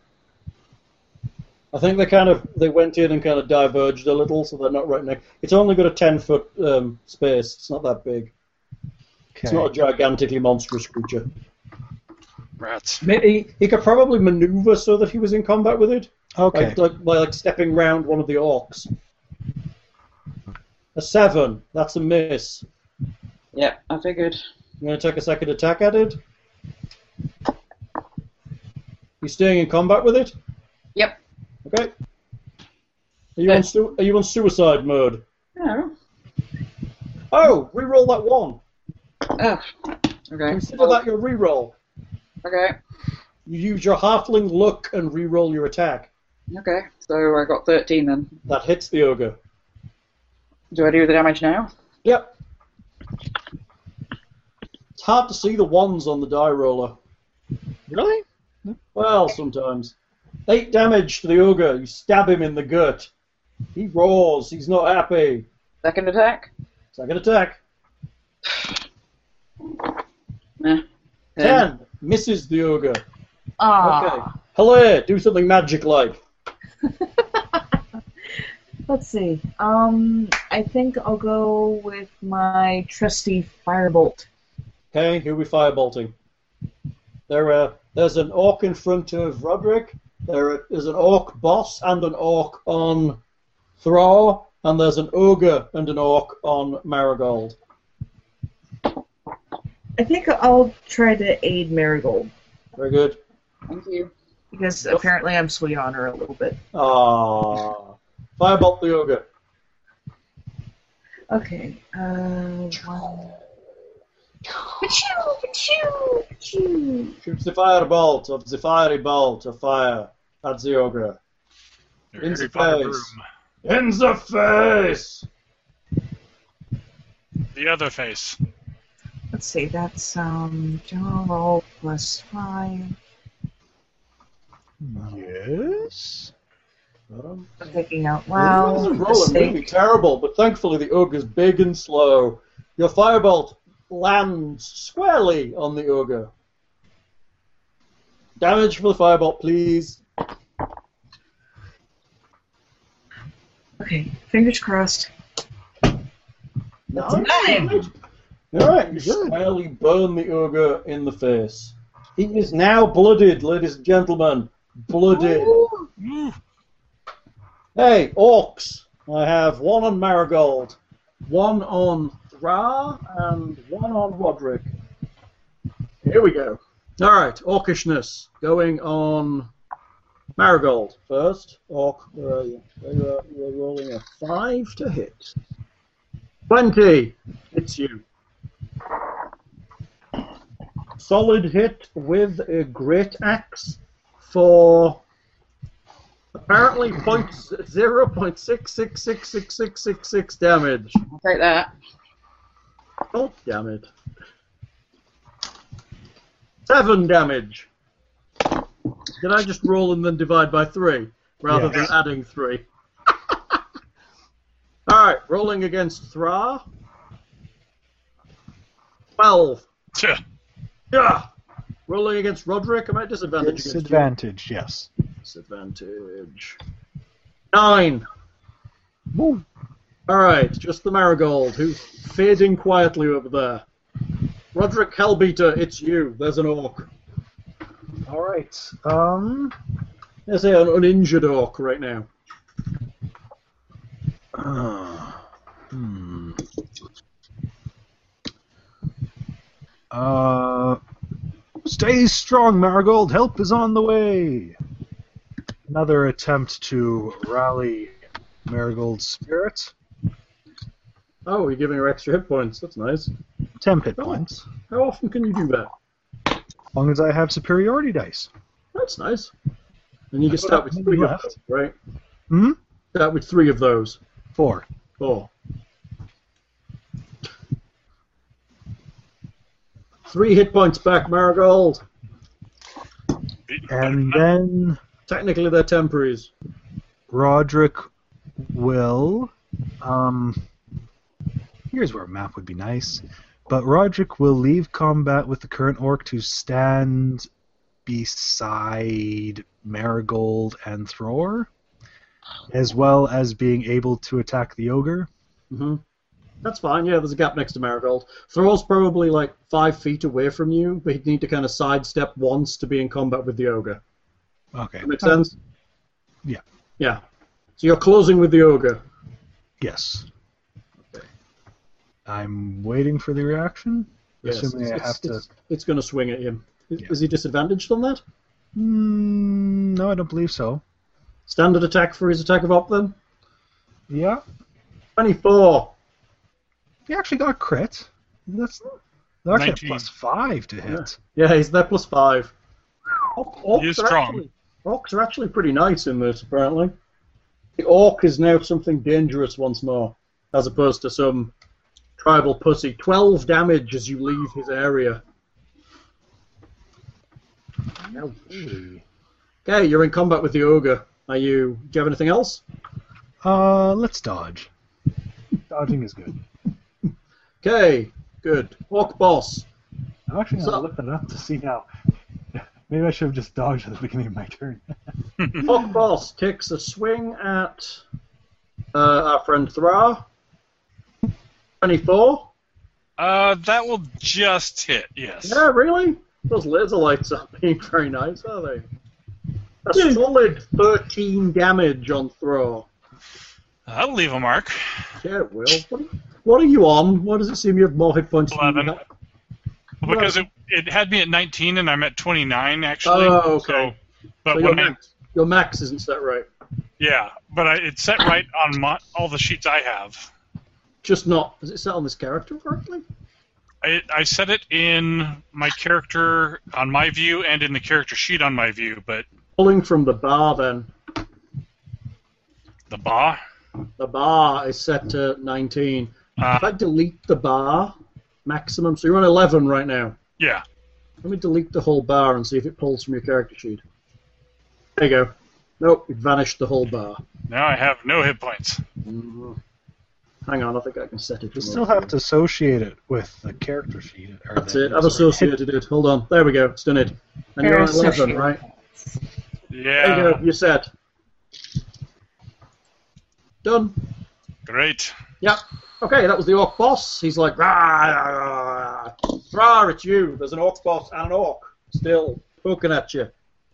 [SPEAKER 2] I think they kind of they went in and kind of diverged a little, so they're not right next. It's only got a ten foot um, space. It's not that big. It's not a gigantically monstrous creature.
[SPEAKER 3] Rats.
[SPEAKER 2] Maybe he could probably maneuver so that he was in combat with it.
[SPEAKER 4] Okay.
[SPEAKER 2] Like, like, by like stepping round one of the orcs. A seven. That's a miss.
[SPEAKER 5] Yep, I figured.
[SPEAKER 2] You want to take a second attack at it? You staying in combat with it?
[SPEAKER 5] Yep.
[SPEAKER 2] Okay. Are you on, su- are you on suicide mode?
[SPEAKER 5] No.
[SPEAKER 2] Oh, re-roll that one.
[SPEAKER 5] Oh. Okay.
[SPEAKER 2] Consider that your re-roll.
[SPEAKER 5] Okay.
[SPEAKER 2] You use your halfling look and re-roll your attack.
[SPEAKER 5] Okay. So I got 13 then.
[SPEAKER 2] That hits the ogre.
[SPEAKER 5] Do I do the damage now?
[SPEAKER 2] Yep. It's hard to see the ones on the die roller.
[SPEAKER 4] Really?
[SPEAKER 2] Well, sometimes. Eight damage to the ogre. You stab him in the gut. He roars. He's not happy.
[SPEAKER 5] Second attack?
[SPEAKER 2] Second attack.
[SPEAKER 5] Nah.
[SPEAKER 2] Ten. Misses the ogre. Okay.
[SPEAKER 7] Ah.
[SPEAKER 2] Hello. Do something magic like.
[SPEAKER 7] Let's see. Um, I think I'll go with my trusty firebolt.
[SPEAKER 2] Okay, who we firebolting? There are, there's an orc in front of Roderick. There are, there's an orc boss and an orc on Thraw, and there's an ogre and an orc on Marigold.
[SPEAKER 7] I think I'll try to aid Marigold
[SPEAKER 2] Very good.
[SPEAKER 5] Thank you.
[SPEAKER 7] because apparently I'm sweet on her a little bit.
[SPEAKER 2] Ah, firebolt the ogre.
[SPEAKER 7] Okay. Uh, one.
[SPEAKER 2] Shoots the firebolt of the fiery bolt of fire at the ogre.
[SPEAKER 3] Your
[SPEAKER 2] In
[SPEAKER 3] Harry Potter
[SPEAKER 2] space.
[SPEAKER 3] broom.
[SPEAKER 2] In the face!
[SPEAKER 3] The other face.
[SPEAKER 7] Let's see. That's um general roll plus five.
[SPEAKER 4] Yes.
[SPEAKER 2] Um,
[SPEAKER 7] I'm thinking out
[SPEAKER 2] It
[SPEAKER 7] loud.
[SPEAKER 2] wasn't rolling really terrible, but thankfully the ogre's big and slow. Your firebolt lands squarely on the ogre. Damage for the firebolt, please.
[SPEAKER 7] Okay. Fingers crossed.
[SPEAKER 2] No.
[SPEAKER 7] Nine.
[SPEAKER 2] Alright, you squarely burn the ogre in the face. He is now blooded, ladies and gentlemen. Blooded.
[SPEAKER 3] Ooh,
[SPEAKER 2] Hey, orcs! I have one on Marigold, one on Thra, and one on Roderick. Here we go. Alright, orcishness. Going on Marigold first. Orc, where are you? You are, you are rolling a 5 to hit. 20! Hits you. Solid hit with a great axe for Apparently, point zero point six six six six six six six damage.
[SPEAKER 5] I'll take that.
[SPEAKER 2] Oh, damn it! Seven damage. Did I just roll and then divide by three rather
[SPEAKER 4] Yes.
[SPEAKER 2] than adding three? All right, rolling against Thra. Twelve.
[SPEAKER 3] tch.
[SPEAKER 2] Yeah. Rolling against Roderick. I'm at disadvantage. against you.
[SPEAKER 4] Disadvantage. Yes.
[SPEAKER 2] Disadvantage. Nine. All right, just the marigold who's fading quietly over there. Roderick Hellbeater, it's you. There's an orc.
[SPEAKER 4] All right. Um.
[SPEAKER 2] There's a- an uninjured orc right now.
[SPEAKER 4] Uh, Hmm. Uh, stay strong, Marigold. Help is on the way. Another attempt to rally Marigold's spirit.
[SPEAKER 2] Oh, you're giving her extra hit points. That's nice.
[SPEAKER 4] Ten hit
[SPEAKER 2] Oh.
[SPEAKER 4] points.
[SPEAKER 2] How often can you do that?
[SPEAKER 4] As long as I have superiority dice.
[SPEAKER 2] That's nice. And you can
[SPEAKER 4] That's
[SPEAKER 2] start
[SPEAKER 4] what
[SPEAKER 2] with
[SPEAKER 4] I've
[SPEAKER 2] three
[SPEAKER 4] left.
[SPEAKER 2] of those, right?
[SPEAKER 4] Hmm?
[SPEAKER 2] Start with three of those.
[SPEAKER 4] Four.
[SPEAKER 2] Four. Three hit points back, Marigold.
[SPEAKER 3] Beat-
[SPEAKER 4] And then
[SPEAKER 2] Technically, they're temporaries.
[SPEAKER 4] Roderick will. Um, here's where a map would be nice. But Roderick will leave combat with the current orc to stand beside Marigold and Thror, as well as being able to attack the ogre.
[SPEAKER 2] hmm That's fine. Yeah, there's a gap next to Marigold. Thrall's probably like five feet away from you, but he'd need to kind of sidestep once to be in combat with the ogre.
[SPEAKER 4] Okay.
[SPEAKER 2] That makes sense.
[SPEAKER 4] yeah.
[SPEAKER 2] Yeah. So you're closing with the ogre.
[SPEAKER 4] Yes. I'm waiting for the reaction.
[SPEAKER 2] Yes,
[SPEAKER 4] Assuming I have to.
[SPEAKER 2] It's, it's going to swing at him. Is,
[SPEAKER 4] Yeah.
[SPEAKER 2] is he disadvantaged on that?
[SPEAKER 4] Mm, no, I don't believe so.
[SPEAKER 2] Standard attack for his attack of op then.
[SPEAKER 4] Yeah.
[SPEAKER 2] Twenty-four.
[SPEAKER 4] He actually got crit. That's that's
[SPEAKER 3] 19.
[SPEAKER 4] actually a plus five to hit.
[SPEAKER 2] Yeah, he's there plus five. Orc- Orcs
[SPEAKER 3] He is
[SPEAKER 2] are
[SPEAKER 3] strong.
[SPEAKER 2] Actually, orcs are actually pretty nice in this, apparently. The orc is now something dangerous once more, as opposed to some tribal pussy. Twelve damage as you leave his area.
[SPEAKER 4] Hey.
[SPEAKER 2] Okay, you're in combat with the ogre. Are you? Do you have anything else?
[SPEAKER 4] Uh, let's dodge. Dodging is good.
[SPEAKER 2] Okay, good. Orc boss.
[SPEAKER 4] I'm actually gonna
[SPEAKER 2] So-
[SPEAKER 4] look that up to see now. Maybe I should have just dodged at the beginning of my turn.
[SPEAKER 2] Orc boss takes a swing at uh, our friend Thra. Twenty-four.
[SPEAKER 3] Uh, that will just hit. Yes.
[SPEAKER 2] Yeah, really? Those laser lights aren't being very nice, are they? A solid 13 damage on throw.
[SPEAKER 3] That'll leave a mark.
[SPEAKER 2] Yeah, it will. What- What are you on? Why does it seem you have more hit points than you
[SPEAKER 3] Eleven.
[SPEAKER 2] have?
[SPEAKER 3] Because it, it had me at 19 and I'm at 29 actually.
[SPEAKER 2] Oh, okay.
[SPEAKER 3] So, but
[SPEAKER 2] So your,
[SPEAKER 3] when I,
[SPEAKER 2] max, your max isn't set right.
[SPEAKER 3] yeah, but I, it's set right on my, all the sheets I have.
[SPEAKER 2] Just not. Is it set on this character correctly?
[SPEAKER 3] I, I set it in my character on my view and in the character sheet on my view, but
[SPEAKER 2] Pulling from the bar, then.
[SPEAKER 3] the bar.
[SPEAKER 2] The bar is set to 19.
[SPEAKER 3] Uh,
[SPEAKER 2] If I delete the bar, maximum. So you're on 11 right now.
[SPEAKER 3] yeah.
[SPEAKER 2] Let me delete the whole bar and see if it pulls from your character sheet. There you go. Nope, it vanished the whole bar. Mm-hmm.
[SPEAKER 3] Now I have no hit points.
[SPEAKER 2] Hang on, I think I can set it.
[SPEAKER 4] You
[SPEAKER 2] from
[SPEAKER 4] still
[SPEAKER 2] over
[SPEAKER 4] have to associate it with the character sheet. or
[SPEAKER 2] That's
[SPEAKER 4] the-
[SPEAKER 2] it. I've associated it. Hold on. There we go. It's done it. And you're on 11, right? There you
[SPEAKER 3] Yeah.
[SPEAKER 2] go. You're set. Done.
[SPEAKER 3] Great.
[SPEAKER 2] Yep. Okay, that was the orc boss. He's like, rah, rah, rah, rah. Rah, it's you. There's an orc boss and an orc still poking at you.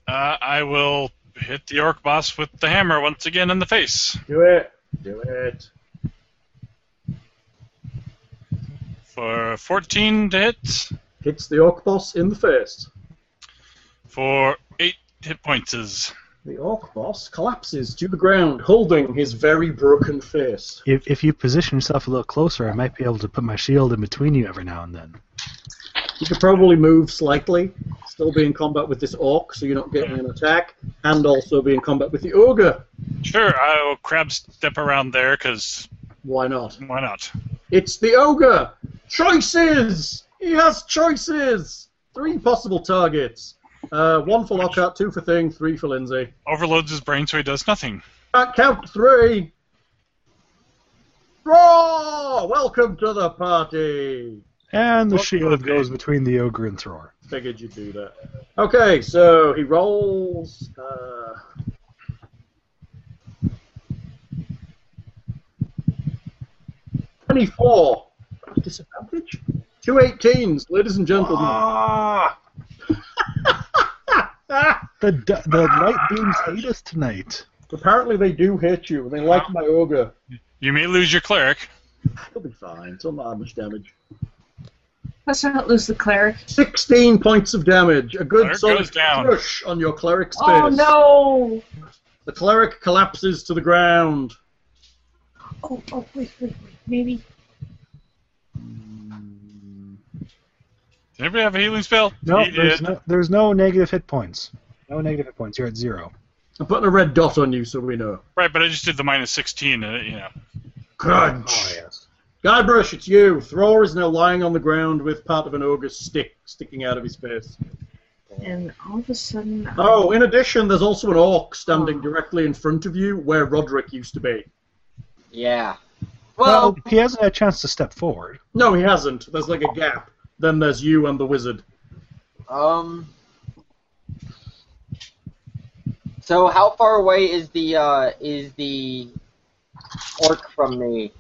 [SPEAKER 3] Uh, I will hit the orc boss with the hammer once again in the face.
[SPEAKER 2] Do it. Do it.
[SPEAKER 3] For 14 to hit,
[SPEAKER 2] Hits the orc boss in the face.
[SPEAKER 3] for 8 hit points. is-
[SPEAKER 2] The orc boss collapses to the ground, holding his very broken face.
[SPEAKER 4] If, if you position yourself a little closer, I might be able to put my shield in between you every now and then.
[SPEAKER 2] You could probably move slightly, still be in combat with this orc, so you're not getting an attack, and also be in combat with the ogre.
[SPEAKER 3] Sure, I will crab step around there because
[SPEAKER 2] Why not?
[SPEAKER 3] why not?
[SPEAKER 2] It's the ogre! Choices! He has choices! Three possible targets. Uh, one for Lockhart, two for Thing, three for Lindsay.
[SPEAKER 3] Overloads his brain so he does nothing.
[SPEAKER 2] At count three. Roar! Welcome to the party!
[SPEAKER 4] And the
[SPEAKER 3] Okay.
[SPEAKER 4] shield goes between the ogre and Thror.
[SPEAKER 2] Figured you'd do that. Okay, so he rolls. Uh, Twenty-four. Disadvantage. Two 18s, ladies and gentlemen.
[SPEAKER 4] Ah!
[SPEAKER 2] Ah!
[SPEAKER 4] The d- the light beams hate us tonight.
[SPEAKER 2] Apparently, they do hit you. They like my ogre.
[SPEAKER 3] You may lose your cleric.
[SPEAKER 2] He'll be fine. It's not that much damage.
[SPEAKER 7] Let's not lose the cleric.
[SPEAKER 2] Sixteen points of damage. A good
[SPEAKER 3] Cleric
[SPEAKER 2] solid
[SPEAKER 3] goes down.
[SPEAKER 2] crush on your cleric's face.
[SPEAKER 7] Oh no!
[SPEAKER 2] The cleric collapses to the ground.
[SPEAKER 7] Oh, oh, wait, wait, wait. Maybe.
[SPEAKER 3] Does anybody have a healing spell?
[SPEAKER 4] No,
[SPEAKER 3] He
[SPEAKER 4] there's
[SPEAKER 3] did.
[SPEAKER 4] no there's no negative hit points. No negative hit points. You're at zero.
[SPEAKER 2] I'm putting a red dot on you so we know.
[SPEAKER 3] Right, but I just did the minus 16, and it, you know.
[SPEAKER 2] Crunch.
[SPEAKER 4] yes.
[SPEAKER 2] Guybrush, it's you. Thror is now lying on the ground with part of an ogre's stick sticking out of his face.
[SPEAKER 7] And all of a sudden. I-
[SPEAKER 2] Oh, in addition, there's also an orc standing directly in front of you where Roderick used to be.
[SPEAKER 6] Yeah.
[SPEAKER 4] Well,
[SPEAKER 6] Well,
[SPEAKER 4] he hasn't had a chance to step forward.
[SPEAKER 2] No, he hasn't. There's like a gap. Then there's you and the wizard.
[SPEAKER 6] um. So how far away is the uh is the orc from me?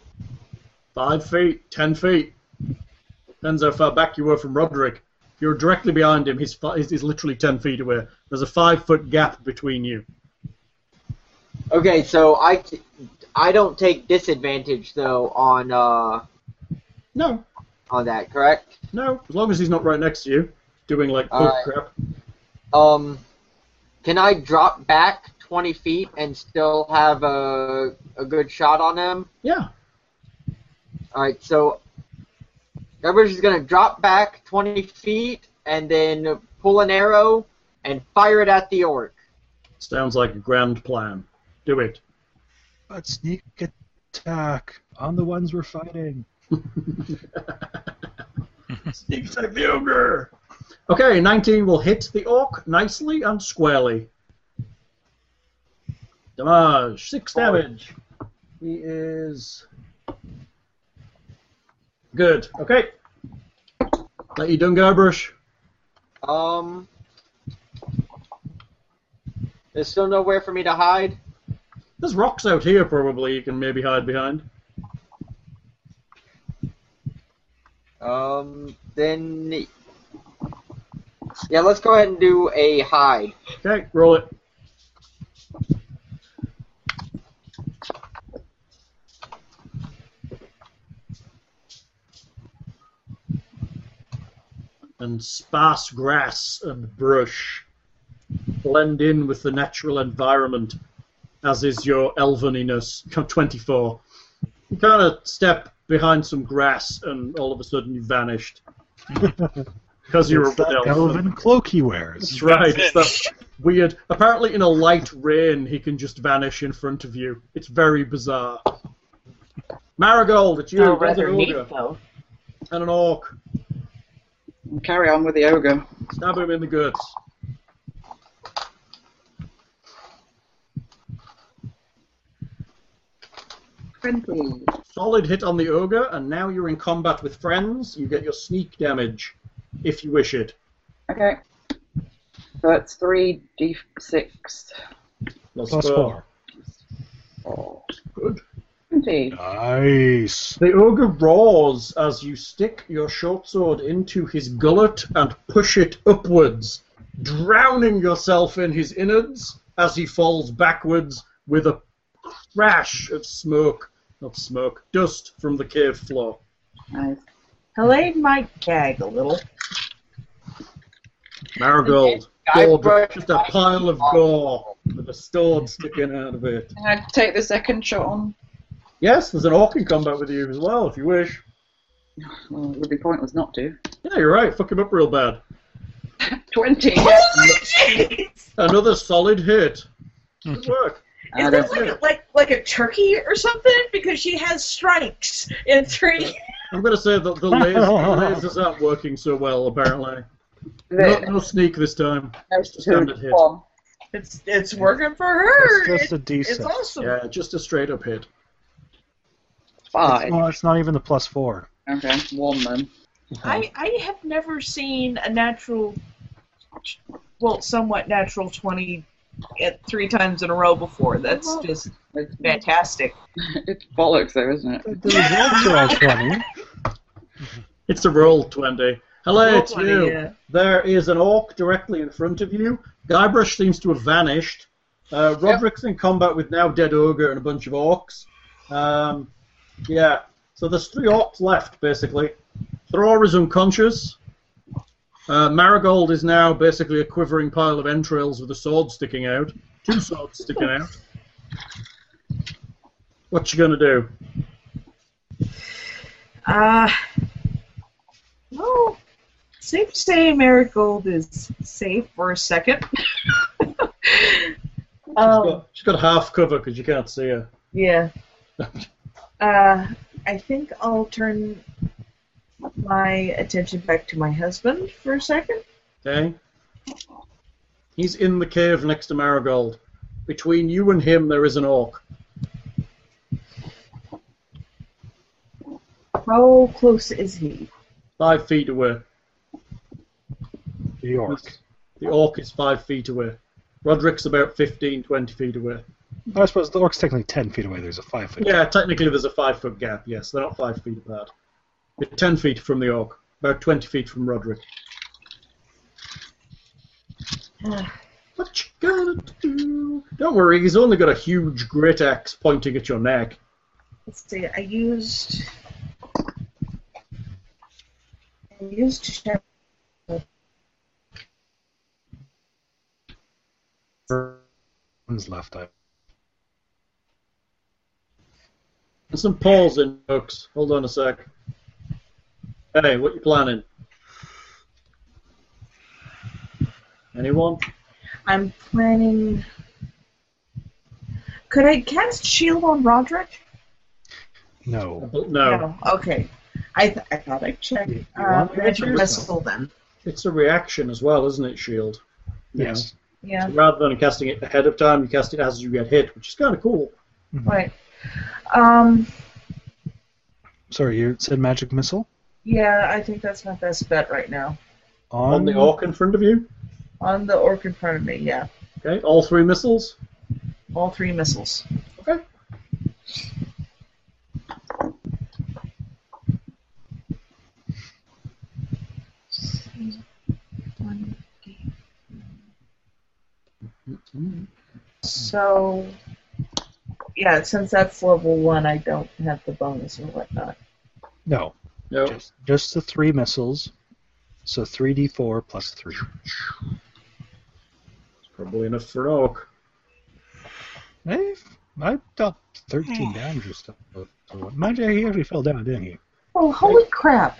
[SPEAKER 2] Five feet, ten feet. Depends how far back you were from Roderick. If you're directly behind him, he's, fi- he's he's literally ten feet away. There's a five foot gap between you.
[SPEAKER 6] Okay, so I c- I don't take disadvantage though on uh
[SPEAKER 2] No,
[SPEAKER 6] on that, correct?
[SPEAKER 2] no. As long as he's not right next to you, doing like
[SPEAKER 6] All
[SPEAKER 2] poke
[SPEAKER 6] right.
[SPEAKER 2] crap.
[SPEAKER 6] Um, can I drop back 20 feet and still have a, a good shot on him?
[SPEAKER 2] Yeah.
[SPEAKER 6] Alright, so everybody's going to drop back 20 feet and then pull an arrow and fire it at the orc.
[SPEAKER 2] Sounds like a grand plan. Do it.
[SPEAKER 4] But sneak attack on the ones we're fighting.
[SPEAKER 2] Sneak attack the ogre. Okay, 19 will hit the orc nicely and squarely. Damage, 6 damage. He is. Good. Okay. Let you done, Guybrush.
[SPEAKER 6] Um, there's still nowhere for me to hide.
[SPEAKER 2] There's rocks out here, probably, you can maybe hide behind.
[SPEAKER 6] Um, then yeah, let's go ahead and do a hide.
[SPEAKER 2] Okay, roll it. And sparse grass and brush blend in with the natural environment, as is your elveniness. 24. You kind of step behind some grass, and all of a sudden you vanished. because you're
[SPEAKER 4] It's
[SPEAKER 2] a
[SPEAKER 4] that
[SPEAKER 2] elf.
[SPEAKER 4] elven cloak he wears.
[SPEAKER 2] That's right. It's that weird. Apparently, in a light rain, he can just vanish in front of you. It's very bizarre. Marigold, it's you.
[SPEAKER 7] Oh,
[SPEAKER 2] There's an
[SPEAKER 7] rather neat
[SPEAKER 2] ogre
[SPEAKER 7] though.
[SPEAKER 2] and an orc.
[SPEAKER 5] Carry on with the ogre.
[SPEAKER 2] Stab him in the guts.
[SPEAKER 5] Twenty.
[SPEAKER 2] Solid hit on the ogre, and now you're in combat with friends. You get your sneak damage, if you wish it.
[SPEAKER 5] Okay. So that's three d six.
[SPEAKER 2] Plus
[SPEAKER 4] Plus four.
[SPEAKER 5] Oh,
[SPEAKER 2] Good.
[SPEAKER 5] Twenty.
[SPEAKER 4] Nice.
[SPEAKER 2] The ogre roars as you stick your short sword into his gullet and push it upwards, drowning yourself in his innards as he falls backwards with a crash of smoke, not smoke, dust from the cave floor.
[SPEAKER 5] Nice.
[SPEAKER 7] Helene might gag a little.
[SPEAKER 2] Marigold,
[SPEAKER 6] Okay,
[SPEAKER 2] gore,
[SPEAKER 6] I've
[SPEAKER 2] just a pile of gore with a sword sticking out of it.
[SPEAKER 5] Can I take the second shot on?
[SPEAKER 2] Yes, there's an orc in combat with you as well, if you wish.
[SPEAKER 5] Well, it would be pointless not to.
[SPEAKER 2] Yeah, you're right. Fuck him up real bad.
[SPEAKER 5] Twenty.
[SPEAKER 2] Another solid hit. Good work.
[SPEAKER 5] I
[SPEAKER 7] Is
[SPEAKER 5] don't
[SPEAKER 7] that like a, like like a turkey or something? Because she has strikes in three.
[SPEAKER 2] I'm going to say that the, laser, the lasers aren't working so well, apparently. No,
[SPEAKER 5] know.
[SPEAKER 2] no sneak this time.
[SPEAKER 5] Most
[SPEAKER 2] just
[SPEAKER 5] two,
[SPEAKER 2] standard hit.
[SPEAKER 5] one.
[SPEAKER 7] It's it's working for her.
[SPEAKER 4] It's just a
[SPEAKER 7] It- it's
[SPEAKER 4] decent.
[SPEAKER 7] awesome.
[SPEAKER 2] Yeah, just a straight up hit.
[SPEAKER 5] Five.
[SPEAKER 4] Well, it's not even the plus four.
[SPEAKER 5] Okay, one then.
[SPEAKER 7] I I have never seen a natural, well, somewhat natural twenty, at three times in a row before. That's just
[SPEAKER 5] It's,
[SPEAKER 7] fantastic.
[SPEAKER 5] it's bollocks though, isn't it?
[SPEAKER 4] The results are all twenty.
[SPEAKER 2] It's a roll 20. Hello,
[SPEAKER 7] Roll
[SPEAKER 2] it's
[SPEAKER 7] 20,
[SPEAKER 2] you.
[SPEAKER 7] yeah.
[SPEAKER 2] There is an orc directly in front of you. Guybrush seems to have vanished. Uh, Roderick's in combat with now dead ogre and a bunch of orcs. Um, yeah, so there's three orcs left, basically. Thror is unconscious. Uh, Marigold is now basically a quivering pile of entrails with a sword sticking out. Two swords sticking out. What you gonna do?
[SPEAKER 7] Uh, well, safe to say Marigold is safe for a second.
[SPEAKER 2] She's
[SPEAKER 7] um,
[SPEAKER 2] got, she's got half cover because you can't see her.
[SPEAKER 7] yeah. Uh, I think I'll turn my attention back to my husband for a second.
[SPEAKER 2] Okay? He's in the cave next to Marigold. Between you and him, there is an orc.
[SPEAKER 7] How close is he?
[SPEAKER 2] Five feet away.
[SPEAKER 4] The orc.
[SPEAKER 2] The orc is five feet away. Roderick's about 15, 20 feet away.
[SPEAKER 4] I suppose the orc's technically ten feet away. There's a five foot.
[SPEAKER 2] Yeah, technically there's a five foot gap, yes. They're not five feet apart. They're ten feet from the orc, about 20 feet from Roderick. What you gonna do? Don't worry, he's only got a huge great axe pointing at your neck.
[SPEAKER 7] Let's see. I used. I used shadow
[SPEAKER 4] One's left eye.
[SPEAKER 2] There's some pause in folks. Hold on a sec. Hey, what you planning? Anyone?
[SPEAKER 7] I'm planning. Could I cast shield on Roderick?
[SPEAKER 4] No.
[SPEAKER 2] No.
[SPEAKER 7] Oh, Okay. I, th- I thought I checked.
[SPEAKER 4] You- you
[SPEAKER 7] Uh,
[SPEAKER 4] want to
[SPEAKER 7] magic
[SPEAKER 4] answer
[SPEAKER 7] missile then.
[SPEAKER 2] It's a reaction as well, isn't it, Shield? You
[SPEAKER 4] Yes.
[SPEAKER 7] Yeah.
[SPEAKER 2] know, E Rather than casting it ahead of time, you cast it as you get hit, which is kind of cool.
[SPEAKER 7] Right. Um,
[SPEAKER 4] Sorry, you said magic missile
[SPEAKER 7] yeah, I think that's my best bet right now.
[SPEAKER 4] on,
[SPEAKER 2] On the orc in front of you,
[SPEAKER 7] On the orc in front of me, yeah.
[SPEAKER 2] okay, all three missiles.
[SPEAKER 7] All three missiles.
[SPEAKER 2] Okay.
[SPEAKER 7] So, yeah, since that's level one, I don't have the bonus or whatnot.
[SPEAKER 4] No,
[SPEAKER 2] No.
[SPEAKER 4] just, just the three missiles. So three d four plus three.
[SPEAKER 2] Probably enough for an orc.
[SPEAKER 4] I've I dealt
[SPEAKER 2] Hmm.
[SPEAKER 4] thirteen damage or something. Mind you, he actually fell down, didn't he?
[SPEAKER 7] Oh, holy crap!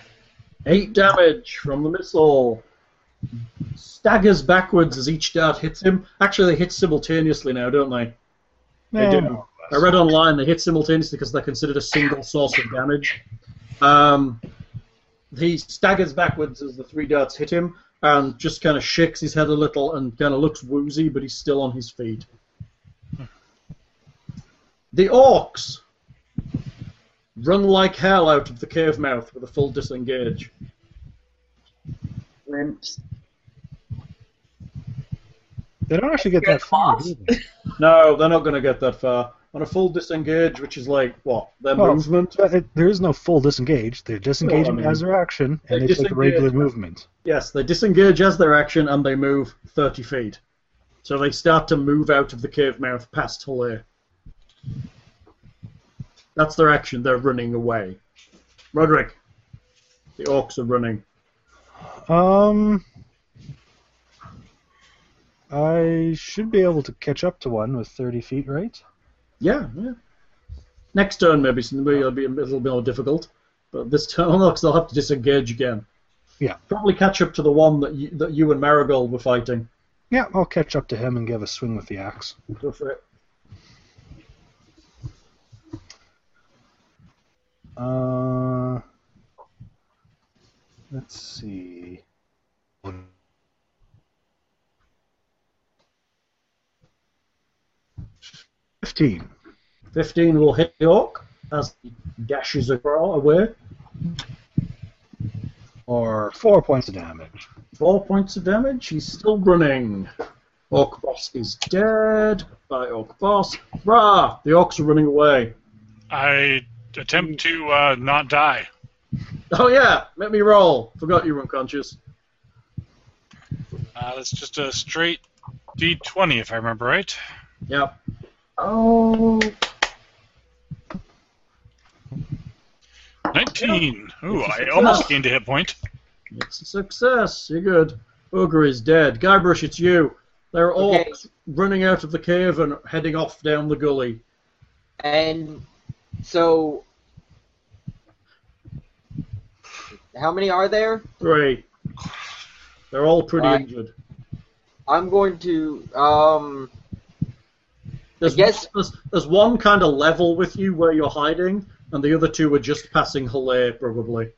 [SPEAKER 2] Eight damage from the missile. Staggers backwards as each dart hits him. Actually, they hit simultaneously now, don't they? They do.
[SPEAKER 4] No.
[SPEAKER 2] I read online they hit simultaneously because they're considered a single source of damage. Um, he staggers backwards as the three darts hit him and just kind of shakes his head a little and kind of looks woozy, but he's still on his feet. The orcs run like hell out of the cave mouth with a full disengage.
[SPEAKER 5] Wimps.
[SPEAKER 4] They don't actually get that far. do they?
[SPEAKER 2] No, they're not going to get that far. On a full disengage, which is like what their
[SPEAKER 4] Well,
[SPEAKER 2] movement.
[SPEAKER 4] But it, there is no full disengage. They're disengaging
[SPEAKER 2] Well, I mean,
[SPEAKER 4] as their action, and
[SPEAKER 2] they
[SPEAKER 4] they take the regular movement.
[SPEAKER 2] Yes, they disengage as their action and they move 30 feet. So they start to move out of the cave mouth past Hilaire. That's their action. They're running away. Roderick, the orcs are running.
[SPEAKER 4] Um, I should be able to catch up to one with 30 feet, right?
[SPEAKER 2] Yeah, yeah. Next turn, maybe something it'll be a little bit more difficult. But this turn, no, 'cause they'll have to disengage again.
[SPEAKER 4] Yeah.
[SPEAKER 2] Probably catch up to the one that you, that you and Marigold were fighting.
[SPEAKER 4] Yeah, I'll catch up to him and give a swing with the axe.
[SPEAKER 2] Go for it.
[SPEAKER 4] Uh, let's see. Fifteen.
[SPEAKER 2] 15 will hit the orc as he dashes across away.
[SPEAKER 4] or four points of damage.
[SPEAKER 2] Four points of damage. He's still running. Orc boss is dead. By orc boss. Rah! The orcs are running away.
[SPEAKER 3] I attempt to uh, not die.
[SPEAKER 2] Oh yeah, let me roll. Forgot you were unconscious.
[SPEAKER 3] Uh, that's just a straight D20, if I remember right.
[SPEAKER 2] Yep.
[SPEAKER 7] Oh,
[SPEAKER 3] 19. Ooh, I
[SPEAKER 2] It's a
[SPEAKER 3] almost
[SPEAKER 2] success.
[SPEAKER 3] gained a hit point.
[SPEAKER 2] It's a success. You're good. Ogre is dead. Guybrush, it's you. There are orcs
[SPEAKER 6] Okay.
[SPEAKER 2] running out of the cave and heading off down the gully.
[SPEAKER 6] And so, how many are there?
[SPEAKER 2] Three. They're all pretty
[SPEAKER 6] Right.
[SPEAKER 2] injured.
[SPEAKER 6] I'm going to um.
[SPEAKER 2] There's,
[SPEAKER 6] guess-
[SPEAKER 2] there's, there's one kind of level with you where you're hiding, and the other two are just passing Hilaire, probably.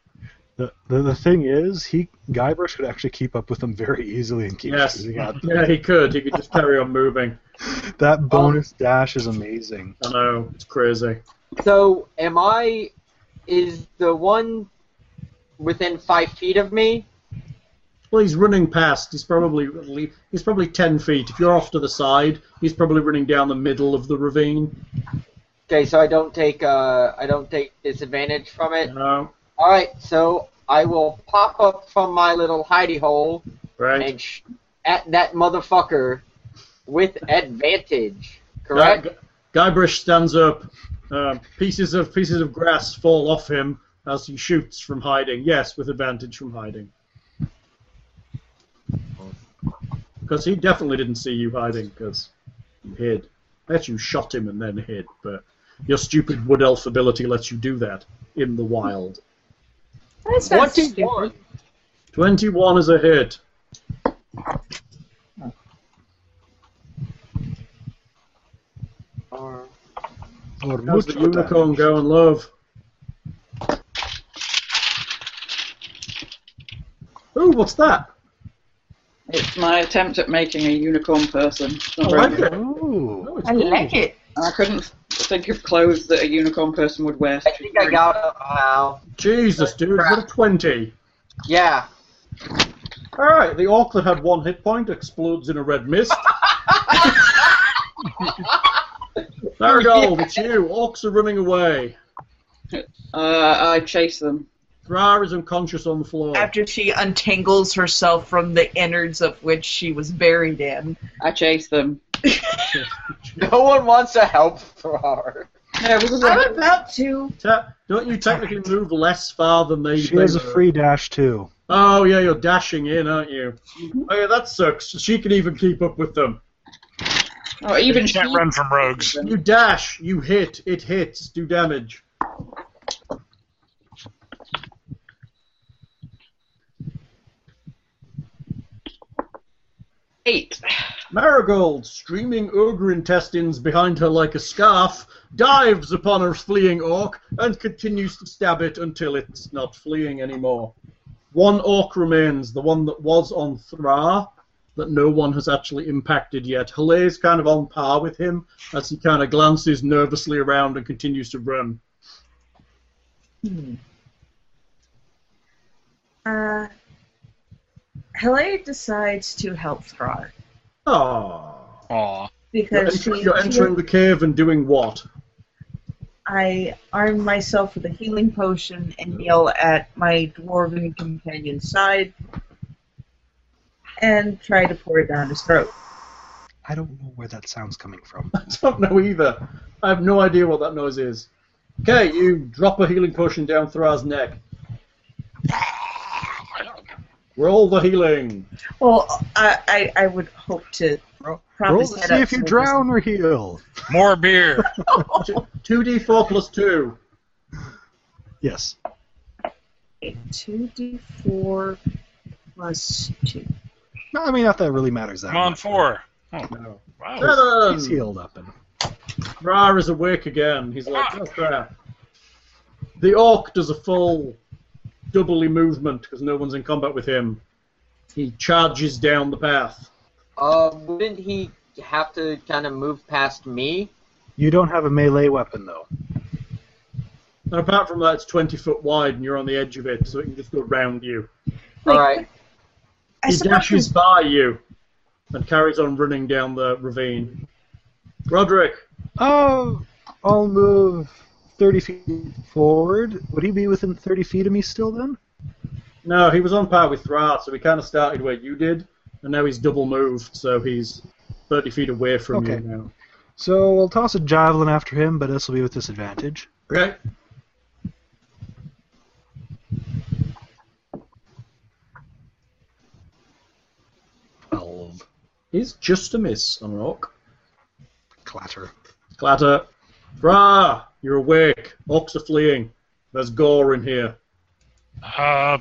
[SPEAKER 4] The, the the thing is, he Guybrush could actually keep up with them very easily and keep
[SPEAKER 2] Yes.
[SPEAKER 4] shooting at them.
[SPEAKER 2] Yeah, he could. He could just carry on moving.
[SPEAKER 4] That bonus dash is amazing.
[SPEAKER 2] I know. It's crazy.
[SPEAKER 6] So am I? Is the one within five feet of me?
[SPEAKER 2] Well, he's running past. He's probably at le- he's probably ten feet. If you're off to the side, he's probably running down the middle of the ravine.
[SPEAKER 6] Okay, so I don't take uh I don't take disadvantage from it.
[SPEAKER 2] You know,
[SPEAKER 6] All right, so I will pop up from my little hidey hole
[SPEAKER 2] right?
[SPEAKER 6] and sh- at that motherfucker with advantage.
[SPEAKER 2] Guy,
[SPEAKER 6] Correct.
[SPEAKER 2] Guybrush stands up. Um, pieces of pieces of grass fall off him as he shoots from hiding. Yes, with advantage from hiding. Because he definitely didn't see you hiding. Because you hid. Bet you shot him and then hid. But your stupid wood elf ability lets you do that in the wild.
[SPEAKER 7] that's not stupid.
[SPEAKER 6] Twenty-one.
[SPEAKER 2] Twenty-one is a hit.
[SPEAKER 6] Or-
[SPEAKER 4] Or
[SPEAKER 2] How's the
[SPEAKER 4] mucho
[SPEAKER 2] unicorn
[SPEAKER 4] damage.
[SPEAKER 2] going, love? Ooh, what's that?
[SPEAKER 5] It's my attempt at making a unicorn person. It's not
[SPEAKER 2] I
[SPEAKER 5] very
[SPEAKER 2] like
[SPEAKER 5] good.
[SPEAKER 2] it.
[SPEAKER 4] Oh,
[SPEAKER 2] it's
[SPEAKER 8] I
[SPEAKER 2] cool.
[SPEAKER 8] like it.
[SPEAKER 5] I couldn't think of clothes that a unicorn person would wear.
[SPEAKER 6] I think I got it. Wow.
[SPEAKER 2] Jesus, dude, you got a 20.
[SPEAKER 6] Yeah.
[SPEAKER 2] All right, the orc that had one hit point explodes in a red mist. there we go, it's you. Orcs are running away.
[SPEAKER 5] Uh, I chase them.
[SPEAKER 2] Thrar is unconscious on the floor.
[SPEAKER 8] After she untangles herself from the innards of which she was buried in.
[SPEAKER 5] I chase them.
[SPEAKER 6] No one wants to help Thrar.
[SPEAKER 5] No, this is a-
[SPEAKER 7] I'm about to.
[SPEAKER 2] Ta- Don't you technically move less far than they
[SPEAKER 4] she
[SPEAKER 2] they
[SPEAKER 4] has a
[SPEAKER 2] were?
[SPEAKER 4] free dash too.
[SPEAKER 2] Oh, yeah, you're dashing in, aren't you? Oh, yeah, that sucks. She can even keep up with them.
[SPEAKER 5] oh, even
[SPEAKER 3] You
[SPEAKER 5] she.
[SPEAKER 3] can't run from rogues.
[SPEAKER 2] You dash, you hit, it hits, do damage.
[SPEAKER 5] Eight.
[SPEAKER 2] Marigold, streaming ogre intestines behind her like a scarf, dives upon her fleeing orc and continues to stab it until it's not fleeing anymore. One orc remains, the one that was on Thra, that no one has actually impacted yet. Halay's kind of on par with him as he kind of glances nervously around and continues to run.
[SPEAKER 7] hmm, Uh, Hele decides to help Thrar
[SPEAKER 2] Ah.
[SPEAKER 3] Aw.
[SPEAKER 2] You're,
[SPEAKER 7] because
[SPEAKER 2] enter-
[SPEAKER 7] she-
[SPEAKER 2] you're
[SPEAKER 7] she
[SPEAKER 2] entering the cave and doing what?
[SPEAKER 7] I arm myself with a healing potion and kneel at my dwarven companion's side and try to pour it down his throat.
[SPEAKER 4] I don't know where that sound's coming from.
[SPEAKER 2] I don't know either. I have no idea what that noise is. Okay, you drop a healing potion down Thra's neck. Roll the healing.
[SPEAKER 7] Well, I, I, I would hope to
[SPEAKER 4] Roll-
[SPEAKER 7] prop
[SPEAKER 4] Roll
[SPEAKER 7] his
[SPEAKER 4] to
[SPEAKER 7] head
[SPEAKER 4] see
[SPEAKER 7] up
[SPEAKER 4] if
[SPEAKER 7] so
[SPEAKER 4] you
[SPEAKER 7] it
[SPEAKER 4] drown or heal.
[SPEAKER 3] More beer.
[SPEAKER 2] 2d4 plus 2.
[SPEAKER 4] Yes.
[SPEAKER 7] doesn't- 2d4 plus 2.
[SPEAKER 4] No, I mean not that it really matters that
[SPEAKER 3] I'm on
[SPEAKER 4] much.
[SPEAKER 3] four.
[SPEAKER 4] No.
[SPEAKER 3] Wow.
[SPEAKER 4] He's
[SPEAKER 2] Seven.
[SPEAKER 4] healed up and
[SPEAKER 2] Thra is awake again. He's like, oh crap. The orc does a full doubly movement because no one's in combat with him. He charges down the path.
[SPEAKER 6] Uh, wouldn't he have to kind of move past me?
[SPEAKER 4] you don't have a melee weapon though.
[SPEAKER 2] And apart from that, it's 20 foot wide and you're on the edge of it, so it can just go round you.
[SPEAKER 6] All right.
[SPEAKER 7] I
[SPEAKER 2] He
[SPEAKER 7] suppose
[SPEAKER 2] dashes by you and carries on running down the ravine. Roderick,
[SPEAKER 4] Oh, I'll move thirty feet forward. Would he be within thirty feet of me still then?
[SPEAKER 2] no, he was on par with Thra, so he kind of started where you did, and now he's double moved, so he's 30 feet away from you
[SPEAKER 4] Okay.
[SPEAKER 2] now.
[SPEAKER 4] So I'll toss a javelin after him, but this will be with disadvantage.
[SPEAKER 2] Okay.
[SPEAKER 4] Twelve.
[SPEAKER 2] He's just a miss on Rock.
[SPEAKER 4] Clatter.
[SPEAKER 2] Clatter. Thra, you're awake. Orcs are fleeing. There's gore in here.
[SPEAKER 3] Uh,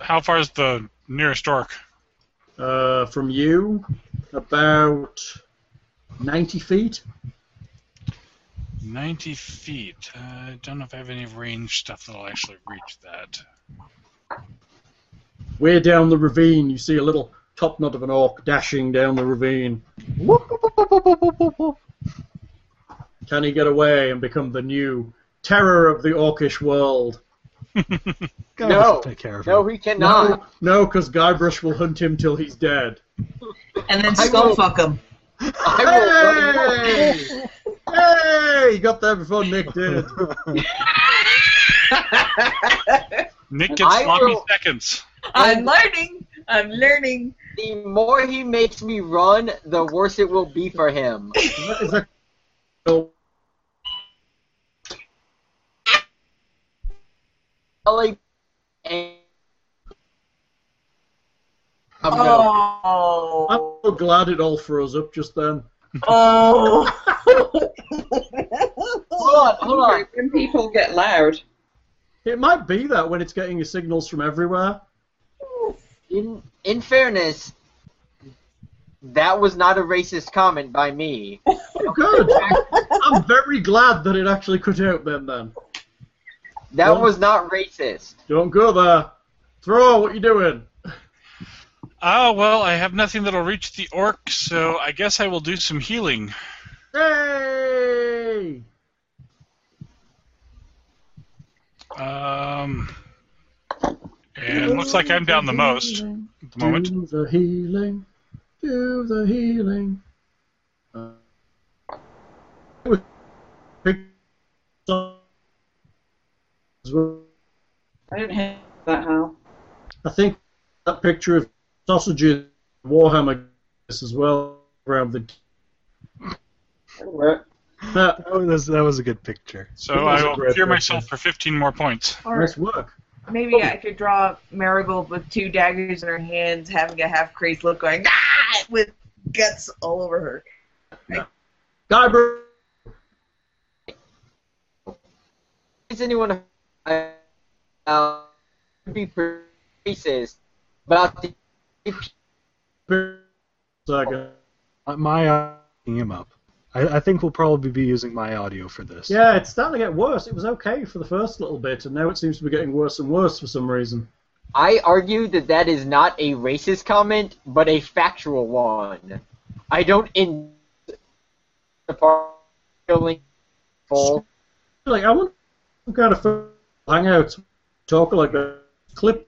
[SPEAKER 3] how far is the nearest orc?
[SPEAKER 2] Uh, from you, about 90 feet.
[SPEAKER 3] 90 feet. Uh, I don't know if I have any range stuff that'll actually reach that.
[SPEAKER 2] Way down the ravine, you see a little top knot of an orc dashing down the ravine. Can he get away and become the new terror of the orcish world?
[SPEAKER 4] God,
[SPEAKER 6] No.
[SPEAKER 4] let's take care of him.
[SPEAKER 6] No, he cannot.
[SPEAKER 2] No, because Guybrush will hunt him till he's dead.
[SPEAKER 8] And then
[SPEAKER 6] I
[SPEAKER 8] skull
[SPEAKER 6] will-
[SPEAKER 8] fuck him.
[SPEAKER 6] I
[SPEAKER 2] Hey! hey! He got there before Nick did.
[SPEAKER 3] Nick gets
[SPEAKER 6] I
[SPEAKER 3] sloppy
[SPEAKER 6] will-
[SPEAKER 3] seconds.
[SPEAKER 8] I'm learning. I'm learning.
[SPEAKER 6] will. The more he makes me run, the worse it will be for him.
[SPEAKER 2] Is that- is that- oh,
[SPEAKER 6] Ellie and I'm
[SPEAKER 2] Oh.
[SPEAKER 6] gonna-
[SPEAKER 2] I'm
[SPEAKER 8] Oh.
[SPEAKER 2] so glad it all froze up just then.
[SPEAKER 8] Oh.
[SPEAKER 6] Hold on, hold on.
[SPEAKER 5] When people get loud,
[SPEAKER 2] It might be that when it's getting your signals from everywhere.
[SPEAKER 6] In in fairness, that was not a racist comment by me.
[SPEAKER 2] Oh, good. I'm very glad that it actually cut out then. Then
[SPEAKER 6] That was not racist.
[SPEAKER 2] don't go there. Throw what you doing.
[SPEAKER 3] Ah, well, I have nothing that'll reach the orc, so I guess I will do some healing.
[SPEAKER 2] Hey!
[SPEAKER 3] Um, and looks like I'm down the most at the moment.
[SPEAKER 2] Do the healing. Do the healing. Uh,
[SPEAKER 5] I didn't hear that, Hal.
[SPEAKER 2] I think that picture of sausages, Warhammer as well around the.
[SPEAKER 5] That'll work.
[SPEAKER 2] That,
[SPEAKER 4] That was, that was a good picture.
[SPEAKER 3] So
[SPEAKER 2] That was
[SPEAKER 3] I
[SPEAKER 2] a
[SPEAKER 3] will
[SPEAKER 2] great picture.
[SPEAKER 3] cure myself for 15 more points.
[SPEAKER 8] Or
[SPEAKER 2] nice work.
[SPEAKER 8] maybe I could draw Marigold with two daggers in her hands, having a half crazed look, going ah, with guts all over her.
[SPEAKER 2] Guybrush.
[SPEAKER 6] Is anyone uh, be racist about the
[SPEAKER 2] Second.
[SPEAKER 4] Uh, My uh, him up. I, I think we'll probably be using my audio for this.
[SPEAKER 2] Yeah, it's starting to get worse. It was okay for the first little bit, and now it seems to be getting worse and worse for some reason.
[SPEAKER 6] I argue that that is not a racist comment, but a factual one. I don't in the part full.
[SPEAKER 2] Like, I want some kind of hangout, talk like a clip.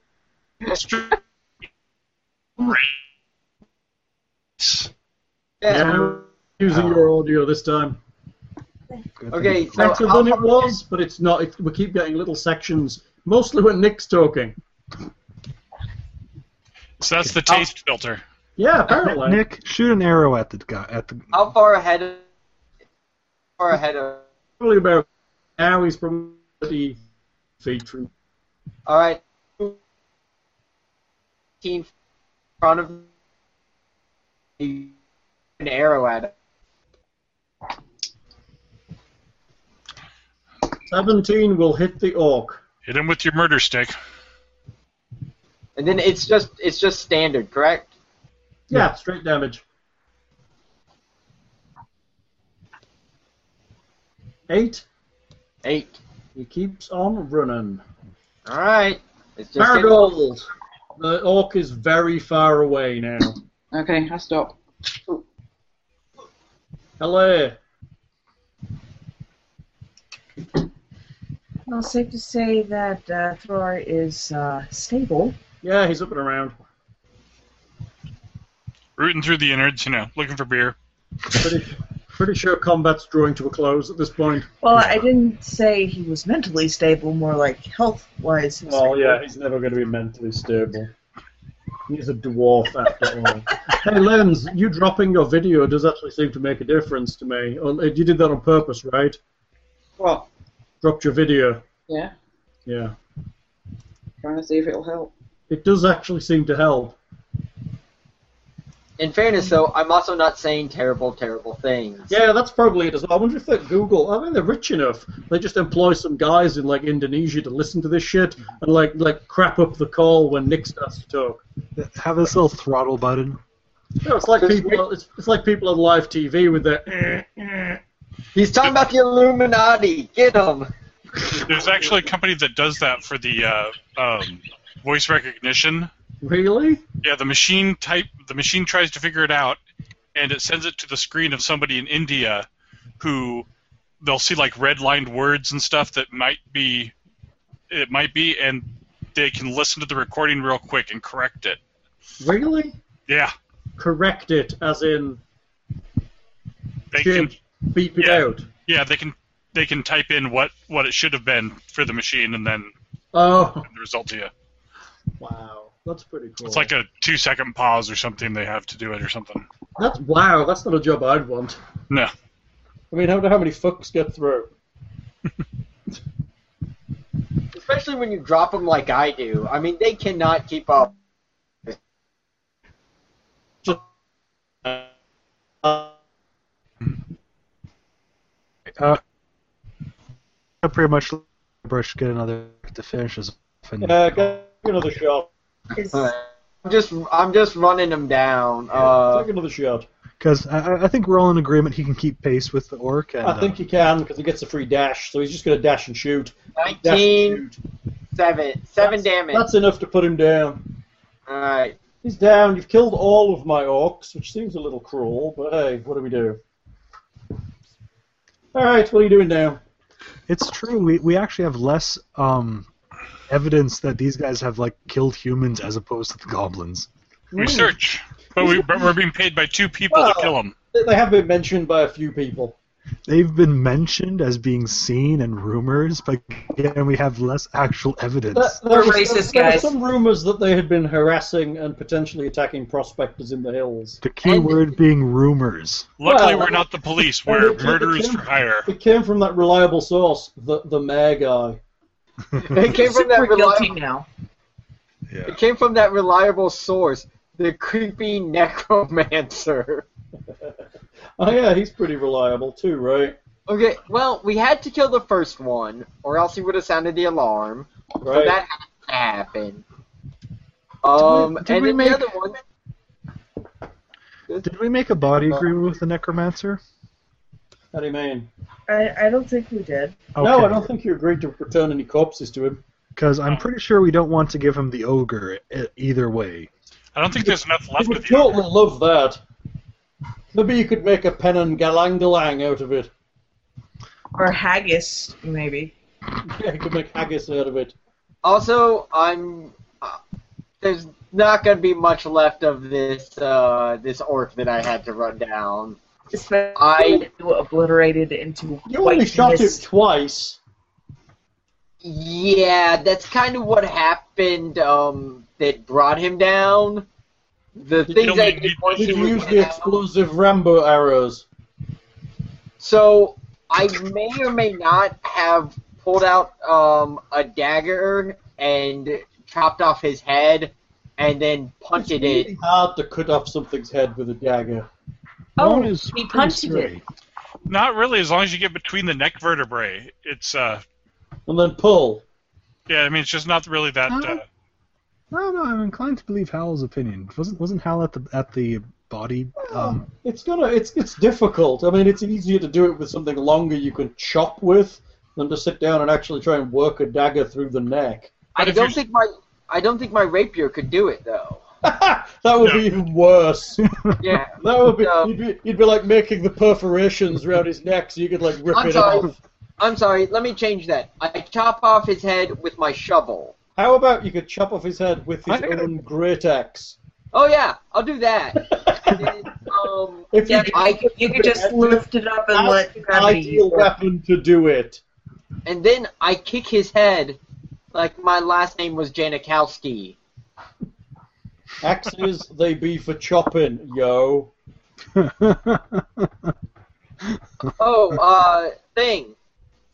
[SPEAKER 6] Yeah.
[SPEAKER 2] I'm using your audio this time.
[SPEAKER 4] Good thing.
[SPEAKER 6] Okay, so
[SPEAKER 2] Better than it was, but it's not. It, we keep getting little sections, mostly when Nick's talking.
[SPEAKER 3] So that's the taste filter.
[SPEAKER 2] Yeah, apparently.
[SPEAKER 4] Nick, shoot an arrow at the guy. At the
[SPEAKER 6] how far ahead? Of, far ahead of.
[SPEAKER 2] probably about now he's probably 30 feet from.
[SPEAKER 6] All right. Team in front of me. an arrow at it.
[SPEAKER 2] 17 will hit the orc.
[SPEAKER 3] Hit him with your murder stick.
[SPEAKER 6] And then it's just it's just standard, correct?
[SPEAKER 2] Yeah, straight damage. Eight.
[SPEAKER 6] Eight.
[SPEAKER 2] He keeps on running.
[SPEAKER 6] All right. It's just
[SPEAKER 2] Marigold. The orc is very far away now.
[SPEAKER 5] Okay, I stop.
[SPEAKER 2] Hello.
[SPEAKER 7] Well, it's safe to say that uh, Thor is uh, stable.
[SPEAKER 2] Yeah, he's up and around.
[SPEAKER 3] Rooting through the innards, you know, looking for beer.
[SPEAKER 2] Pretty, pretty sure combat's drawing to a close at this point.
[SPEAKER 7] Well, I didn't say he was mentally stable, more like health-wise. he's
[SPEAKER 2] Well,
[SPEAKER 7] stable.
[SPEAKER 2] yeah, he's never going to be mentally stable. He's a dwarf after all. hey, Lens, you dropping your video does actually seem to make a difference to me. Oh, You did that on purpose, right?
[SPEAKER 5] What?
[SPEAKER 2] Dropped your video.
[SPEAKER 5] Yeah,
[SPEAKER 2] Yeah.
[SPEAKER 5] trying to see if it'll help.
[SPEAKER 2] It does actually seem to help.
[SPEAKER 6] In fairness, though, I'm also not saying terrible, terrible things.
[SPEAKER 2] Yeah, that's probably it as well. I wonder if that Google. I mean, they're rich enough. They just employ some guys in like Indonesia to listen to this shit and like like crap up the call when Nick starts to talk.
[SPEAKER 4] have this little throttle button.
[SPEAKER 2] No, it's like people. It's, it's like people on live TV with their. "Eh."
[SPEAKER 6] He's talking about the Illuminati. Get him.
[SPEAKER 3] There's actually a company that does that for the uh, um, voice recognition.
[SPEAKER 2] Really?
[SPEAKER 3] Yeah, the machine type the machine tries to figure it out, and it sends it to the screen of somebody in India, who they'll see like red lined words and stuff that might be, it might be, and they can listen to the recording real quick and correct it.
[SPEAKER 2] Really?
[SPEAKER 3] Yeah,
[SPEAKER 2] Correct it, as in
[SPEAKER 3] they
[SPEAKER 2] Jim,
[SPEAKER 3] can.
[SPEAKER 2] beep it
[SPEAKER 3] Yeah.
[SPEAKER 2] out.
[SPEAKER 3] Yeah, they can. They can type in what what it should have been for the machine, and then
[SPEAKER 2] Oh,
[SPEAKER 3] the result to you.
[SPEAKER 2] wow, that's pretty cool.
[SPEAKER 3] It's like a two second pause or something they have to do it or something.
[SPEAKER 2] that's wow. That's not a job I'd want.
[SPEAKER 3] No.
[SPEAKER 2] I mean, I don't know how many fucks get through.
[SPEAKER 6] Especially when you drop them like I do. I mean, they cannot keep up.
[SPEAKER 2] Uh,
[SPEAKER 4] Uh, pretty much brush get another to finish as often.
[SPEAKER 2] uh, go another shot.
[SPEAKER 7] Is,
[SPEAKER 6] I'm just, I'm just running them down. Uh,
[SPEAKER 2] Take another shot.
[SPEAKER 4] Because I, I- I think we're all in agreement he can keep pace with the orc. And,
[SPEAKER 2] I think
[SPEAKER 4] uh,
[SPEAKER 2] he can because he gets a free dash, so he's just going to dash and shoot. Dash and
[SPEAKER 6] 19,
[SPEAKER 2] shoot.
[SPEAKER 6] 7, 7 damage.
[SPEAKER 2] That's enough to put him down.
[SPEAKER 6] All right.
[SPEAKER 2] He's down. You've killed all of my orcs, which seems a little cruel, but hey, what do we do? All right, what are you doing now?
[SPEAKER 4] It's true. We, we actually have less um, evidence that these guys have like killed humans as opposed to the goblins.
[SPEAKER 3] We search, but we, but we're being paid by two people to kill them.
[SPEAKER 2] They- They have been mentioned by a few people.
[SPEAKER 4] They've been mentioned as being seen and rumors, but again, we have less actual
[SPEAKER 2] There,
[SPEAKER 4] evidence.
[SPEAKER 2] there
[SPEAKER 8] We're
[SPEAKER 2] was-
[SPEAKER 8] racist,
[SPEAKER 2] there were
[SPEAKER 8] guys.
[SPEAKER 2] some rumors that they had been harassing and potentially attacking prospectors in the hills.
[SPEAKER 4] The key
[SPEAKER 6] And-
[SPEAKER 4] word being rumors.
[SPEAKER 3] Luckily,
[SPEAKER 2] Well,
[SPEAKER 3] we're not the police.
[SPEAKER 2] well,
[SPEAKER 3] We're
[SPEAKER 2] they- they
[SPEAKER 3] murderers
[SPEAKER 2] can-
[SPEAKER 3] for hire.
[SPEAKER 2] It came from that reliable source, the the mayor guy.
[SPEAKER 6] It came from that
[SPEAKER 8] Super guilty
[SPEAKER 6] reliable,
[SPEAKER 8] now.
[SPEAKER 4] Yeah.
[SPEAKER 6] it came from that reliable source, the creepy necromancer.
[SPEAKER 2] Oh yeah, he's pretty reliable too, right?
[SPEAKER 6] Okay, well, we had to kill the first one, or else he would have sounded the alarm. So
[SPEAKER 2] Right.
[SPEAKER 6] that had to happen. Um,
[SPEAKER 4] did
[SPEAKER 6] and
[SPEAKER 4] we
[SPEAKER 6] then
[SPEAKER 4] make-
[SPEAKER 6] the other one.
[SPEAKER 4] Did we make a body agreement with the necromancer?
[SPEAKER 2] How do you mean?
[SPEAKER 7] I, I don't think we did.
[SPEAKER 2] No, I don't think you agreed to return any corpses to him.
[SPEAKER 4] Because I'm pretty sure we don't want to give him the ogre e- either way.
[SPEAKER 3] I don't think there's enough
[SPEAKER 2] He
[SPEAKER 3] left
[SPEAKER 2] would
[SPEAKER 3] of you.
[SPEAKER 2] totally love that. Maybe you could make a pen and galangalang out of it.
[SPEAKER 8] Or haggis, maybe.
[SPEAKER 2] Yeah, you could make haggis out of it.
[SPEAKER 6] Also, I'm. Uh, there's not going to be much left of this uh, this orc that I had to run down.
[SPEAKER 8] Especially
[SPEAKER 6] I-
[SPEAKER 8] obliterated into
[SPEAKER 2] You
[SPEAKER 8] white
[SPEAKER 2] only shot him
[SPEAKER 8] mist.
[SPEAKER 2] twice.
[SPEAKER 6] Yeah, that's kind of what happened. Um, that brought him down. The
[SPEAKER 3] He
[SPEAKER 6] things
[SPEAKER 3] only
[SPEAKER 6] I did
[SPEAKER 3] need-
[SPEAKER 6] once
[SPEAKER 2] Did
[SPEAKER 6] he
[SPEAKER 2] you
[SPEAKER 6] was
[SPEAKER 2] use the
[SPEAKER 6] down.
[SPEAKER 2] explosive Rambo arrows?
[SPEAKER 6] So I may or may not have pulled out um, a dagger and chopped off his head, and then punted
[SPEAKER 2] It's
[SPEAKER 6] it.
[SPEAKER 2] really hard to cut off something's head with a dagger.
[SPEAKER 8] Oh,
[SPEAKER 4] One is
[SPEAKER 8] he
[SPEAKER 4] pretty
[SPEAKER 8] punted
[SPEAKER 4] scary.
[SPEAKER 8] it.
[SPEAKER 3] Not really, as long as you get between the neck vertebrae. It's uh,
[SPEAKER 2] And then pull.
[SPEAKER 3] yeah. I mean, it's just not really that. Uh,
[SPEAKER 4] No, no, I'm inclined to believe Hal's opinion. Wasn't wasn't Hal at the at the body? Um,
[SPEAKER 2] It's gonna. It's it's difficult. I mean, it's easier to do it with something longer you can chop with than to sit down and actually try and work a dagger through the neck.
[SPEAKER 6] I
[SPEAKER 3] But if
[SPEAKER 6] don't
[SPEAKER 3] you-
[SPEAKER 6] think my I don't think my rapier could do it though.
[SPEAKER 2] that would be
[SPEAKER 3] No.
[SPEAKER 2] even worse.
[SPEAKER 6] Yeah.
[SPEAKER 2] That would be,
[SPEAKER 6] No.
[SPEAKER 2] you'd be you'd be like making the perforations around his neck so you could like rip
[SPEAKER 6] I'm
[SPEAKER 2] it
[SPEAKER 6] sorry.
[SPEAKER 2] off.
[SPEAKER 6] I'm sorry. Let me change that. I chop off his head with my shovel.
[SPEAKER 2] How about you could chop off his head with his
[SPEAKER 4] I gotta-
[SPEAKER 2] own great axe?
[SPEAKER 6] Oh yeah, I'll do that. And, um,
[SPEAKER 2] If you
[SPEAKER 8] Yeah,
[SPEAKER 2] could-
[SPEAKER 8] you could, you could just lift it up and
[SPEAKER 2] that's
[SPEAKER 8] let
[SPEAKER 2] the
[SPEAKER 8] gravity.
[SPEAKER 2] ideal weapon to do it.
[SPEAKER 6] and then I kick his head, like my last name was Janikowski.
[SPEAKER 2] Axes, they be for chopping, yo.
[SPEAKER 4] Um,
[SPEAKER 6] Oh, uh, thing.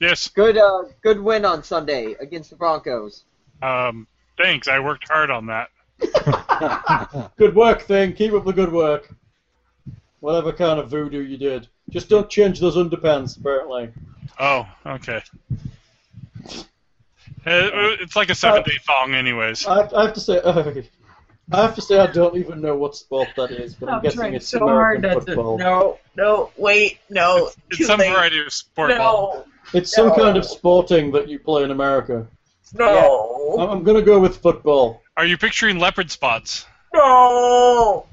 [SPEAKER 3] yes.
[SPEAKER 6] Good, uh, good win on Sunday against the Broncos.
[SPEAKER 3] Um, thanks. I worked hard on that.
[SPEAKER 2] Good work, thing. Keep up the good work. Whatever kind of voodoo you did. Just don't change those underpants, apparently.
[SPEAKER 3] Oh, okay. Uh, It's like a seven-day thong, anyways.
[SPEAKER 2] I, I have to say, I have to say, I don't even know what sport that is, but I'm,
[SPEAKER 8] I'm
[SPEAKER 2] guessing
[SPEAKER 8] trying
[SPEAKER 2] it's
[SPEAKER 8] so hard
[SPEAKER 2] American
[SPEAKER 8] not to.
[SPEAKER 2] football.
[SPEAKER 8] No, no, wait, no.
[SPEAKER 3] It's
[SPEAKER 8] too
[SPEAKER 3] some
[SPEAKER 8] late.
[SPEAKER 3] variety of sport. ball.
[SPEAKER 8] No,
[SPEAKER 2] It's some
[SPEAKER 8] No.
[SPEAKER 2] kind of sporting that you play in America.
[SPEAKER 8] no,
[SPEAKER 2] I'm, I'm gonna go with football
[SPEAKER 3] Are you picturing leopard spots?
[SPEAKER 8] no.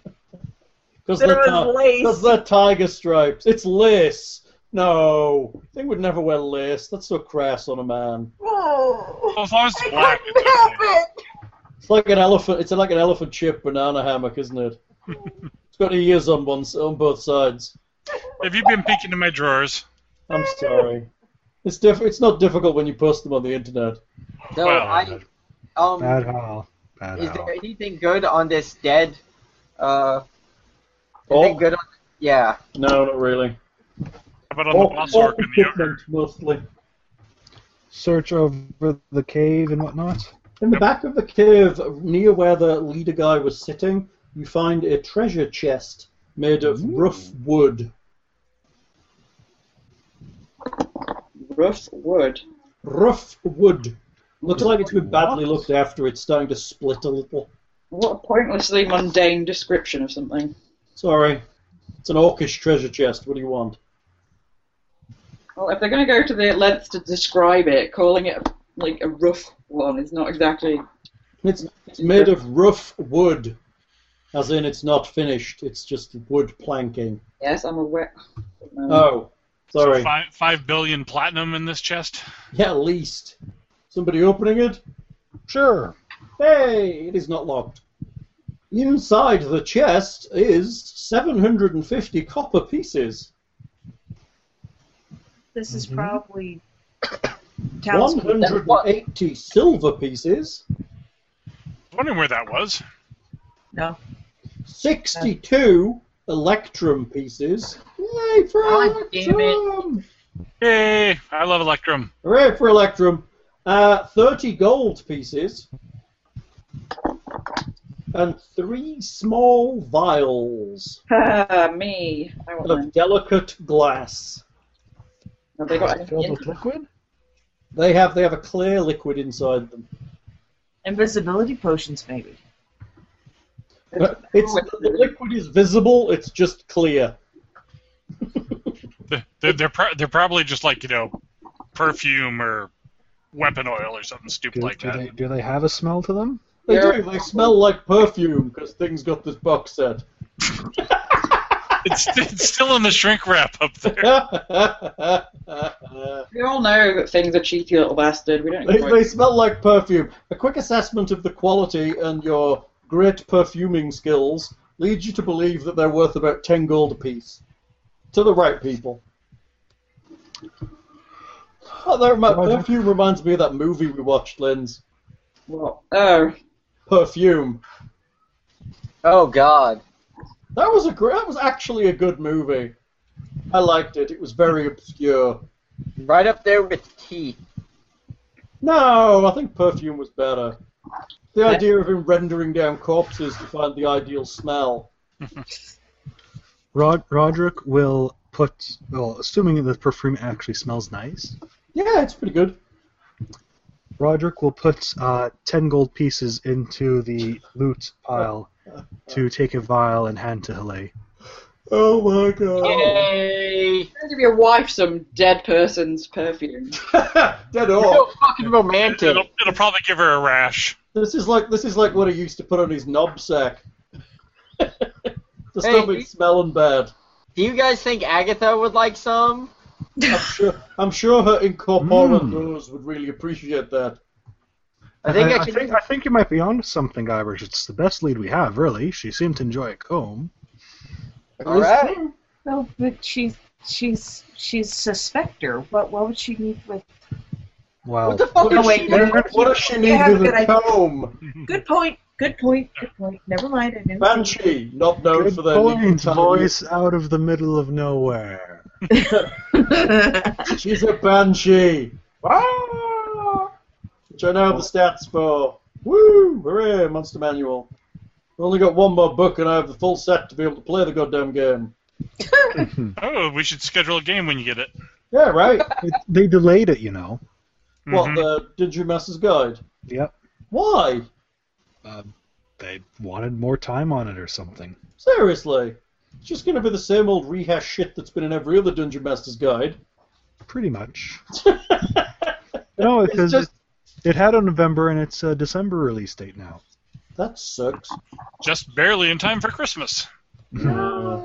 [SPEAKER 2] because
[SPEAKER 8] There
[SPEAKER 2] they're,
[SPEAKER 8] was
[SPEAKER 2] ti- 'cause
[SPEAKER 8] lace.
[SPEAKER 2] they're tiger stripes. It's lace. No, they would never wear lace. That's so crass on a man.
[SPEAKER 8] Oh,
[SPEAKER 3] Well, as long as
[SPEAKER 8] I
[SPEAKER 3] it's
[SPEAKER 8] couldn't
[SPEAKER 3] black.
[SPEAKER 8] help
[SPEAKER 3] It's okay.
[SPEAKER 8] it.
[SPEAKER 2] It's like an elephant. It's like an elephant chip banana hammock, isn't it? it's got ears on one s- on both sides.
[SPEAKER 3] Have you been peeking in my drawers?
[SPEAKER 2] I'm sorry. It's diff- It's not difficult when you post them on the internet.
[SPEAKER 6] No,
[SPEAKER 3] Well,
[SPEAKER 6] I. Um,
[SPEAKER 4] Bad Hal. Bad
[SPEAKER 6] is
[SPEAKER 4] Hal.
[SPEAKER 6] there anything good on this dead? Uh, anything
[SPEAKER 2] Oh
[SPEAKER 6] good on? Yeah.
[SPEAKER 2] no, not really.
[SPEAKER 3] How about on
[SPEAKER 2] Oh,
[SPEAKER 3] the boss
[SPEAKER 2] oh,
[SPEAKER 3] orc and the ogre?
[SPEAKER 2] equipment, mostly.
[SPEAKER 4] Search over the cave and whatnot.
[SPEAKER 2] In the back of the cave, near where the leader guy was sitting, you find a treasure chest made of rough wood.
[SPEAKER 5] Rough wood.
[SPEAKER 2] Rough wood. Looks like it's been badly looked after. It's starting to split a little.
[SPEAKER 5] What a pointlessly mundane description of something.
[SPEAKER 2] Sorry. It's an orcish treasure chest. What do you want?
[SPEAKER 5] Well, if they're going to go to the lengths to describe it, calling it like a rough one is not exactly.
[SPEAKER 2] It's, it's made of rough wood. As in, it's not finished. It's just wood planking.
[SPEAKER 5] Yes, I'm aware. No.
[SPEAKER 2] Oh, sorry.
[SPEAKER 3] Five, five billion platinum in this chest.
[SPEAKER 2] Yeah, at least. Somebody opening it?
[SPEAKER 9] Sure.
[SPEAKER 2] Hey, it is not locked. Inside the chest is 750 copper pieces.
[SPEAKER 8] This is probably townspeople.
[SPEAKER 2] 180 silver pieces,
[SPEAKER 3] I wondering where that was.
[SPEAKER 8] No.
[SPEAKER 2] 62 electrum pieces. Yay for
[SPEAKER 5] God damn it.
[SPEAKER 2] electrum!
[SPEAKER 3] Yay! Eh, I love Electrum.
[SPEAKER 2] Hooray for electrum! Uh, 30 gold pieces. And three small vials
[SPEAKER 5] Ah, me. I want
[SPEAKER 2] of
[SPEAKER 5] them.
[SPEAKER 2] delicate glass.
[SPEAKER 5] Have they got
[SPEAKER 9] Filled with
[SPEAKER 5] anything
[SPEAKER 9] liquid?
[SPEAKER 2] They have they have a clear liquid inside them.
[SPEAKER 8] Invisibility potions, maybe.
[SPEAKER 2] But it's the liquid is visible. It's just clear.
[SPEAKER 3] They're they're, they're, pro- they're probably just like you know, perfume or weapon oil or something
[SPEAKER 4] Do,
[SPEAKER 3] stupid like
[SPEAKER 4] do
[SPEAKER 3] that.
[SPEAKER 4] they, do they have a smell to them?
[SPEAKER 2] They
[SPEAKER 5] Yeah.
[SPEAKER 2] do. They smell like perfume because things got this box set.
[SPEAKER 3] It's, it's still in the shrink wrap up there.
[SPEAKER 5] We all know that things are cheeky little bastard. We don't.
[SPEAKER 2] they,
[SPEAKER 5] need
[SPEAKER 2] they smell like perfume. A quick assessment of the quality and your great perfuming skills leads you to believe that they're worth about ten gold apiece to the right people. Oh, that remi-
[SPEAKER 4] Roger.
[SPEAKER 2] perfume reminds me of that movie we watched, Linz.
[SPEAKER 5] What? Oh,
[SPEAKER 2] Perfume.
[SPEAKER 6] Oh God.
[SPEAKER 2] That was a gr- that was actually a good movie. I liked it. It was very obscure.
[SPEAKER 6] Right up there with teeth.
[SPEAKER 2] No, I think perfume was better. The idea of him rendering down corpses to find the ideal smell.
[SPEAKER 4] Rod, Roderick will put, well, assuming the perfume actually smells nice,
[SPEAKER 2] Yeah, it's pretty good.
[SPEAKER 4] Roderick will put uh, 10 gold pieces into the loot pile to take a vial and hand to Hillay.
[SPEAKER 2] Oh my god.
[SPEAKER 6] Yay!
[SPEAKER 5] going to be a wife some dead person's perfume.
[SPEAKER 2] Dead
[SPEAKER 6] So
[SPEAKER 2] off.
[SPEAKER 6] fucking romantic.
[SPEAKER 3] It'll, it'll probably give her a rash.
[SPEAKER 2] This is like this is like what he used to put on his knob sack. to stop
[SPEAKER 6] Hey.
[SPEAKER 2] it smelling bad.
[SPEAKER 6] Do you guys think Agatha would like some?
[SPEAKER 2] I'm sure, I'm sure her incorporeal
[SPEAKER 4] Mm.
[SPEAKER 2] nose would really appreciate that.
[SPEAKER 6] I think I,
[SPEAKER 4] I,
[SPEAKER 6] can.
[SPEAKER 4] think, I think you might be onto something, Ivers. It's the best lead we have, really. She seemed to enjoy a comb.
[SPEAKER 6] All right.
[SPEAKER 8] No, but she's she's she's suspector. What what would she need with?
[SPEAKER 4] Wow.
[SPEAKER 6] What the fuck
[SPEAKER 2] What does
[SPEAKER 6] is
[SPEAKER 8] Oh, wait,
[SPEAKER 2] she
[SPEAKER 8] no,
[SPEAKER 2] need-
[SPEAKER 8] no,
[SPEAKER 2] what does she need
[SPEAKER 8] have a
[SPEAKER 2] with
[SPEAKER 8] good
[SPEAKER 2] a
[SPEAKER 8] idea.
[SPEAKER 2] comb?
[SPEAKER 8] Good point. Good point. Good point. Never mind. I didn't.
[SPEAKER 2] Banshee, not known
[SPEAKER 4] Good
[SPEAKER 2] for their
[SPEAKER 4] point,
[SPEAKER 2] nicotine.
[SPEAKER 4] voice out of the middle of nowhere.
[SPEAKER 2] She's a banshee. Ah! Which I know the stats for. Woo! Hooray, Monster Manual. I've only got one more book and I have the full set to be able to play the goddamn game.
[SPEAKER 3] Oh, we should schedule a game when you get it.
[SPEAKER 2] Yeah, right.
[SPEAKER 4] It, they delayed it, you know.
[SPEAKER 2] What,
[SPEAKER 3] Mhm.
[SPEAKER 2] the Digimaster's Guide?
[SPEAKER 4] Yep. Um,
[SPEAKER 2] Why?
[SPEAKER 4] They wanted more time on it or something.
[SPEAKER 2] Seriously. It's just going to be the same old rehash shit that's been in every other Dungeon Master's Guide.
[SPEAKER 4] Pretty much. No, because
[SPEAKER 2] just-
[SPEAKER 4] it, it had a November and it's a December release date now.
[SPEAKER 2] That sucks.
[SPEAKER 3] Just barely in time for Christmas.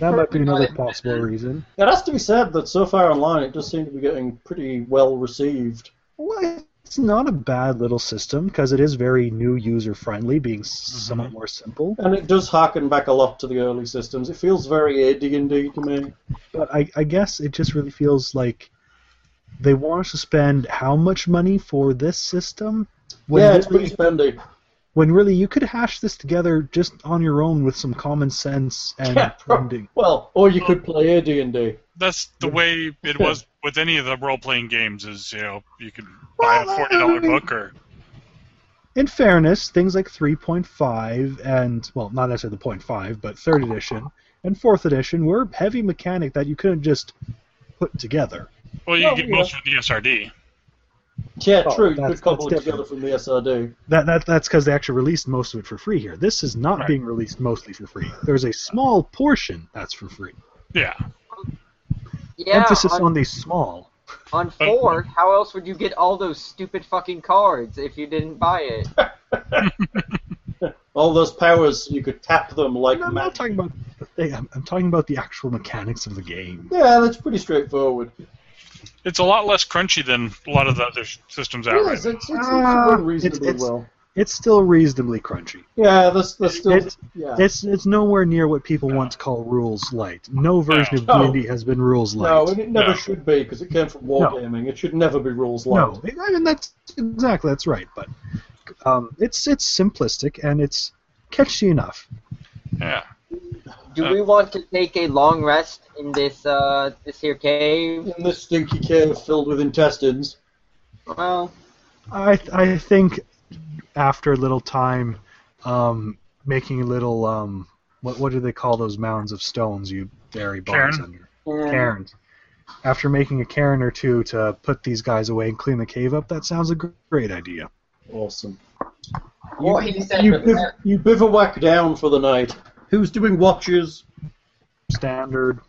[SPEAKER 4] That might be another possible reason.
[SPEAKER 2] It has to be said that so far online it does seem to be getting pretty well received.
[SPEAKER 4] Well, it's not a bad little system because it is very new user friendly, being s somewhat more simple.
[SPEAKER 2] And it does harken back a lot to the early systems. It feels very AD&D to me.
[SPEAKER 4] But I, I guess it just really feels like they want us to spend how much money for this system when
[SPEAKER 2] yeah, it's
[SPEAKER 4] really-
[SPEAKER 2] pretty spendy.
[SPEAKER 4] when really you could hash this together just on your own with some common sense and
[SPEAKER 2] Yeah, pro-
[SPEAKER 4] funding.
[SPEAKER 2] Well, or you could play AD&D.
[SPEAKER 3] That's the way it was with any of the role playing games. Is you know you could buy
[SPEAKER 4] Well,
[SPEAKER 3] a forty dollar
[SPEAKER 4] I mean-
[SPEAKER 3] book or
[SPEAKER 4] In fairness, things like 3.5 and well, not necessarily the 0.5, but third edition and fourth edition were heavy mechanic that you couldn't just put together.
[SPEAKER 3] well you
[SPEAKER 2] Well,
[SPEAKER 3] get
[SPEAKER 2] yeah.
[SPEAKER 3] most from the SRD.
[SPEAKER 2] Yeah,
[SPEAKER 4] Oh,
[SPEAKER 2] true. You
[SPEAKER 4] that's-
[SPEAKER 2] could cobble it
[SPEAKER 4] that's
[SPEAKER 2] together from the SRD.
[SPEAKER 4] That, that that's because they actually released most of it for free here. This is not
[SPEAKER 3] Right.
[SPEAKER 4] being released mostly for free. There's a small portion that's for free.
[SPEAKER 3] Yeah,
[SPEAKER 6] Yeah.
[SPEAKER 4] Emphasis
[SPEAKER 6] on-
[SPEAKER 4] on the small.
[SPEAKER 6] On Ford, how else would you get all those stupid fucking cards if you didn't buy it?
[SPEAKER 2] All those powers, you could tap them like
[SPEAKER 4] I'm
[SPEAKER 2] magic.
[SPEAKER 4] not talking about the thing. I'm, I'm talking about the actual mechanics of the game.
[SPEAKER 2] Yeah, that's pretty straightforward.
[SPEAKER 3] It's a lot less crunchy than a lot of the other systems out
[SPEAKER 2] It
[SPEAKER 3] right
[SPEAKER 2] is. It's, it's, it's
[SPEAKER 4] Ah,
[SPEAKER 2] done reasonably
[SPEAKER 4] it's- it's-
[SPEAKER 2] well.
[SPEAKER 4] It's still reasonably crunchy.
[SPEAKER 2] Yeah, that's that's still
[SPEAKER 4] it's-
[SPEAKER 2] yeah.
[SPEAKER 4] It's it's nowhere near what people once call rules light. No version of
[SPEAKER 2] No.
[SPEAKER 4] D&D has been rules light.
[SPEAKER 2] no, and it never
[SPEAKER 3] No.
[SPEAKER 2] should be because it came from
[SPEAKER 4] No.
[SPEAKER 2] wargaming. It should never be rules light.
[SPEAKER 4] No, I mean that's exactly that's right. But um, it's it's simplistic and it's catchy enough.
[SPEAKER 3] Yeah.
[SPEAKER 6] Do we want to take a long rest in this uh this here cave?
[SPEAKER 2] In this stinky cave filled with intestines.
[SPEAKER 6] Well,
[SPEAKER 4] I I think after a little time, um, making little um, what what do they call those mounds of stones you bury bones
[SPEAKER 3] Cairn?
[SPEAKER 4] under?
[SPEAKER 6] yeah.
[SPEAKER 4] Cairns. After making a cairn or two to put these guys away and clean the cave up, that sounds a gr- great idea.
[SPEAKER 2] Awesome.
[SPEAKER 5] What he said
[SPEAKER 2] You,
[SPEAKER 5] was
[SPEAKER 2] biv-
[SPEAKER 5] that-
[SPEAKER 2] you bivouac down for the night. Who's doing watches?
[SPEAKER 4] Standard.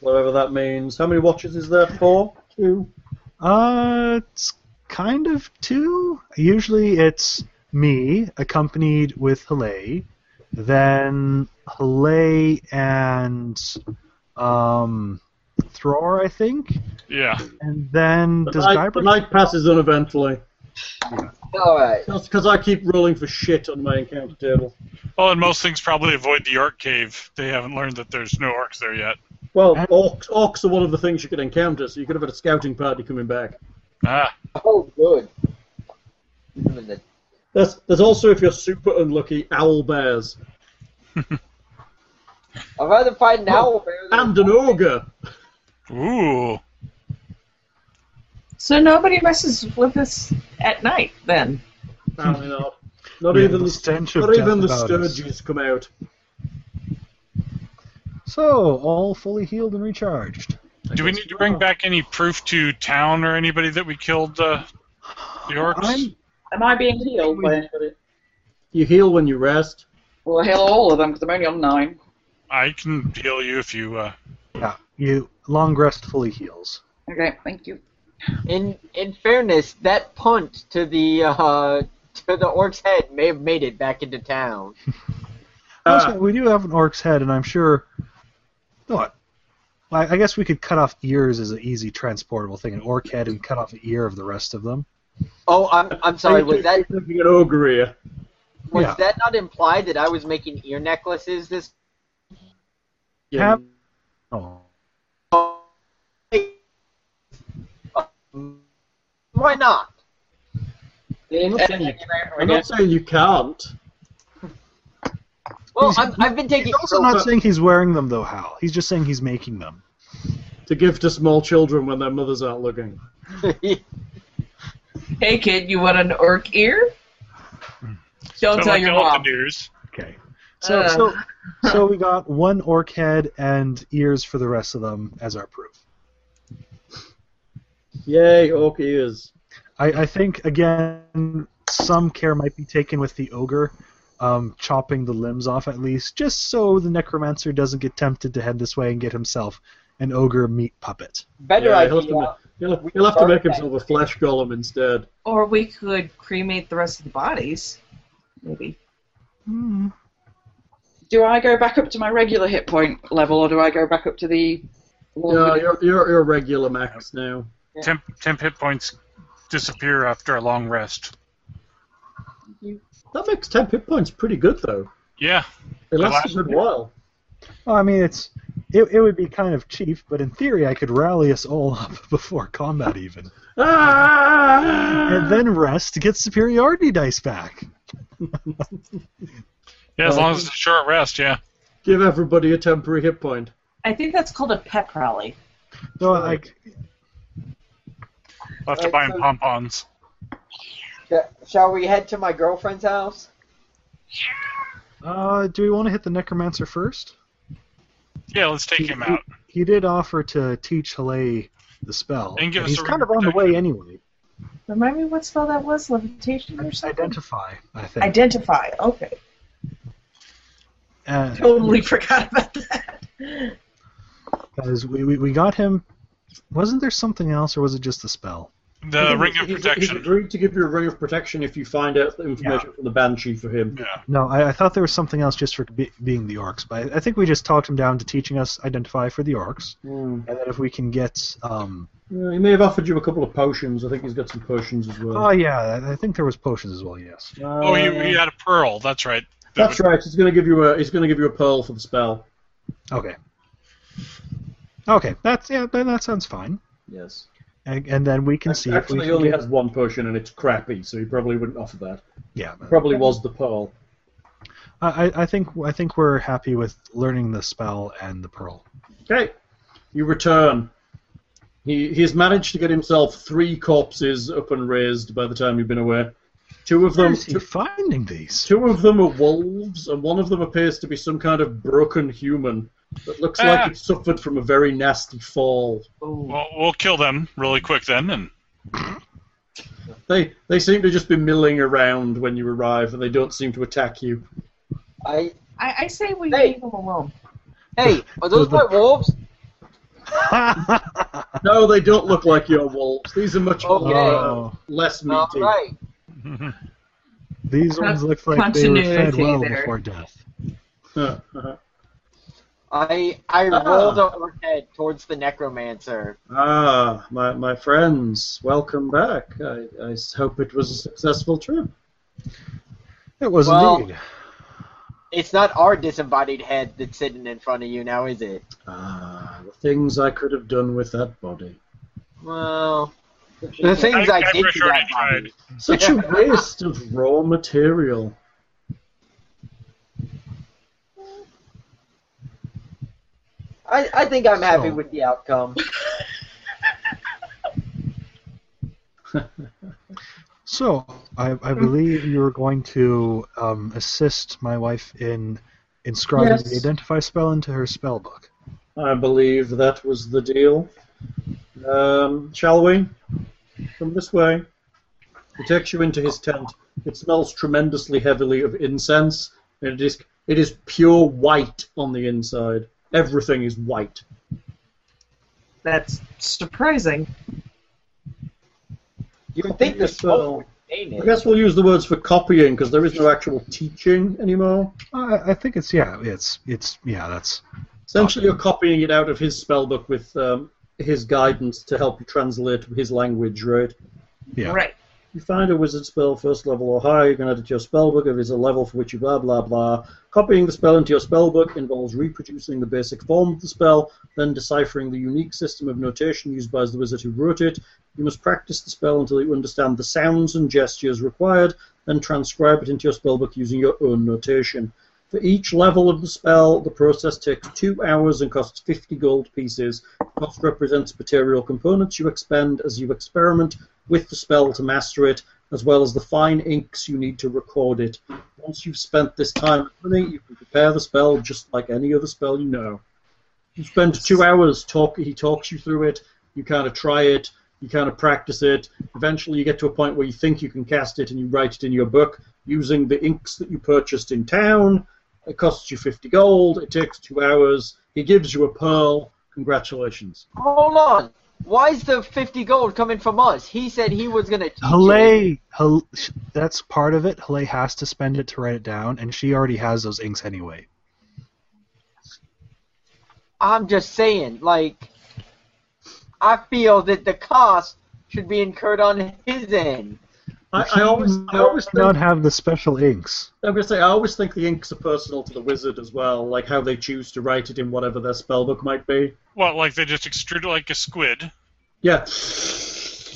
[SPEAKER 2] Whatever that means. How many watches is there? Four? Two?
[SPEAKER 4] Uh, it's kind of two. Usually it's me accompanied with Hillay, then Hillay and um, Thror, I think,
[SPEAKER 3] Yeah.
[SPEAKER 4] and then
[SPEAKER 2] The,
[SPEAKER 4] does
[SPEAKER 2] night, the
[SPEAKER 4] Guybrush?
[SPEAKER 2] night passes uneventfully.
[SPEAKER 6] All right.
[SPEAKER 2] That's because I keep rolling for shit on my encounter table.
[SPEAKER 3] Well, Oh, and most things probably avoid the orc cave. They haven't learned that there's no orcs there yet.
[SPEAKER 2] Well,
[SPEAKER 4] And-
[SPEAKER 2] orcs, orcs are one of the things you could encounter, so you could have had a scouting party coming back.
[SPEAKER 3] Ah.
[SPEAKER 6] Oh, good. Even the-
[SPEAKER 2] There's, there's also, if you're super unlucky, owl bears.
[SPEAKER 6] I'd rather fight an owl bear than
[SPEAKER 2] And an ogre!
[SPEAKER 3] Ooh.
[SPEAKER 8] So nobody messes with us at night then.
[SPEAKER 2] Apparently not. Not
[SPEAKER 4] Yeah,
[SPEAKER 2] even
[SPEAKER 4] the
[SPEAKER 2] the,
[SPEAKER 4] stench of
[SPEAKER 2] not even
[SPEAKER 4] death
[SPEAKER 2] the
[SPEAKER 4] about us.
[SPEAKER 2] sturges come out.
[SPEAKER 4] So all fully healed and recharged.
[SPEAKER 3] Do we need to bring back any proof to town or anybody that we killed uh, the orcs?
[SPEAKER 4] I'm-
[SPEAKER 5] Am I being healed by anybody?
[SPEAKER 2] You heal when you rest.
[SPEAKER 5] Well, I heal all of them because I'm only on nine.
[SPEAKER 3] I can heal you if you. Uh,
[SPEAKER 4] yeah, you long rest fully heals.
[SPEAKER 5] Okay, thank you.
[SPEAKER 6] In in fairness, that punt to the uh, to the orc's head may have made it back into town.
[SPEAKER 2] Ah,
[SPEAKER 4] Also, we do have an orc's head, and I'm sure. What? I I guess we could cut off ears as an easy transportable thing. An orc head and cut off an ear of the rest of them.
[SPEAKER 6] Oh, I'm I'm sorry. Was that
[SPEAKER 2] You're thinking an ogre here.
[SPEAKER 6] was
[SPEAKER 4] Yeah.
[SPEAKER 6] that not implied that I was making ear necklaces this?
[SPEAKER 2] Yeah.
[SPEAKER 4] Have- Oh.
[SPEAKER 6] Why not?
[SPEAKER 5] The
[SPEAKER 2] not
[SPEAKER 5] internet
[SPEAKER 2] saying-
[SPEAKER 5] came out
[SPEAKER 2] I'm
[SPEAKER 5] again.
[SPEAKER 2] not saying you can't.
[SPEAKER 6] Well,
[SPEAKER 4] He's-
[SPEAKER 6] I'm, I've been taking.
[SPEAKER 4] He's also not saying he's wearing them though, Hal. He's just saying he's making them.
[SPEAKER 2] To give to small children when their mothers aren't looking.
[SPEAKER 8] Hey kid, you want an orc ear? Don't
[SPEAKER 3] sound
[SPEAKER 8] tell
[SPEAKER 3] like
[SPEAKER 8] your mom.
[SPEAKER 3] elephant ears.
[SPEAKER 4] Okay. So
[SPEAKER 8] Uh.
[SPEAKER 4] so so we got one orc head and ears for the rest of them as our proof.
[SPEAKER 2] Yay, orc ears.
[SPEAKER 4] I, I think again some care might be taken with the ogre, um, chopping the limbs off at least, just so the necromancer doesn't get tempted to head this way and get himself an ogre meat puppet.
[SPEAKER 6] Better
[SPEAKER 2] Yeah, he'll have to
[SPEAKER 6] idea.
[SPEAKER 2] ma- He'll have, he'll have to make himself a flesh golem instead.
[SPEAKER 8] Or we could cremate the rest of the bodies. Maybe.
[SPEAKER 5] Do I go back up to my regular hit point level, or do I go back up to the?
[SPEAKER 2] Yeah, you're, you're, you're regular max now.
[SPEAKER 3] Temp, temp hit points disappear after a long rest.
[SPEAKER 2] That makes 10 hit points pretty good, though.
[SPEAKER 3] Yeah.
[SPEAKER 2] It lasts
[SPEAKER 3] lasts-
[SPEAKER 2] a good while.
[SPEAKER 4] Well, I mean, it's it, it would be kind of cheap, but in theory, I could rally us all up before combat even, and
[SPEAKER 2] Ah!
[SPEAKER 4] then rest to get superiority dice back.
[SPEAKER 3] Yeah, as
[SPEAKER 2] Well, I
[SPEAKER 3] long as it's a short rest, yeah.
[SPEAKER 2] Give everybody a temporary hit point.
[SPEAKER 8] I think that's called a pep rally.
[SPEAKER 4] So I,
[SPEAKER 3] We'll have to buy him pom poms.
[SPEAKER 6] Sh- Shall we head to my girlfriend's house?
[SPEAKER 4] uh, do we want to hit the necromancer first?
[SPEAKER 3] Yeah, let's take him out.
[SPEAKER 4] He did offer to teach Hillay the spell.
[SPEAKER 3] And give us
[SPEAKER 4] he's
[SPEAKER 3] a
[SPEAKER 4] kind
[SPEAKER 3] ring
[SPEAKER 4] of on the way
[SPEAKER 3] protection.
[SPEAKER 4] anyway.
[SPEAKER 7] Remind me what spell that was? Levitation or something?
[SPEAKER 4] Identify, I think.
[SPEAKER 7] Identify. Okay.
[SPEAKER 4] Uh,
[SPEAKER 8] Totally forgot about that.
[SPEAKER 4] Because we, we, we got him. Wasn't there something else, or was it just the spell?
[SPEAKER 3] The Uh, ring of
[SPEAKER 2] He's- He's
[SPEAKER 3] protection.
[SPEAKER 2] agreed to give you a ring of protection if you find out the information from the banshee for him.
[SPEAKER 3] Yeah.
[SPEAKER 4] No, I, I thought there was something else just for be, being the orcs, but I, I think we just talked him down to teaching us identify for the orcs,
[SPEAKER 2] Hmm.
[SPEAKER 4] and then if we can get, um,
[SPEAKER 2] Yeah, he may have offered you a couple of potions. I think he's got some potions as well.
[SPEAKER 4] oh yeah, I, I think there was potions as well. Yes.
[SPEAKER 3] Oh, you,
[SPEAKER 2] Uh,
[SPEAKER 3] you had a pearl. That's right. That
[SPEAKER 2] That's
[SPEAKER 3] would-
[SPEAKER 2] right. He's going to give you a he's going to give you a pearl for the spell.
[SPEAKER 4] Okay. Okay, that's yeah, that, that sounds fine,
[SPEAKER 2] Yes.
[SPEAKER 4] and, and then we can see if we
[SPEAKER 2] Actually, he
[SPEAKER 4] can
[SPEAKER 2] only
[SPEAKER 4] get-
[SPEAKER 2] has one potion and it's crappy, so he probably wouldn't offer that.
[SPEAKER 4] yeah.
[SPEAKER 2] Probably was the pearl.
[SPEAKER 4] I, I- I think I think we're happy with learning the spell and the pearl.
[SPEAKER 2] Okay. You return. He he has managed to get himself three corpses up and raised by the time you've been away. Two of
[SPEAKER 4] Where
[SPEAKER 2] them
[SPEAKER 4] is he finding these?
[SPEAKER 2] Two of them are wolves, and one of them appears to be some kind of broken human that looks
[SPEAKER 3] Ah.
[SPEAKER 2] like it suffered from a very nasty fall.
[SPEAKER 3] Well, we'll kill them really quick then, and
[SPEAKER 2] They they seem to just be milling around when you arrive, and they don't seem to attack you.
[SPEAKER 6] I
[SPEAKER 8] I, I say we
[SPEAKER 6] Hey.
[SPEAKER 8] leave them alone.
[SPEAKER 6] hey, are those my wolves?
[SPEAKER 2] No, they don't look like your wolves. These are much
[SPEAKER 6] Okay.
[SPEAKER 2] uh, less meaty.
[SPEAKER 6] All right.
[SPEAKER 4] These ones look like they were fed
[SPEAKER 8] Continuity
[SPEAKER 4] well
[SPEAKER 8] there.
[SPEAKER 4] before death.
[SPEAKER 2] Huh, uh-huh. huh.
[SPEAKER 6] I I
[SPEAKER 2] Ah.
[SPEAKER 6] rolled overhead towards the necromancer.
[SPEAKER 2] ah, my, my friends, welcome back. I, I s- hope it was a successful trip.
[SPEAKER 4] It was
[SPEAKER 6] Well-
[SPEAKER 4] indeed.
[SPEAKER 6] It's not our disembodied head that's sitting in front of you now, is it?
[SPEAKER 2] Ah, the things I could have done with that body.
[SPEAKER 6] Well, the things I,
[SPEAKER 3] I
[SPEAKER 6] did
[SPEAKER 3] wish
[SPEAKER 6] to
[SPEAKER 3] I
[SPEAKER 6] that
[SPEAKER 3] already
[SPEAKER 6] body.
[SPEAKER 2] Such a waste of raw material.
[SPEAKER 6] I, I think I'm happy
[SPEAKER 4] So-
[SPEAKER 6] with the outcome.
[SPEAKER 4] So I, I
[SPEAKER 8] Mm.
[SPEAKER 4] believe you were going to um, assist my wife in inscribing the
[SPEAKER 2] Yes.
[SPEAKER 4] identify spell into her spell book.
[SPEAKER 2] I believe that was the deal. Um, shall we? Come this way. He takes you into his tent. It smells tremendously heavily of incense, and it is it is pure white on the inside. Everything is white.
[SPEAKER 8] That's surprising.
[SPEAKER 6] You would think the smoke would stain
[SPEAKER 2] I
[SPEAKER 6] it.
[SPEAKER 2] guess we'll use the words for copying because there is no actual teaching anymore.
[SPEAKER 4] I, I think it's yeah, it's it's yeah, that's
[SPEAKER 2] Essentially, you're copying it out of his spellbook with um, his guidance to help you translate his language, right?
[SPEAKER 4] yeah.
[SPEAKER 8] Right.
[SPEAKER 2] You find a wizard spell first level or higher, you can add it to your spellbook if it's a level for which you blah blah blah. Copying the spell into your spellbook involves reproducing the basic form of the spell, then deciphering the unique system of notation used by the wizard who wrote it. You must practice the spell until you understand the sounds and gestures required, then transcribe it into your spellbook using your own notation. For each level of the spell, the process takes two hours and costs 50 gold pieces. Cost represents material components you expend as you experiment with the spell to master it, as well as the fine inks you need to record it. Once you've spent this time and money, you can prepare the spell just like any other spell you know. You spend two hours talk. He talks you through it. You kind of try it. You kind of practice it. Eventually, you get to a point where you think you can cast it, and you write it in your book using the inks that you purchased in town. It costs you 50 gold. It takes two hours. He gives you a pearl. Congratulations.
[SPEAKER 6] Hold on. Why is the 50 gold coming from us? He said he was going to teach it.
[SPEAKER 4] Hale, Hale, sh- that's part of it. Hale has to spend it to write it down, and she already has those inks anyway.
[SPEAKER 6] I'm just saying, like, I feel that the cost should be incurred on his end.
[SPEAKER 2] I, I always, I always
[SPEAKER 4] do not
[SPEAKER 2] think,
[SPEAKER 4] have the special inks.
[SPEAKER 2] I'm gonna say, I always think the inks are personal to the wizard as well, like how they choose to write it in whatever their spellbook might be.
[SPEAKER 3] well, like they just extrude it like a squid.
[SPEAKER 2] Yeah,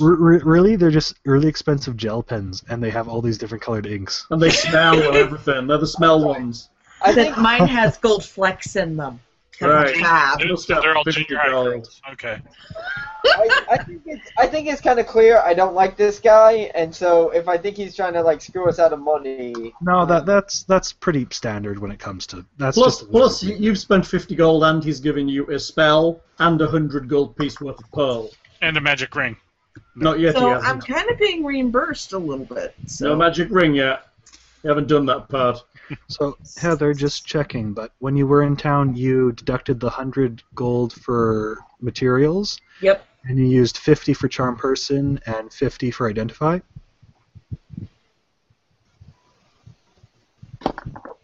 [SPEAKER 4] R- r- really, they're just really expensive gel pens, and they have all these different colored inks.
[SPEAKER 2] and they smell and everything. They're the smell ones.
[SPEAKER 6] I
[SPEAKER 8] That
[SPEAKER 6] think
[SPEAKER 8] mine has gold flecks in them.
[SPEAKER 2] Right.
[SPEAKER 8] Ah,
[SPEAKER 3] They're,
[SPEAKER 2] must have
[SPEAKER 3] they're all
[SPEAKER 2] 50
[SPEAKER 3] junior high
[SPEAKER 2] gold.
[SPEAKER 3] girls. Okay.
[SPEAKER 6] I, I think it's I think it's kind of clear I don't like this guy, and so if I think he's trying to like screw us out of money,
[SPEAKER 4] No, that that's that's pretty standard when it comes to that's
[SPEAKER 2] Plus,
[SPEAKER 4] just
[SPEAKER 2] plus, you- you've spent 50 gold, and he's giving you a spell and a hundred gold piece worth of pearl.
[SPEAKER 3] And a magic ring.
[SPEAKER 2] Not yet, he
[SPEAKER 8] So I'm
[SPEAKER 2] hasn't.
[SPEAKER 8] kind of being reimbursed a little bit. So
[SPEAKER 2] No magic ring yet. You haven't done that part.
[SPEAKER 4] So Heather, just checking, but when you were in town, you deducted the hundred gold for materials,
[SPEAKER 7] Yep.
[SPEAKER 4] and you used fifty for charm person and fifty for identify.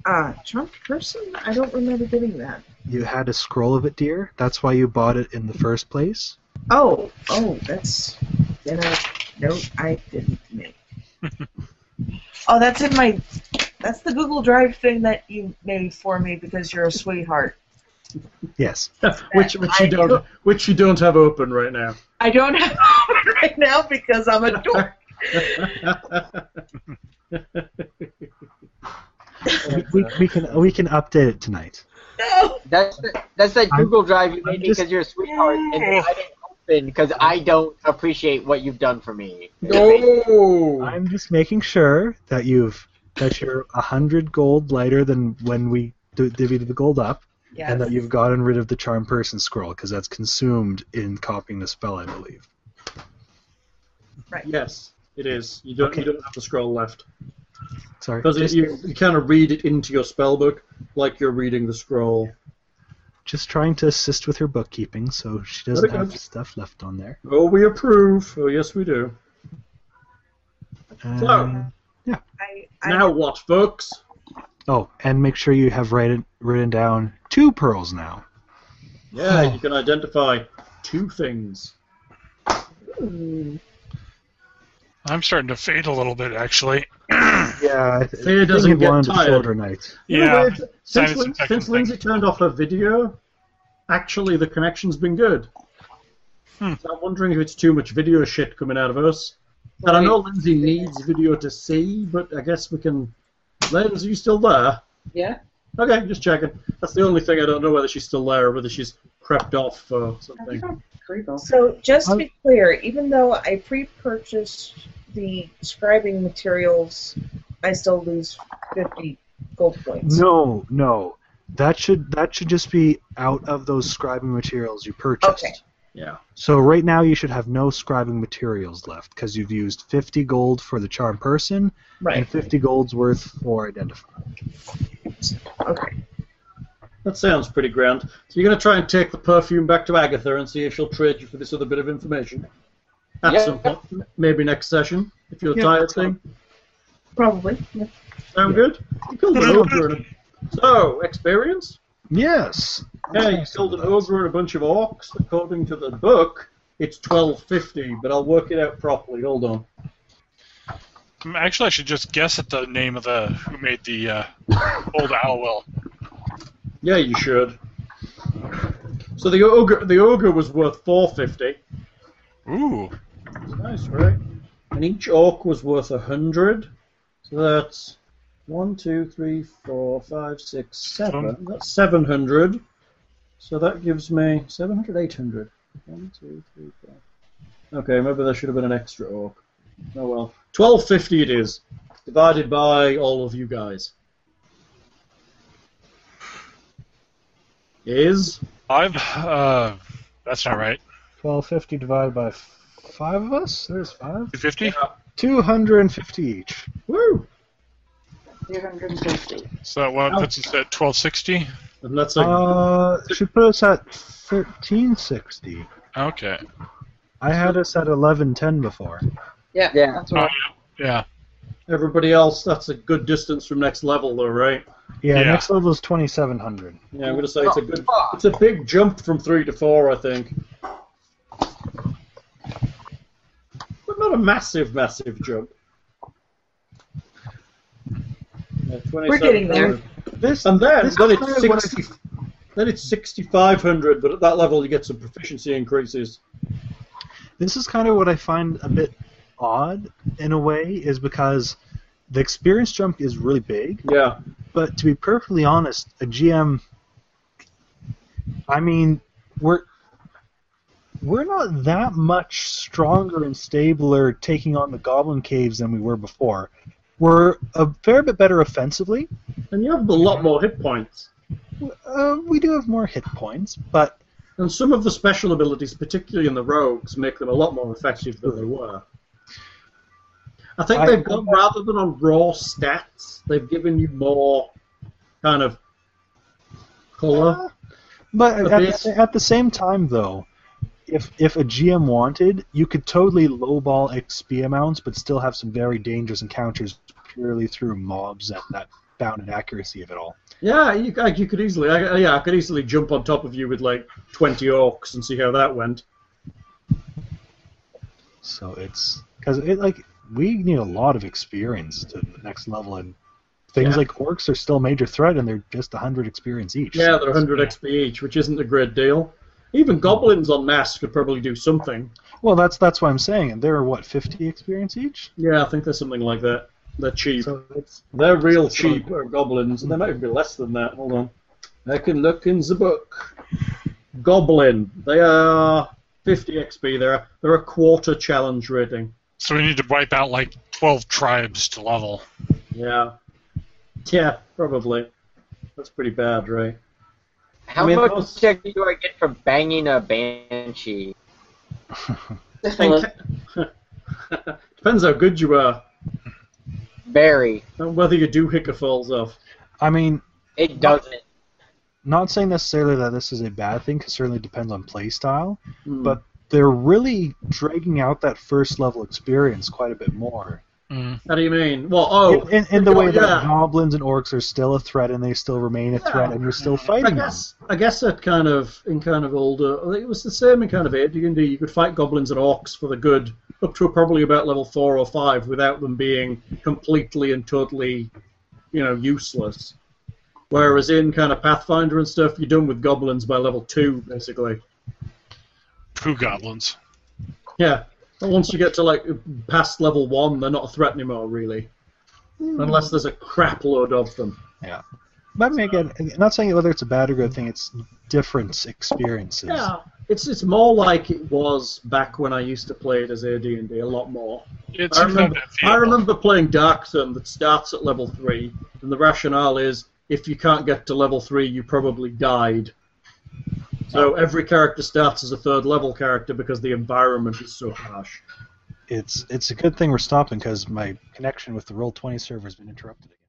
[SPEAKER 7] Uh, charmed person? I don't remember getting that.
[SPEAKER 4] You had a scroll of it, dear. That's why you bought it in the first place.
[SPEAKER 7] Oh, oh, that's then I note I didn't make.
[SPEAKER 8] Oh, that's in my. That's the Google Drive thing that you made for me because you're a sweetheart.
[SPEAKER 4] Yes.
[SPEAKER 2] which which you
[SPEAKER 8] I-
[SPEAKER 2] don't which you don't have open right now.
[SPEAKER 8] I don't have it right now because I'm a dork.
[SPEAKER 4] we, we, we can we can update it tonight.
[SPEAKER 8] No.
[SPEAKER 6] That's the, that's that
[SPEAKER 4] I'm-
[SPEAKER 6] Google Drive you
[SPEAKER 4] I'm
[SPEAKER 6] made
[SPEAKER 4] just-
[SPEAKER 6] because you're a sweetheart, and I didn't open because I don't appreciate what you've done for me.
[SPEAKER 2] no.
[SPEAKER 4] I'm just making sure that you've that you're a hundred gold lighter than when we d- divvied the gold up, and that you've gotten rid of the charm person scroll because that's consumed in copying the spell, I believe.
[SPEAKER 2] Yes, it is. You don't
[SPEAKER 4] Okay.
[SPEAKER 2] you don't have the scroll left
[SPEAKER 4] Sorry.
[SPEAKER 2] because
[SPEAKER 4] Just,
[SPEAKER 2] you, you kind of read it into your spell book like you're reading the scroll.
[SPEAKER 4] just trying to assist with her bookkeeping, so she doesn't
[SPEAKER 2] Very
[SPEAKER 4] have
[SPEAKER 2] good.
[SPEAKER 4] stuff left on there.
[SPEAKER 2] Oh, we approve. Oh, yes, we do. So-
[SPEAKER 4] Um,
[SPEAKER 8] I, I,
[SPEAKER 2] Now what, folks?
[SPEAKER 4] oh, and make sure you have written written down two pearls now.
[SPEAKER 2] Yeah,
[SPEAKER 4] Oh.
[SPEAKER 2] you can identify two things.
[SPEAKER 3] I'm starting to fade a little bit, actually.
[SPEAKER 4] Yeah,
[SPEAKER 2] Thea doesn't get tired.
[SPEAKER 4] Shoulder night.
[SPEAKER 2] You know,
[SPEAKER 3] Yeah,
[SPEAKER 2] weird-
[SPEAKER 3] sinus
[SPEAKER 2] Since, Lin-
[SPEAKER 3] infection
[SPEAKER 2] since
[SPEAKER 3] thing.
[SPEAKER 2] Lindsay turned off her video, actually the connection's been good.
[SPEAKER 3] Hmm.
[SPEAKER 2] So I'm wondering if it's too much video shit coming out of us. And I know Lindsay needs video to see, but I guess we can. Lindsay, are you still there?
[SPEAKER 5] Yeah.
[SPEAKER 2] Okay, just checking. That's the only thing I don't know whether she's still there or whether she's crept off or something.
[SPEAKER 7] So just to
[SPEAKER 4] I'm-
[SPEAKER 7] be clear, even though I pre-purchased the scribing materials, I still lose fifty gold points.
[SPEAKER 4] No, no. That should that should just be out of those scribing materials you purchased.
[SPEAKER 7] Okay.
[SPEAKER 2] Yeah.
[SPEAKER 4] So right now you should have no scribing materials left because you've used 50 gold for the charm person
[SPEAKER 7] Right.
[SPEAKER 4] and 50 gold's worth for identify.
[SPEAKER 7] Okay.
[SPEAKER 2] That sounds pretty grand. So you're going to try and take the perfume back to Agatha and see if she'll trade you for this other bit of information. At
[SPEAKER 6] Yeah.
[SPEAKER 2] some point, m- maybe next session, if you're
[SPEAKER 4] Yeah,
[SPEAKER 2] tired,
[SPEAKER 4] that's fine.
[SPEAKER 2] thing.
[SPEAKER 7] Probably.
[SPEAKER 2] Sound good? You killed an ogre. And a... So, experience?
[SPEAKER 4] Yes.
[SPEAKER 2] Yeah, you killed an ogre and a bunch of orcs. According to the book, it's 1250, but I'll work it out properly. Hold on.
[SPEAKER 3] Mm, Actually, I should just guess at the name of the who made the uh, old Owlwell.
[SPEAKER 2] Yeah, you should. So the ogre, the ogre was worth 450.
[SPEAKER 3] Ooh,
[SPEAKER 2] Nice, right? And each orc was worth 100. So that's one, two, three, four, five, six, seven.
[SPEAKER 3] Seven.
[SPEAKER 2] That's 700. So that gives me 700, 800. One, two, three, four. Okay, maybe there should have been an extra orc. Oh well. 1250 it is, divided by all of you guys. Is
[SPEAKER 3] I've uh, that's not right.
[SPEAKER 4] 1250 divided by five of us. There's five.
[SPEAKER 3] Two fifty.
[SPEAKER 4] 250 each.
[SPEAKER 2] woo,
[SPEAKER 5] 250.
[SPEAKER 3] So that one puts us at twelve sixty.
[SPEAKER 2] and that's like
[SPEAKER 4] Uh, should put us at 1360.
[SPEAKER 3] Okay.
[SPEAKER 4] I had us at 1110 before.
[SPEAKER 5] Yeah,
[SPEAKER 6] Yeah.
[SPEAKER 5] that's
[SPEAKER 3] Oh,
[SPEAKER 5] right.
[SPEAKER 3] yeah. yeah.
[SPEAKER 2] everybody else. That's a good distance from next level, though, right?
[SPEAKER 4] Yeah,
[SPEAKER 3] Yeah.
[SPEAKER 4] next level is 2700.
[SPEAKER 2] Yeah, I'm gonna say it's a
[SPEAKER 6] Oh,
[SPEAKER 2] good.
[SPEAKER 6] fuck.
[SPEAKER 2] It's a big jump from three to four, I think. But not a massive, massive jump. Yeah,
[SPEAKER 8] We're getting there.
[SPEAKER 2] 2700.
[SPEAKER 4] This
[SPEAKER 2] And then,
[SPEAKER 4] This
[SPEAKER 2] then
[SPEAKER 4] is kind
[SPEAKER 2] it's
[SPEAKER 4] of what I-
[SPEAKER 2] sixty. Then it's sixty-five hundred, but at that level you get some proficiency increases.
[SPEAKER 4] this is kind of what I find a bit odd in a way is because the experience jump is really big,
[SPEAKER 2] Yeah,
[SPEAKER 4] but to be perfectly honest, a GM I mean, we're we're not that much stronger and stabler taking on the goblin caves than we were before. We're a fair bit better offensively.
[SPEAKER 2] and you have a lot more hit points.
[SPEAKER 4] Uh, we do have more hit points, but
[SPEAKER 2] And some of the special abilities, particularly in the rogues, make them a lot more effective than they were. I think
[SPEAKER 4] I-
[SPEAKER 2] they've got rather than on raw stats, they've given you more kind of color.
[SPEAKER 4] Uh, But
[SPEAKER 2] But
[SPEAKER 4] at,
[SPEAKER 2] this-
[SPEAKER 4] at the same time, though, if if a GM wanted, you could totally lowball XP amounts, but still have some very dangerous encounters purely through mobs and that bounded accuracy of it all.
[SPEAKER 2] Yeah, you, I- you could easily, I, yeah, I could easily jump on top of you with like twenty orcs and see how that went.
[SPEAKER 4] So it's because it like we need a lot of experience to the next level, and things
[SPEAKER 2] Yeah.
[SPEAKER 4] like orcs are still a major threat, and they're just hundred experience each.
[SPEAKER 2] Yeah,
[SPEAKER 4] so
[SPEAKER 2] they're
[SPEAKER 4] it's-
[SPEAKER 2] 100 XP each, which isn't a great deal. Even goblins on mass could probably do something.
[SPEAKER 4] Well, that's that's what I'm saying, and they're what fifty experience each.
[SPEAKER 2] Yeah, I think there's something like that. They're cheap.
[SPEAKER 4] So it's
[SPEAKER 2] They're real cheap uh, goblins, and they might even be less than that. Hold on. I can look in the book. Goblin. They are 50 XP. They're a, they're a quarter challenge rating.
[SPEAKER 3] So we need to wipe out like 12 tribes to level.
[SPEAKER 2] Yeah. Yeah, probably. That's pretty bad, right?
[SPEAKER 6] How
[SPEAKER 2] I mean,
[SPEAKER 6] much
[SPEAKER 2] those-
[SPEAKER 6] check do I get for banging a banshee?
[SPEAKER 5] Syphilis.
[SPEAKER 2] Depends how good you are
[SPEAKER 6] Barry,
[SPEAKER 2] and whether your doohickey falls off.
[SPEAKER 4] I mean,
[SPEAKER 6] it doesn't.
[SPEAKER 4] not saying necessarily that this is a bad thing, because certainly depends on play style.
[SPEAKER 2] Hmm.
[SPEAKER 4] But- they're really dragging out that first level experience quite a bit more.
[SPEAKER 2] how do you mean? Well, oh,
[SPEAKER 4] in, in, in the
[SPEAKER 2] oh,
[SPEAKER 4] way that
[SPEAKER 2] yeah.
[SPEAKER 4] goblins and orcs are still a threat and they still remain a threat and you're still
[SPEAKER 2] I
[SPEAKER 4] fighting them.
[SPEAKER 2] guess I guess that kind of in kind of older it was the same in kind of AD&D. You could fight goblins and orcs for the good up to probably about level four or five without them being completely and totally, you know, useless. Whereas in kind of Pathfinder and stuff, you're done with goblins by level two basically.
[SPEAKER 3] Poo goblins.
[SPEAKER 2] Yeah. And once you get to like past level one, they're not a threat anymore really, unless there's a crap load of them.
[SPEAKER 4] But I mean, again, I'm not saying whether it's a bad or good thing, it's different experiences.
[SPEAKER 2] Yeah, it's it's more like it was back when I used to play it as AD&D a lot more.
[SPEAKER 3] It's
[SPEAKER 2] I
[SPEAKER 3] something
[SPEAKER 2] remember,
[SPEAKER 3] that
[SPEAKER 2] I
[SPEAKER 3] feels-
[SPEAKER 2] remember playing Dark Sun that starts at level 3, and the rationale is if you can't get to level 3, you probably died. So every character starts as a third level character because the environment is so harsh.
[SPEAKER 4] It's it's a good thing we're stopping because my connection with the Roll20 server has been interrupted again.